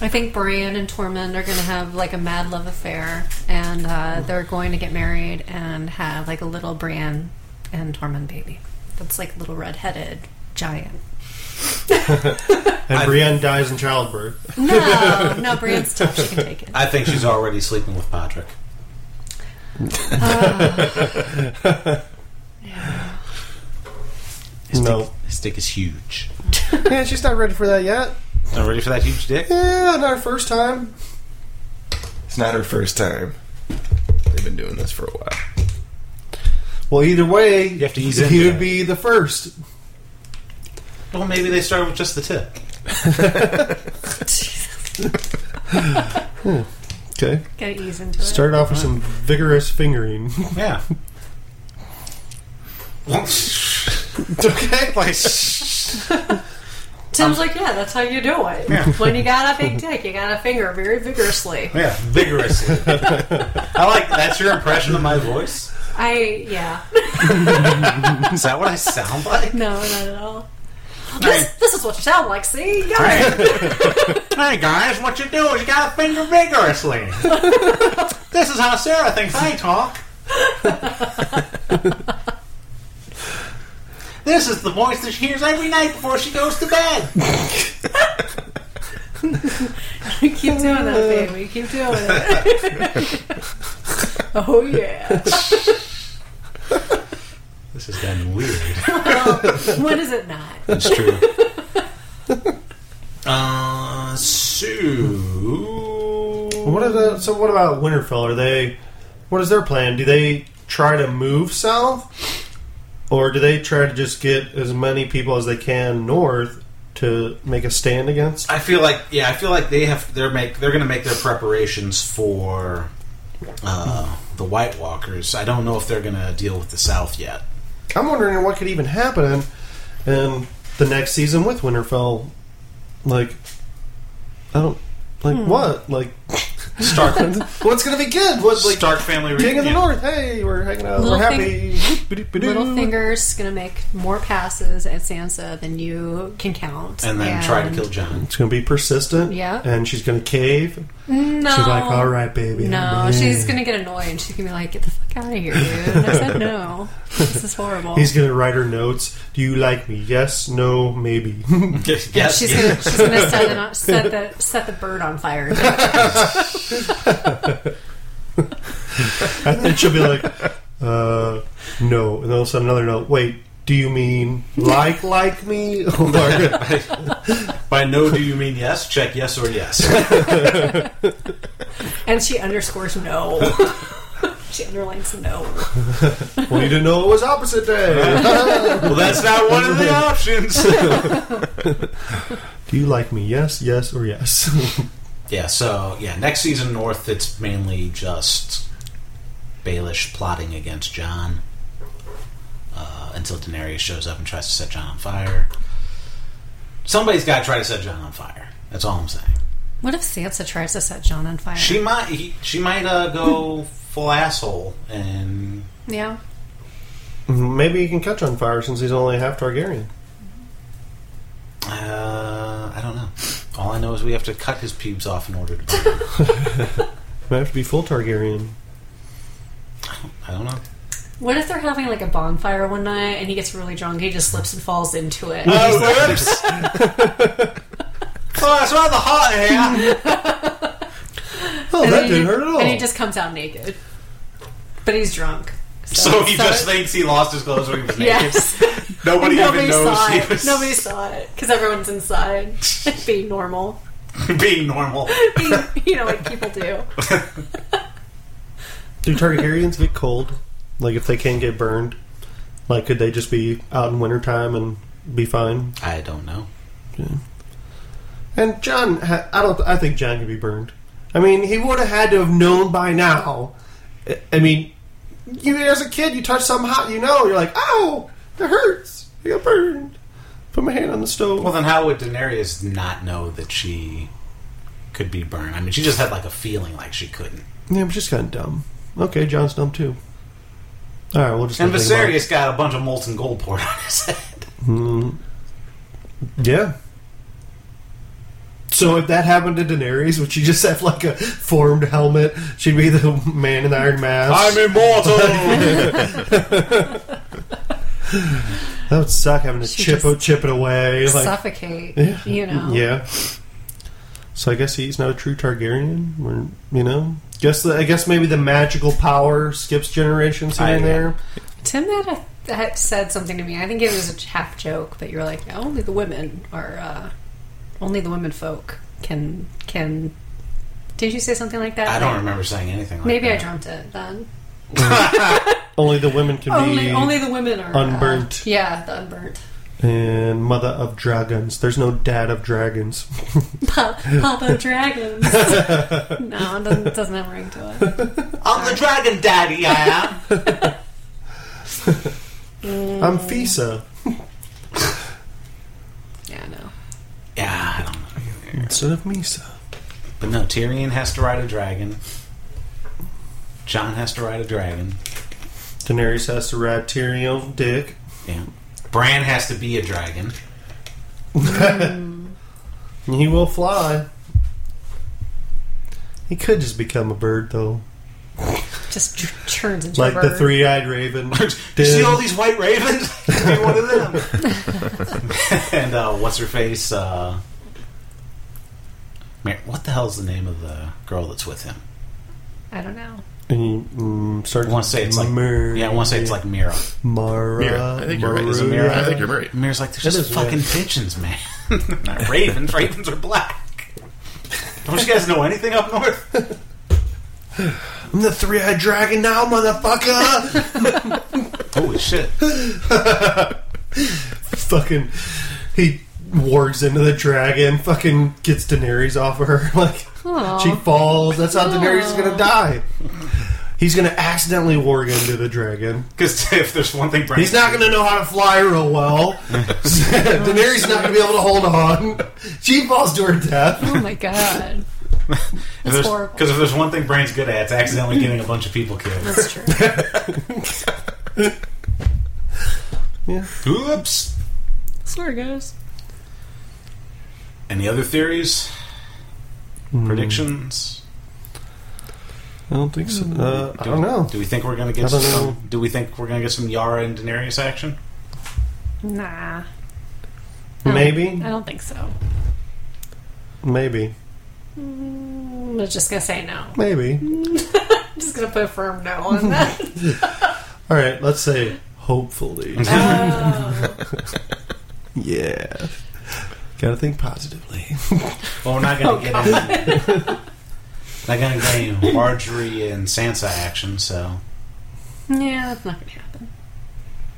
[SPEAKER 2] I think Brienne and Tormund are going to have like a mad love affair and uh, they're going to get married and have like a little Brienne and Tormund baby. That's like a little redheaded giant.
[SPEAKER 3] And Brienne dies in childbirth.
[SPEAKER 2] No, no, Brienne's tough. She can take it.
[SPEAKER 1] I think she's already sleeping with Patrick. Ah. His
[SPEAKER 3] No.
[SPEAKER 1] dick, his dick is huge.
[SPEAKER 3] yeah, she's not ready for that yet.
[SPEAKER 1] Not ready for that huge dick?
[SPEAKER 3] Yeah, not her first time.
[SPEAKER 4] It's not her first time. They've been doing this for a while.
[SPEAKER 3] Well, either way, you
[SPEAKER 1] have to ease
[SPEAKER 3] he
[SPEAKER 1] into
[SPEAKER 3] would
[SPEAKER 1] it.
[SPEAKER 3] be the first.
[SPEAKER 1] Well, maybe they start with just the tip.
[SPEAKER 3] Okay.
[SPEAKER 2] Gotta ease into it.
[SPEAKER 3] Start off with some vigorous fingering.
[SPEAKER 1] Yeah.
[SPEAKER 3] okay.
[SPEAKER 1] like,
[SPEAKER 2] Tim's like, yeah, that's how you do it.
[SPEAKER 1] Yeah.
[SPEAKER 2] When you got a big dick, you got to finger very vigorously.
[SPEAKER 1] yeah, vigorously. I like that's your impression of my voice.
[SPEAKER 2] I, yeah.
[SPEAKER 1] Is that what I sound like?
[SPEAKER 2] No, not at all.
[SPEAKER 1] Hey.
[SPEAKER 2] This, this is what you sound like, see? You got it.
[SPEAKER 1] Hey guys, what you do is you gotta finger vigorously. this is how Sarah thinks I talk. this is the voice that she hears every night before she goes to bed.
[SPEAKER 2] Keep doing that, baby. Keep doing it. oh, yeah.
[SPEAKER 1] This is getting weird.
[SPEAKER 2] When is it not?
[SPEAKER 1] It's true. Uh, so
[SPEAKER 3] What are the so? What about Winterfell? Are they? What is their plan? Do they try to move south, or do they try to just get as many people as they can north to make a stand against?
[SPEAKER 1] I feel like yeah, I feel like they have they're make they're gonna make their preparations for uh, the White Walkers. I don't know if they're gonna deal with the South yet.
[SPEAKER 3] I'm wondering what could even happen in, in the next season with
[SPEAKER 2] Hmm.
[SPEAKER 3] Winterfell. Like, I don't like what like.
[SPEAKER 1] Stark.
[SPEAKER 3] What's gonna be good? What like
[SPEAKER 1] Stark family
[SPEAKER 3] King of the
[SPEAKER 1] reunion.
[SPEAKER 3] North? Hey, we're hanging out.
[SPEAKER 2] Little
[SPEAKER 3] we're happy.
[SPEAKER 2] Littlefinger's gonna make more passes at Sansa than you can count,
[SPEAKER 1] And then try to kill John.
[SPEAKER 3] It's gonna be persistent.
[SPEAKER 2] Yeah.
[SPEAKER 3] and she's gonna cave.
[SPEAKER 2] No,
[SPEAKER 3] She's like, all right, baby.
[SPEAKER 2] No,
[SPEAKER 3] I'm in."
[SPEAKER 2] she's gonna get annoyed. She's gonna be like, "Get the fuck out of here, dude!" And I said, "No, this is horrible."
[SPEAKER 3] He's gonna write her notes. Do you like me? Yes, no, maybe.
[SPEAKER 1] yes,
[SPEAKER 2] she's
[SPEAKER 1] yes.
[SPEAKER 2] gonna she's gonna set the, set the set the bird on fire.
[SPEAKER 3] and then she'll be like, uh, no. And then I'll send another note. Wait, do you mean like like me? Or-
[SPEAKER 1] By no, do you mean yes? Check yes or yes.
[SPEAKER 2] And she underscores no. she underlines no.
[SPEAKER 3] well, you didn't know it was opposite day.
[SPEAKER 1] well, that's not one of the options.
[SPEAKER 3] do you like me? Yes, yes, or yes.
[SPEAKER 1] yeah. So yeah, next season North, it's mainly just Baelish plotting against John uh, until Daenerys shows up and tries to set John on fire. Somebody's got to try to set John on fire. That's all I'm saying.
[SPEAKER 2] What if Sansa tries to set John on fire?
[SPEAKER 1] She might. He, she might uh, go full asshole and
[SPEAKER 2] yeah.
[SPEAKER 3] Maybe he can catch on fire since he's only half Targaryen.
[SPEAKER 1] Uh, I don't know. All I know is we have to cut his pubes off in order to burn him.
[SPEAKER 3] Might have to be full Targaryen.
[SPEAKER 1] I don't know.
[SPEAKER 2] What if they're having like a bonfire one night and he gets really drunk? He just slips and falls into it.
[SPEAKER 1] Oh, oops! oh, it's rather hot here.
[SPEAKER 3] Oh,
[SPEAKER 2] And
[SPEAKER 3] that
[SPEAKER 2] then he
[SPEAKER 3] didn't
[SPEAKER 2] just-
[SPEAKER 3] hurt at all.
[SPEAKER 2] And he just comes out naked, but he's drunk.
[SPEAKER 1] So he just
[SPEAKER 2] it-
[SPEAKER 1] thinks he lost his clothes when he was naked.
[SPEAKER 2] yes.
[SPEAKER 1] Nobody, even knows
[SPEAKER 2] saw
[SPEAKER 1] he
[SPEAKER 2] it.
[SPEAKER 1] was
[SPEAKER 2] Nobody saw it because everyone's inside being normal,
[SPEAKER 1] being normal.
[SPEAKER 2] being, you know, like people do.
[SPEAKER 3] Do Targaryens get cold? Like, if they can't get burned? Like, could they just be out in wintertime and be fine?
[SPEAKER 1] I don't know.
[SPEAKER 3] And John, ha- I don't. I think John could be burned. I mean, he would have had to have known by now. I- I mean, you as a kid, you touch something hot, you know, you're like, "Ow, that hurts! I got burned." Put my hand on the stove.
[SPEAKER 1] Well, then how would Daenerys not know that she could be burned? I mean, she just had like a feeling like she couldn't.
[SPEAKER 3] yeah, I'm just kind of dumb. Okay, John's dumb too. All right, we'll just.
[SPEAKER 1] And
[SPEAKER 3] let it hang
[SPEAKER 1] Viserys got a bunch of molten gold poured on his head.
[SPEAKER 3] out. Yeah. So if that happened to Daenerys, would she just have like a formed helmet? She'd be the man in the Iron Mask.
[SPEAKER 1] immortal.
[SPEAKER 3] that would suck having to
[SPEAKER 2] She
[SPEAKER 3] chip
[SPEAKER 2] just-
[SPEAKER 3] chip it away. Like,
[SPEAKER 2] Suffocate,
[SPEAKER 3] Yeah.
[SPEAKER 2] you
[SPEAKER 1] Oh.
[SPEAKER 2] know.
[SPEAKER 3] Yeah. So I guess he's not a true Targaryen, or you know. Guess the, I guess maybe the magical power skips generations here
[SPEAKER 1] I-
[SPEAKER 3] and there.
[SPEAKER 2] Tim had, a, had said something to me. I think it was a half joke, but you were like, no, only the women are, uh, only the women folk can can. Did you say something like that?
[SPEAKER 1] I don't remember saying anything. Like
[SPEAKER 2] Maybe I
[SPEAKER 1] that.
[SPEAKER 2] dreamt it then.
[SPEAKER 3] Only the women can
[SPEAKER 2] Only
[SPEAKER 3] be
[SPEAKER 2] only the women are uh,
[SPEAKER 3] unburnt.
[SPEAKER 2] yeah, the unburnt.
[SPEAKER 3] and mother of dragons. There's no dad of dragons.
[SPEAKER 2] Pa- Papa Dragons. no, it doesn't, doesn't have a ring to it.
[SPEAKER 1] I'm the dragon daddy, I am. Mm.
[SPEAKER 3] I'm Fisa.
[SPEAKER 2] Yeah, no.
[SPEAKER 1] yeah, I don't know.
[SPEAKER 3] instead of Misa.
[SPEAKER 1] But no, Tyrion has to ride a dragon. John has to ride a dragon.
[SPEAKER 3] Daenerys has to ride Tyrion's dick.
[SPEAKER 1] Yeah. Bran has to be a dragon.
[SPEAKER 3] He will fly. He could just become a bird though,
[SPEAKER 2] Just tr- turns into
[SPEAKER 3] like
[SPEAKER 2] a
[SPEAKER 3] the
[SPEAKER 2] bird.
[SPEAKER 3] three-eyed raven.
[SPEAKER 1] You see
[SPEAKER 3] Did-
[SPEAKER 1] all these white ravens? be one of them. and uh, what's her face? Uh, Mar- what the hell's the name of the girl that's with him?
[SPEAKER 2] I don't know.
[SPEAKER 3] And you mm, start
[SPEAKER 1] I want to say it's like
[SPEAKER 3] Mur-
[SPEAKER 1] yeah, I want to say it's like Mira.
[SPEAKER 3] Mara.
[SPEAKER 4] Mira. I think you're right. Is it Mira? I think you're right.
[SPEAKER 1] Mira's like there's
[SPEAKER 3] That
[SPEAKER 1] just
[SPEAKER 3] is
[SPEAKER 1] fucking
[SPEAKER 3] weird.
[SPEAKER 1] pigeons, man. Not ravens. ravens are black. Don't you guys know anything up north?
[SPEAKER 3] I'm the three-eyed dragon now, motherfucker.
[SPEAKER 1] Holy shit.
[SPEAKER 3] fucking, he wargs into the dragon. Fucking gets Daenerys off of her. Like
[SPEAKER 2] Aw.
[SPEAKER 3] she falls. That's how Daenerys is
[SPEAKER 2] Aw.
[SPEAKER 3] gonna die. He's gonna accidentally warg into the dragon.
[SPEAKER 1] Because if there's one thing, Bran
[SPEAKER 3] He's not gonna know how to fly real well. Daenerys is not gonna be able to hold on. She falls to her death.
[SPEAKER 2] Oh my god. That's horrible.
[SPEAKER 1] Because if there's one thing Brain's good at, it's accidentally getting a bunch of people killed.
[SPEAKER 2] That's true.
[SPEAKER 1] Oops.
[SPEAKER 2] That's where it goes.
[SPEAKER 1] Any other theories?
[SPEAKER 3] Mm,
[SPEAKER 1] Predictions?
[SPEAKER 3] I don't think so. Uh, I don't
[SPEAKER 1] we-
[SPEAKER 3] know.
[SPEAKER 1] Do we think we're gonna
[SPEAKER 3] I
[SPEAKER 1] get
[SPEAKER 3] don't
[SPEAKER 1] some?
[SPEAKER 3] know.
[SPEAKER 1] Do we think we're gonna get some Yara and Daenerys action?
[SPEAKER 2] Nah. I don't-
[SPEAKER 3] Maybe,
[SPEAKER 2] I don't think so.
[SPEAKER 3] maybe,
[SPEAKER 2] Mm, I'm just gonna say no.
[SPEAKER 3] maybe.
[SPEAKER 2] I'm just gonna put a firm no on that.
[SPEAKER 3] All right, let's say hopefully.
[SPEAKER 2] Oh.
[SPEAKER 3] yeah. Gotta think positively.
[SPEAKER 1] Well, we're not gonna get any. Not gonna get any Marjorie and Sansa action. So
[SPEAKER 2] yeah, that's not gonna happen.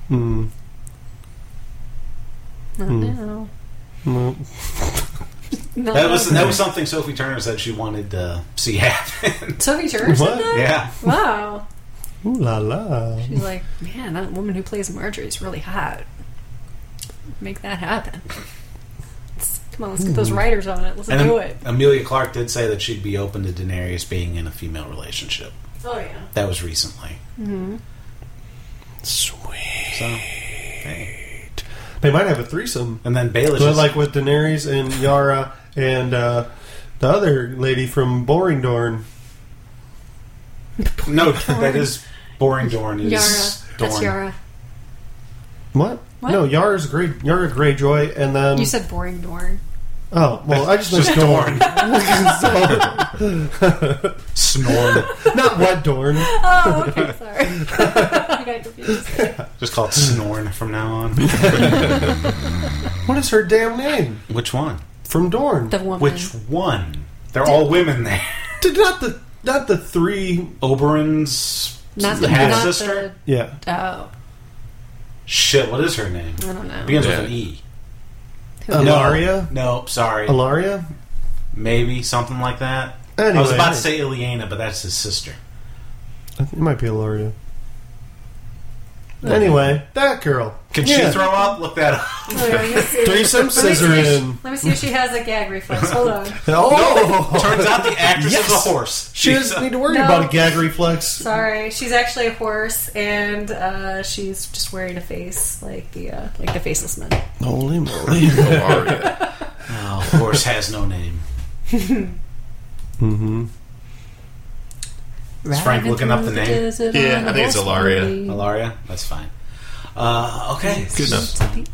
[SPEAKER 3] Hmm.
[SPEAKER 2] Not
[SPEAKER 3] Hmm.
[SPEAKER 2] now.
[SPEAKER 3] No.
[SPEAKER 2] Not
[SPEAKER 1] that was
[SPEAKER 2] now.
[SPEAKER 1] that was something Sophie Turner said she wanted to see happen.
[SPEAKER 2] Sophie Turner said
[SPEAKER 3] What?
[SPEAKER 2] that.
[SPEAKER 1] yeah,
[SPEAKER 2] Wow.
[SPEAKER 3] Ooh la la.
[SPEAKER 2] She's like, man, that woman who plays Marjorie is really hot. Make that happen. Let's- come on, let's get those writers on it. Let's
[SPEAKER 1] and
[SPEAKER 2] do
[SPEAKER 1] Am-
[SPEAKER 2] it.
[SPEAKER 1] Amelia Clark did say that she'd be open to Daenerys being in a female relationship.
[SPEAKER 2] Oh yeah.
[SPEAKER 1] That was recently.
[SPEAKER 3] Sweet.
[SPEAKER 1] So, hey.
[SPEAKER 3] They might have a threesome.
[SPEAKER 1] and then Baelish.
[SPEAKER 3] But
[SPEAKER 1] is-
[SPEAKER 3] like with Daenerys and Yara and uh, the other lady from Boringdorn.
[SPEAKER 1] no, that is boring. Dorn is
[SPEAKER 2] Yara. That's
[SPEAKER 1] Dorne.
[SPEAKER 2] Yara.
[SPEAKER 3] What?
[SPEAKER 2] What?
[SPEAKER 3] No, Yara's Grey Yara Greyjoy and then
[SPEAKER 2] You said boring Dorn.
[SPEAKER 3] Oh, well I just meant
[SPEAKER 1] Just
[SPEAKER 3] Dorn.
[SPEAKER 1] Dorn.
[SPEAKER 3] Dorn.
[SPEAKER 1] Snorn.
[SPEAKER 3] Not what Dorn.
[SPEAKER 2] Oh, okay, sorry. I got confused.
[SPEAKER 1] Just call it Snorn from now on.
[SPEAKER 3] What is her damn name?
[SPEAKER 1] Which one?
[SPEAKER 3] From Dorn.
[SPEAKER 2] The woman.
[SPEAKER 1] Which one? They're all women there.
[SPEAKER 3] Did not the not the three
[SPEAKER 1] Oberon's
[SPEAKER 2] not the,
[SPEAKER 1] half
[SPEAKER 2] not
[SPEAKER 1] sister.
[SPEAKER 3] Yeah.
[SPEAKER 2] the- oh,
[SPEAKER 1] Shit, what is her name?
[SPEAKER 2] I don't know.
[SPEAKER 1] Begins
[SPEAKER 4] Yeah.
[SPEAKER 1] with an E.
[SPEAKER 3] Alaria?
[SPEAKER 1] No, sorry.
[SPEAKER 3] Alaria?
[SPEAKER 1] Maybe something like that.
[SPEAKER 3] Anyway,
[SPEAKER 1] I was about to say Ileana, but that's his sister.
[SPEAKER 3] I think it might be Alaria. Anyway, that girl.
[SPEAKER 1] Can
[SPEAKER 3] Yeah.
[SPEAKER 1] she throw up? Look that up.
[SPEAKER 2] Hold on, let me see. Let
[SPEAKER 3] Threesome
[SPEAKER 2] me see if
[SPEAKER 3] scissoring.
[SPEAKER 2] she- Let me see if she has a gag reflex. Hold on.
[SPEAKER 3] Oh,
[SPEAKER 1] Turns out the actress is a horse.
[SPEAKER 3] she
[SPEAKER 1] She's
[SPEAKER 3] doesn't
[SPEAKER 1] a,
[SPEAKER 3] need to worry
[SPEAKER 2] No.
[SPEAKER 3] about a gag reflex.
[SPEAKER 2] Sorry, she's actually a horse, and uh, she's just wearing a face like the uh, like the faceless man.
[SPEAKER 3] Holy moly!
[SPEAKER 4] Alaria.
[SPEAKER 1] oh, horse has no name.
[SPEAKER 3] mm-hmm.
[SPEAKER 1] Is Frank looking up the name?
[SPEAKER 4] Yeah, I think it's Alaria.
[SPEAKER 1] Alaria? That's fine. Uh, okay.
[SPEAKER 4] Good enough.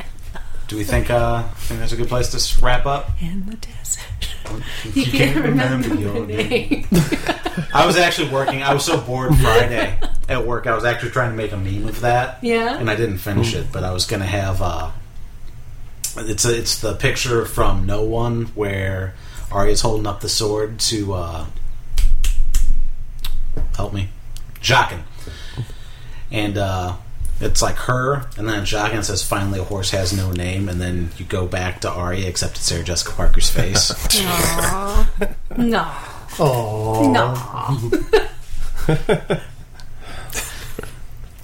[SPEAKER 1] Do we think uh, think that's a good place to s- wrap up?
[SPEAKER 2] In the desert, you can't remember your name.
[SPEAKER 1] I was actually working. I was so bored Friday at work. I was actually trying to make a meme of that,
[SPEAKER 2] Yeah.
[SPEAKER 1] and I didn't finish it. But I was gonna have. Uh, it's a, it's the picture from No One where Arya's holding up the sword to uh, help me, Jockin, and uh, it's like her, and then Jockin says, "Finally, a horse has no name," and then you go back to Arya, except it's Sarah Jessica Parker's face.
[SPEAKER 2] Aww. No.
[SPEAKER 3] Oh,
[SPEAKER 2] No.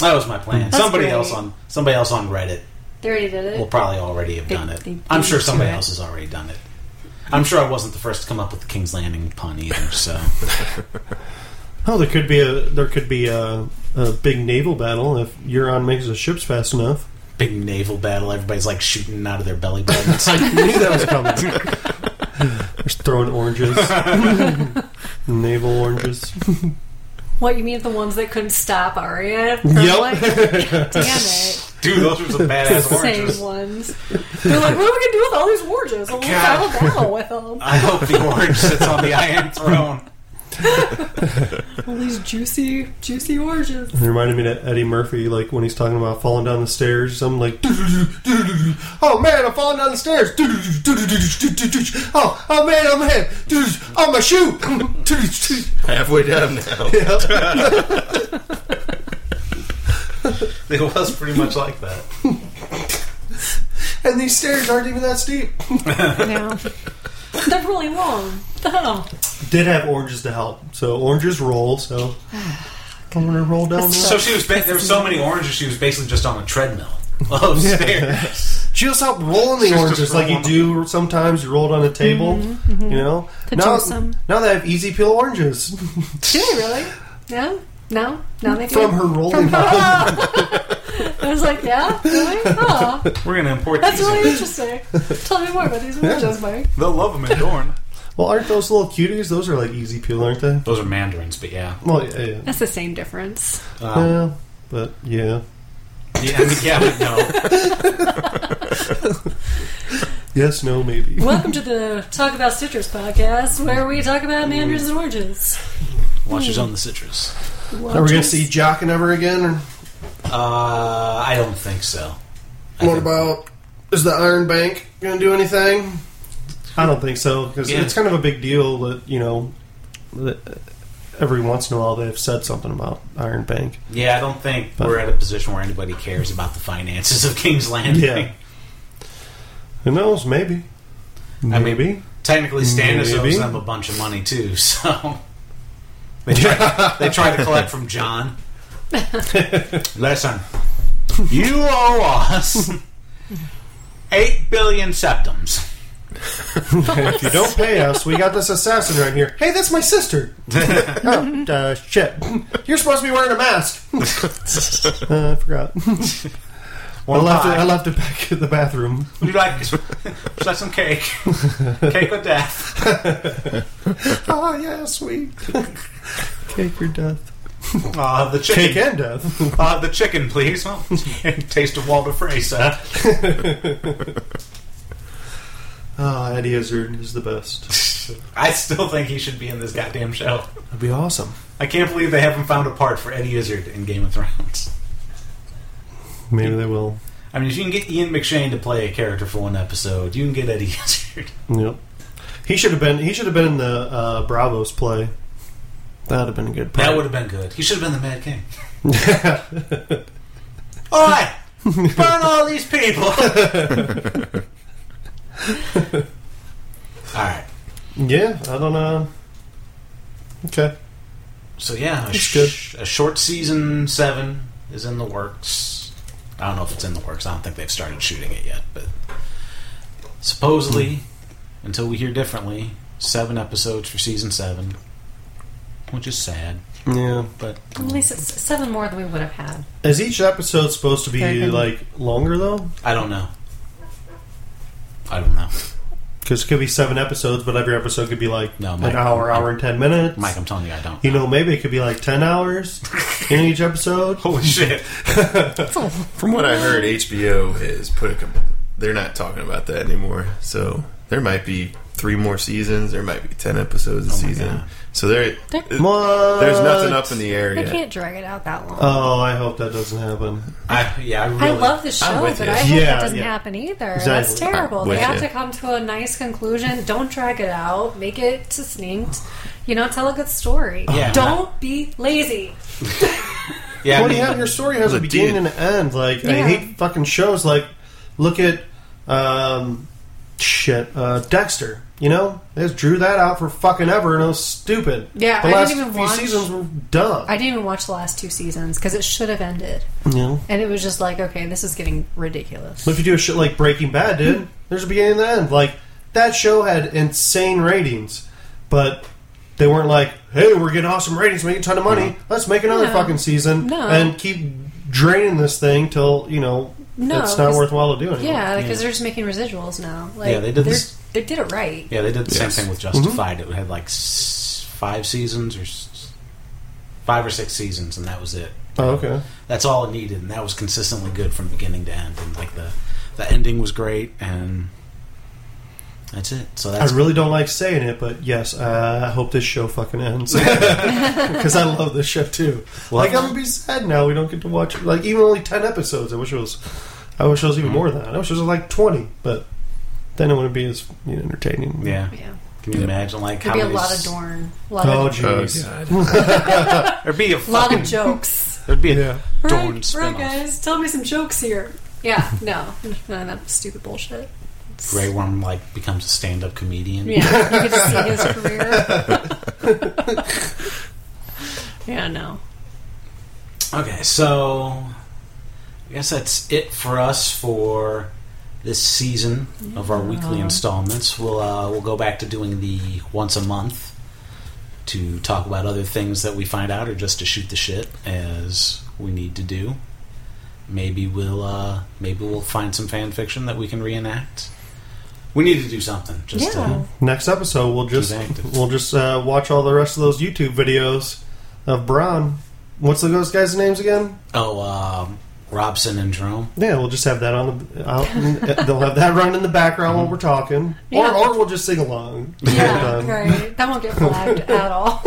[SPEAKER 1] That was my plan.
[SPEAKER 2] That's
[SPEAKER 1] somebody
[SPEAKER 2] great.
[SPEAKER 1] else on somebody else on Reddit
[SPEAKER 2] They already did
[SPEAKER 1] will
[SPEAKER 2] it.
[SPEAKER 1] probably already have
[SPEAKER 2] They-
[SPEAKER 1] done
[SPEAKER 2] they
[SPEAKER 1] it. I'm sure
[SPEAKER 2] beat
[SPEAKER 1] somebody
[SPEAKER 2] to it.
[SPEAKER 1] else has already done it. I'm sure I wasn't the first to come up with the King's Landing pun either. So
[SPEAKER 3] Oh, there could be a there could be a, a big naval battle if Euron makes his ships fast enough.
[SPEAKER 1] big naval battle, everybody's like shooting out of their belly buttons.
[SPEAKER 3] I knew that was coming. Just throwing oranges, naval oranges.
[SPEAKER 2] What you mean the ones that couldn't stop Arya? from,
[SPEAKER 3] Yep.
[SPEAKER 2] like- damn it.
[SPEAKER 1] Dude, those were some badass
[SPEAKER 2] Same
[SPEAKER 1] oranges.
[SPEAKER 2] ones. They're like, what are we gonna do with all these oranges? We'll
[SPEAKER 1] God.
[SPEAKER 2] have a battle with them.
[SPEAKER 1] I hope the orange sits on the Iron Throne.
[SPEAKER 2] All these juicy, juicy oranges.
[SPEAKER 3] It reminded me of Eddie Murphy, like when he's talking about falling down the stairs. I'm like, oh man, I'm falling down the stairs. Oh, oh man, oh man, oh my shoe.
[SPEAKER 4] Halfway down now.
[SPEAKER 1] It was pretty much like that.
[SPEAKER 3] And these stairs aren't even that steep.
[SPEAKER 2] No. They're really long. What the hell?
[SPEAKER 3] Did have oranges to help, so oranges roll. So I'm gonna roll down.
[SPEAKER 2] That's
[SPEAKER 3] the
[SPEAKER 1] So she was. Ba- there were so many oranges. She was basically just on a treadmill. Oh, stairs.
[SPEAKER 3] She was out rolling the
[SPEAKER 4] She's
[SPEAKER 3] oranges
[SPEAKER 4] just
[SPEAKER 3] like you do sometimes. You roll it on a table, you know.
[SPEAKER 2] Put
[SPEAKER 3] now,
[SPEAKER 2] you some-
[SPEAKER 3] now they have easy peel oranges
[SPEAKER 2] Do they really? No, no, no. They do.
[SPEAKER 3] from her rolling. out.
[SPEAKER 2] I was like, yeah, really? Oh,
[SPEAKER 1] We're gonna import
[SPEAKER 2] that's
[SPEAKER 1] these. in.
[SPEAKER 2] really interesting. Tell me more about these oranges, Mike.
[SPEAKER 6] They'll love them in Dorn.
[SPEAKER 3] well, aren't those little cuties? Those are like easy peel, aren't they?
[SPEAKER 1] Those are mandarins, but yeah,
[SPEAKER 3] Well, yeah, yeah.
[SPEAKER 2] That's the same difference.
[SPEAKER 1] um,
[SPEAKER 3] Yeah, but yeah,
[SPEAKER 1] yeah, I mean, yeah, but no.
[SPEAKER 3] yes, no, maybe.
[SPEAKER 2] Welcome to the Talk About Citrus podcast, where we talk about mandarins and oranges.
[SPEAKER 1] Watches on the citrus.
[SPEAKER 3] Are we gonna see Jockin ever again? Or
[SPEAKER 1] Uh, I don't think so. I
[SPEAKER 3] what
[SPEAKER 1] think-
[SPEAKER 3] about is the Iron Bank gonna do anything? I don't think so because
[SPEAKER 1] Yeah.
[SPEAKER 3] it's kind of a big deal that you know that uh, every once in a while they've said something about Iron Bank.
[SPEAKER 1] Yeah, I don't think
[SPEAKER 3] But-
[SPEAKER 1] we're at a position where anybody cares about the finances of King's Landing.
[SPEAKER 3] Yeah. Who knows? Maybe.
[SPEAKER 1] I mean- Technically, Stannis
[SPEAKER 3] Maybe.
[SPEAKER 1] owes them a bunch of money too, so they try, they try to collect from John. Listen, you owe us eight billion septums.
[SPEAKER 3] if you don't pay us, we got this assassin right here. Hey, that's my sister. oh, uh, shit! You're supposed to be wearing a mask. uh, I forgot. I
[SPEAKER 1] One
[SPEAKER 3] left it.
[SPEAKER 1] pie.
[SPEAKER 3] I left it back in the bathroom.
[SPEAKER 1] Would you like like some cake? cake of death.
[SPEAKER 3] Oh yeah, sweet. Cake or death.
[SPEAKER 1] Uh, the
[SPEAKER 3] Cake
[SPEAKER 1] chicken.
[SPEAKER 3] and death.
[SPEAKER 1] Uh, the chicken, please. Oh, taste of Walter Fraser.
[SPEAKER 3] Ah, Eddie Izzard is the best.
[SPEAKER 1] I still think he should be in this goddamn show.
[SPEAKER 3] That'd be awesome.
[SPEAKER 1] I can't believe they haven't found a part for Eddie Izzard in Game of Thrones.
[SPEAKER 3] Maybe they will.
[SPEAKER 1] I mean, if you can get Ian McShane to play a character for one episode, you can get Eddie Izzard.
[SPEAKER 3] Yep. He should have been. He should have been in the uh, Bravos play. That'd have been a good.
[SPEAKER 1] That
[SPEAKER 3] Part.
[SPEAKER 1] would have been good. He should have been the Mad King. All right, burn all these people. all right.
[SPEAKER 3] Yeah, I don't know. Okay.
[SPEAKER 1] So yeah, a,
[SPEAKER 3] That's
[SPEAKER 1] sh- a short season seven is in the works. I don't know if it's in the works. I don't think they've started shooting it yet, but supposedly, until we hear differently, seven episodes for season seven, which is sad.
[SPEAKER 3] Yeah.
[SPEAKER 1] But
[SPEAKER 2] At least it's seven more than we would have had.
[SPEAKER 3] Is each episode supposed to
[SPEAKER 2] Very
[SPEAKER 3] be
[SPEAKER 2] good.
[SPEAKER 3] like longer though?
[SPEAKER 1] I don't know. I don't know,
[SPEAKER 3] Because it could be seven episodes, but every episode could be like
[SPEAKER 1] No, Mike,
[SPEAKER 3] an hour, hour and ten minutes.
[SPEAKER 1] Mike. I'm telling you, I don't.
[SPEAKER 3] You know, maybe it could be like ten hours in each episode.
[SPEAKER 1] holy shit!
[SPEAKER 4] From what I heard, HBO has put a. com- They're not talking about that anymore. So there might be three more seasons. There might be ten episodes a
[SPEAKER 1] Oh my
[SPEAKER 4] season.
[SPEAKER 1] God.
[SPEAKER 4] So there,
[SPEAKER 2] There-
[SPEAKER 3] What?
[SPEAKER 4] there's nothing up in the air
[SPEAKER 2] They
[SPEAKER 4] yet.
[SPEAKER 2] can't drag it out that long.
[SPEAKER 3] Oh, I hope that doesn't happen.
[SPEAKER 1] I yeah, I really.
[SPEAKER 2] I love the
[SPEAKER 4] I'm
[SPEAKER 2] show,
[SPEAKER 4] with
[SPEAKER 2] but
[SPEAKER 4] you.
[SPEAKER 2] I hope
[SPEAKER 3] Yeah,
[SPEAKER 2] that doesn't
[SPEAKER 3] yeah.
[SPEAKER 2] happen either. That's
[SPEAKER 3] Exactly.
[SPEAKER 2] terrible.
[SPEAKER 4] I'm
[SPEAKER 2] They
[SPEAKER 4] with
[SPEAKER 2] have
[SPEAKER 4] you.
[SPEAKER 2] to come to a nice conclusion. Don't drag it out. Make it succinct. You know, tell a good story.
[SPEAKER 1] Yeah.
[SPEAKER 2] Don't be lazy.
[SPEAKER 1] Yeah, I
[SPEAKER 3] Well,
[SPEAKER 1] mean,
[SPEAKER 3] yeah, your story has a
[SPEAKER 4] Legit.
[SPEAKER 3] beginning and an end. Like I
[SPEAKER 2] Yeah.
[SPEAKER 3] hate fucking shows. Like look at um, shit, uh, Dexter. You know, they just drew that out for fucking ever, and it was stupid.
[SPEAKER 2] Yeah,
[SPEAKER 3] the
[SPEAKER 2] I didn't
[SPEAKER 3] last
[SPEAKER 2] even
[SPEAKER 3] few
[SPEAKER 2] watch-
[SPEAKER 3] seasons were dumb.
[SPEAKER 2] I didn't even watch the last two seasons because it should have ended.
[SPEAKER 3] you know,
[SPEAKER 2] And it was just like, okay, this is getting ridiculous.
[SPEAKER 3] but if you do a shit like Breaking Bad, dude, there's a beginning and an end. Like that show had insane ratings, but. They weren't like, "Hey, we're getting awesome ratings, making a ton of money. Let's make another
[SPEAKER 2] No.
[SPEAKER 3] fucking season
[SPEAKER 2] No.
[SPEAKER 3] and keep draining this thing till you know
[SPEAKER 2] No,
[SPEAKER 3] it's not
[SPEAKER 2] 'cause-
[SPEAKER 3] worthwhile to do anymore."
[SPEAKER 2] Yeah, because they're just making residuals now. Like,
[SPEAKER 1] Yeah, they did
[SPEAKER 2] they're-
[SPEAKER 1] this-
[SPEAKER 2] They did it right.
[SPEAKER 1] yeah, they did the
[SPEAKER 4] Yes.
[SPEAKER 1] same thing with Justified. It had like s- five seasons or s- five or six seasons, and that was it.
[SPEAKER 3] Oh, okay.
[SPEAKER 1] that's all it needed, and that was consistently good from beginning to end. And like the the ending was great, and that's it. So
[SPEAKER 3] I
[SPEAKER 1] that's
[SPEAKER 3] really don't like saying it, but yes, uh, I hope this show fucking ends because I love this show too. like I'm gonna be sad now we don't get to watch like even only ten episodes. I wish it was, I wish it was even more than that. I wish it was like twenty, but then it wouldn't be as you know, entertaining.
[SPEAKER 1] yeah.
[SPEAKER 2] Yeah.
[SPEAKER 1] Can you imagine like
[SPEAKER 2] Could
[SPEAKER 1] how
[SPEAKER 2] be a
[SPEAKER 1] many
[SPEAKER 2] lot
[SPEAKER 1] s-
[SPEAKER 2] of Dorn. A lot
[SPEAKER 3] Oh
[SPEAKER 2] of,
[SPEAKER 4] Oh,
[SPEAKER 3] jeez.
[SPEAKER 4] God.
[SPEAKER 1] There'd be a
[SPEAKER 2] a lot
[SPEAKER 1] fucking
[SPEAKER 2] of jokes.
[SPEAKER 1] there'd be a
[SPEAKER 3] yeah.
[SPEAKER 1] Dorn
[SPEAKER 2] right, right,
[SPEAKER 1] spin-off.
[SPEAKER 2] guys. Tell me some jokes here. Yeah, no. None of that stupid bullshit. It's-
[SPEAKER 1] Grey Worm like becomes a stand up comedian.
[SPEAKER 2] Yeah, you could see his career. yeah, no.
[SPEAKER 1] Okay, so I guess that's it for us for this season of our weekly installments. We'll uh, we'll go back to doing the once a month to talk about other things that we find out or just to shoot the shit as we need to do. Maybe we'll uh, maybe we'll find some fan fiction that we can reenact. We need to do something just uh,
[SPEAKER 2] Yeah.
[SPEAKER 1] to
[SPEAKER 3] Next episode, we'll just
[SPEAKER 1] Keep active.
[SPEAKER 3] we'll just uh, watch all the rest of those YouTube videos of Braun. What's the those guys' names again?
[SPEAKER 1] oh um, Robson and Jerome.
[SPEAKER 3] Yeah, we'll just have that on the. Out, they'll have that running in the background while we're talking,
[SPEAKER 2] Yeah.
[SPEAKER 3] or or we'll just sing along.
[SPEAKER 2] Yeah,
[SPEAKER 3] Done.
[SPEAKER 2] right. That won't get flagged at all.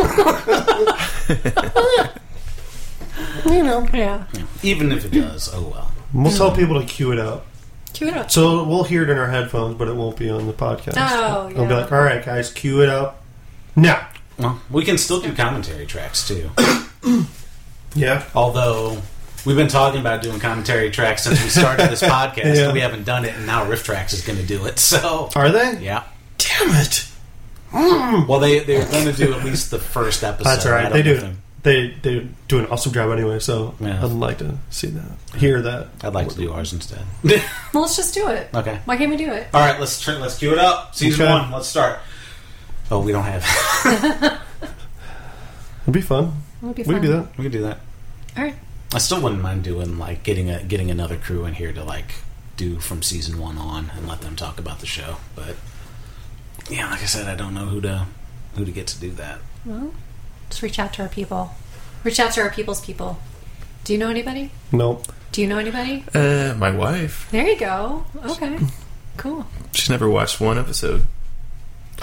[SPEAKER 3] You know,
[SPEAKER 2] yeah.
[SPEAKER 1] Even if it does, oh well.
[SPEAKER 3] we'll tell people to cue it up,
[SPEAKER 2] Cue it up.
[SPEAKER 3] so we'll hear it in our headphones, but it won't be on the podcast.
[SPEAKER 2] Oh,
[SPEAKER 3] I'll be
[SPEAKER 2] yeah.
[SPEAKER 3] like, all right, guys, cue it up now.
[SPEAKER 1] Well, we can still do commentary tracks too.
[SPEAKER 3] Yeah,
[SPEAKER 1] Although we've been talking about doing commentary tracks since we started this podcast,
[SPEAKER 3] Yeah.
[SPEAKER 1] and we haven't done it, and now Riff Tracks is going to do it. So
[SPEAKER 3] are they?
[SPEAKER 1] yeah.
[SPEAKER 3] Damn it!
[SPEAKER 1] Well, they they're going to do at least the first episode.
[SPEAKER 3] That's all
[SPEAKER 1] I
[SPEAKER 3] right.
[SPEAKER 1] don't
[SPEAKER 3] They
[SPEAKER 1] know
[SPEAKER 3] do.
[SPEAKER 1] if I'm-
[SPEAKER 3] They they do an awesome job anyway. So
[SPEAKER 1] Yeah.
[SPEAKER 3] I'd like to see that, hear that.
[SPEAKER 1] I'd like to do ours instead.
[SPEAKER 2] Well, let's just do it.
[SPEAKER 1] okay.
[SPEAKER 2] Why can't we do it?
[SPEAKER 1] All right. Let's turn. Let's cue it up. Season
[SPEAKER 3] Okay.
[SPEAKER 1] one. Let's start. Oh, we don't have.
[SPEAKER 3] It'd be fun.
[SPEAKER 2] It'll be
[SPEAKER 3] We
[SPEAKER 2] fun.
[SPEAKER 3] could do that.
[SPEAKER 1] we can do that.
[SPEAKER 2] All right.
[SPEAKER 1] I still wouldn't mind doing like getting a getting another crew in here to like do from season one on and let them talk about the show. But yeah, like I said, I don't know who to who to get to do that.
[SPEAKER 2] Well, just reach out to our people. Reach out to our people's people. Do you know anybody?
[SPEAKER 3] Nope.
[SPEAKER 2] Do you know anybody?
[SPEAKER 4] Uh, my wife.
[SPEAKER 2] There you go. Okay. Cool.
[SPEAKER 4] She's never watched one episode.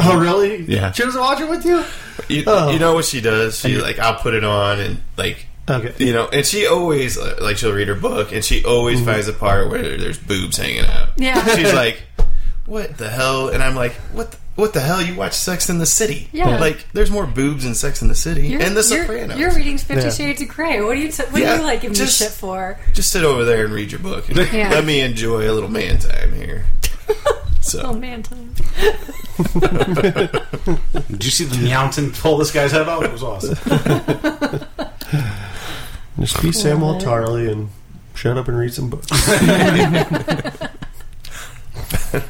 [SPEAKER 3] Oh really?
[SPEAKER 4] Yeah.
[SPEAKER 3] She doesn't watch it with you.
[SPEAKER 4] You,
[SPEAKER 3] Oh.
[SPEAKER 4] you know what she does? She
[SPEAKER 3] And you-
[SPEAKER 4] like I'll put it on and like
[SPEAKER 3] Okay.
[SPEAKER 4] you know, and she always uh, like she'll read her book and she always finds a part where there's boobs hanging out.
[SPEAKER 2] Yeah.
[SPEAKER 4] She's like, "What the hell?" And I'm like, "What? The, what the hell? You watch Sex in the City?
[SPEAKER 2] Yeah.
[SPEAKER 4] Like, there's more boobs in Sex in the City and The Sopranos.
[SPEAKER 2] You're, reading Fifty
[SPEAKER 3] Yeah.
[SPEAKER 2] Shades of Grey. What are you? T- what
[SPEAKER 4] Yeah,
[SPEAKER 2] are you like giving
[SPEAKER 4] just-
[SPEAKER 2] me shit for?
[SPEAKER 4] Just sit over there and read your book. And
[SPEAKER 2] Yeah.
[SPEAKER 4] Let me enjoy a little man time here."
[SPEAKER 2] Oh
[SPEAKER 4] So
[SPEAKER 2] man, time.
[SPEAKER 1] Did you see the mountain pull this guy's head off? It was awesome.
[SPEAKER 3] Just be Samuel
[SPEAKER 2] What?
[SPEAKER 3] Tarly and shut up and read some books.
[SPEAKER 2] Yeah.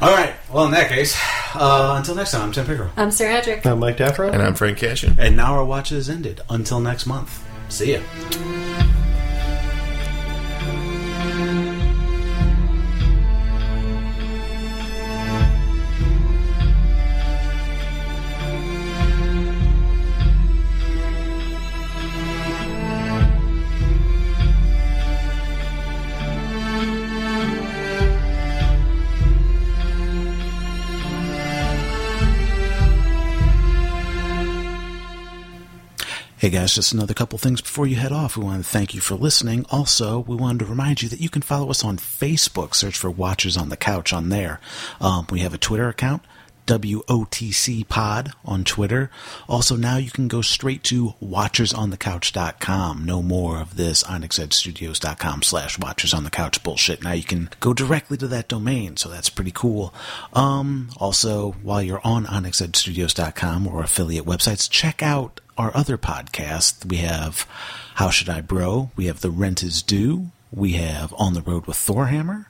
[SPEAKER 1] All right. Well, in that case, uh, until next time, I'm Tim Pickerel.
[SPEAKER 2] I'm Sarah Edrick.
[SPEAKER 3] I'm Mike Daffron.
[SPEAKER 4] and I'm Frank Cashin.
[SPEAKER 1] And now our watch is ended. Until next month. See ya. Hey guys, just another couple things before you head off. We want to thank you for listening. Also, we wanted to remind you that you can follow us on Facebook. Search for Watchers on the Couch on there. Um, we have a Twitter account, WOTC Pod on Twitter. Also, now you can go straight to WatchersOnTheCouch.com. No more of this OnyxEdStudios.com slash Watchers on the Couch bullshit. Now you can go directly to that domain, so that's pretty cool. Um, also, while you're on OnyxEdStudios.com or affiliate websites, check out our other podcasts. We have How Should I Bro? We have The Rent Is Due. We have On the Road with Thorhammer.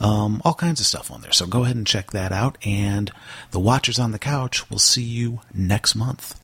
[SPEAKER 1] Um, all kinds of stuff on there. So go ahead and check that out. And the Watchers on the Couch will see you next month.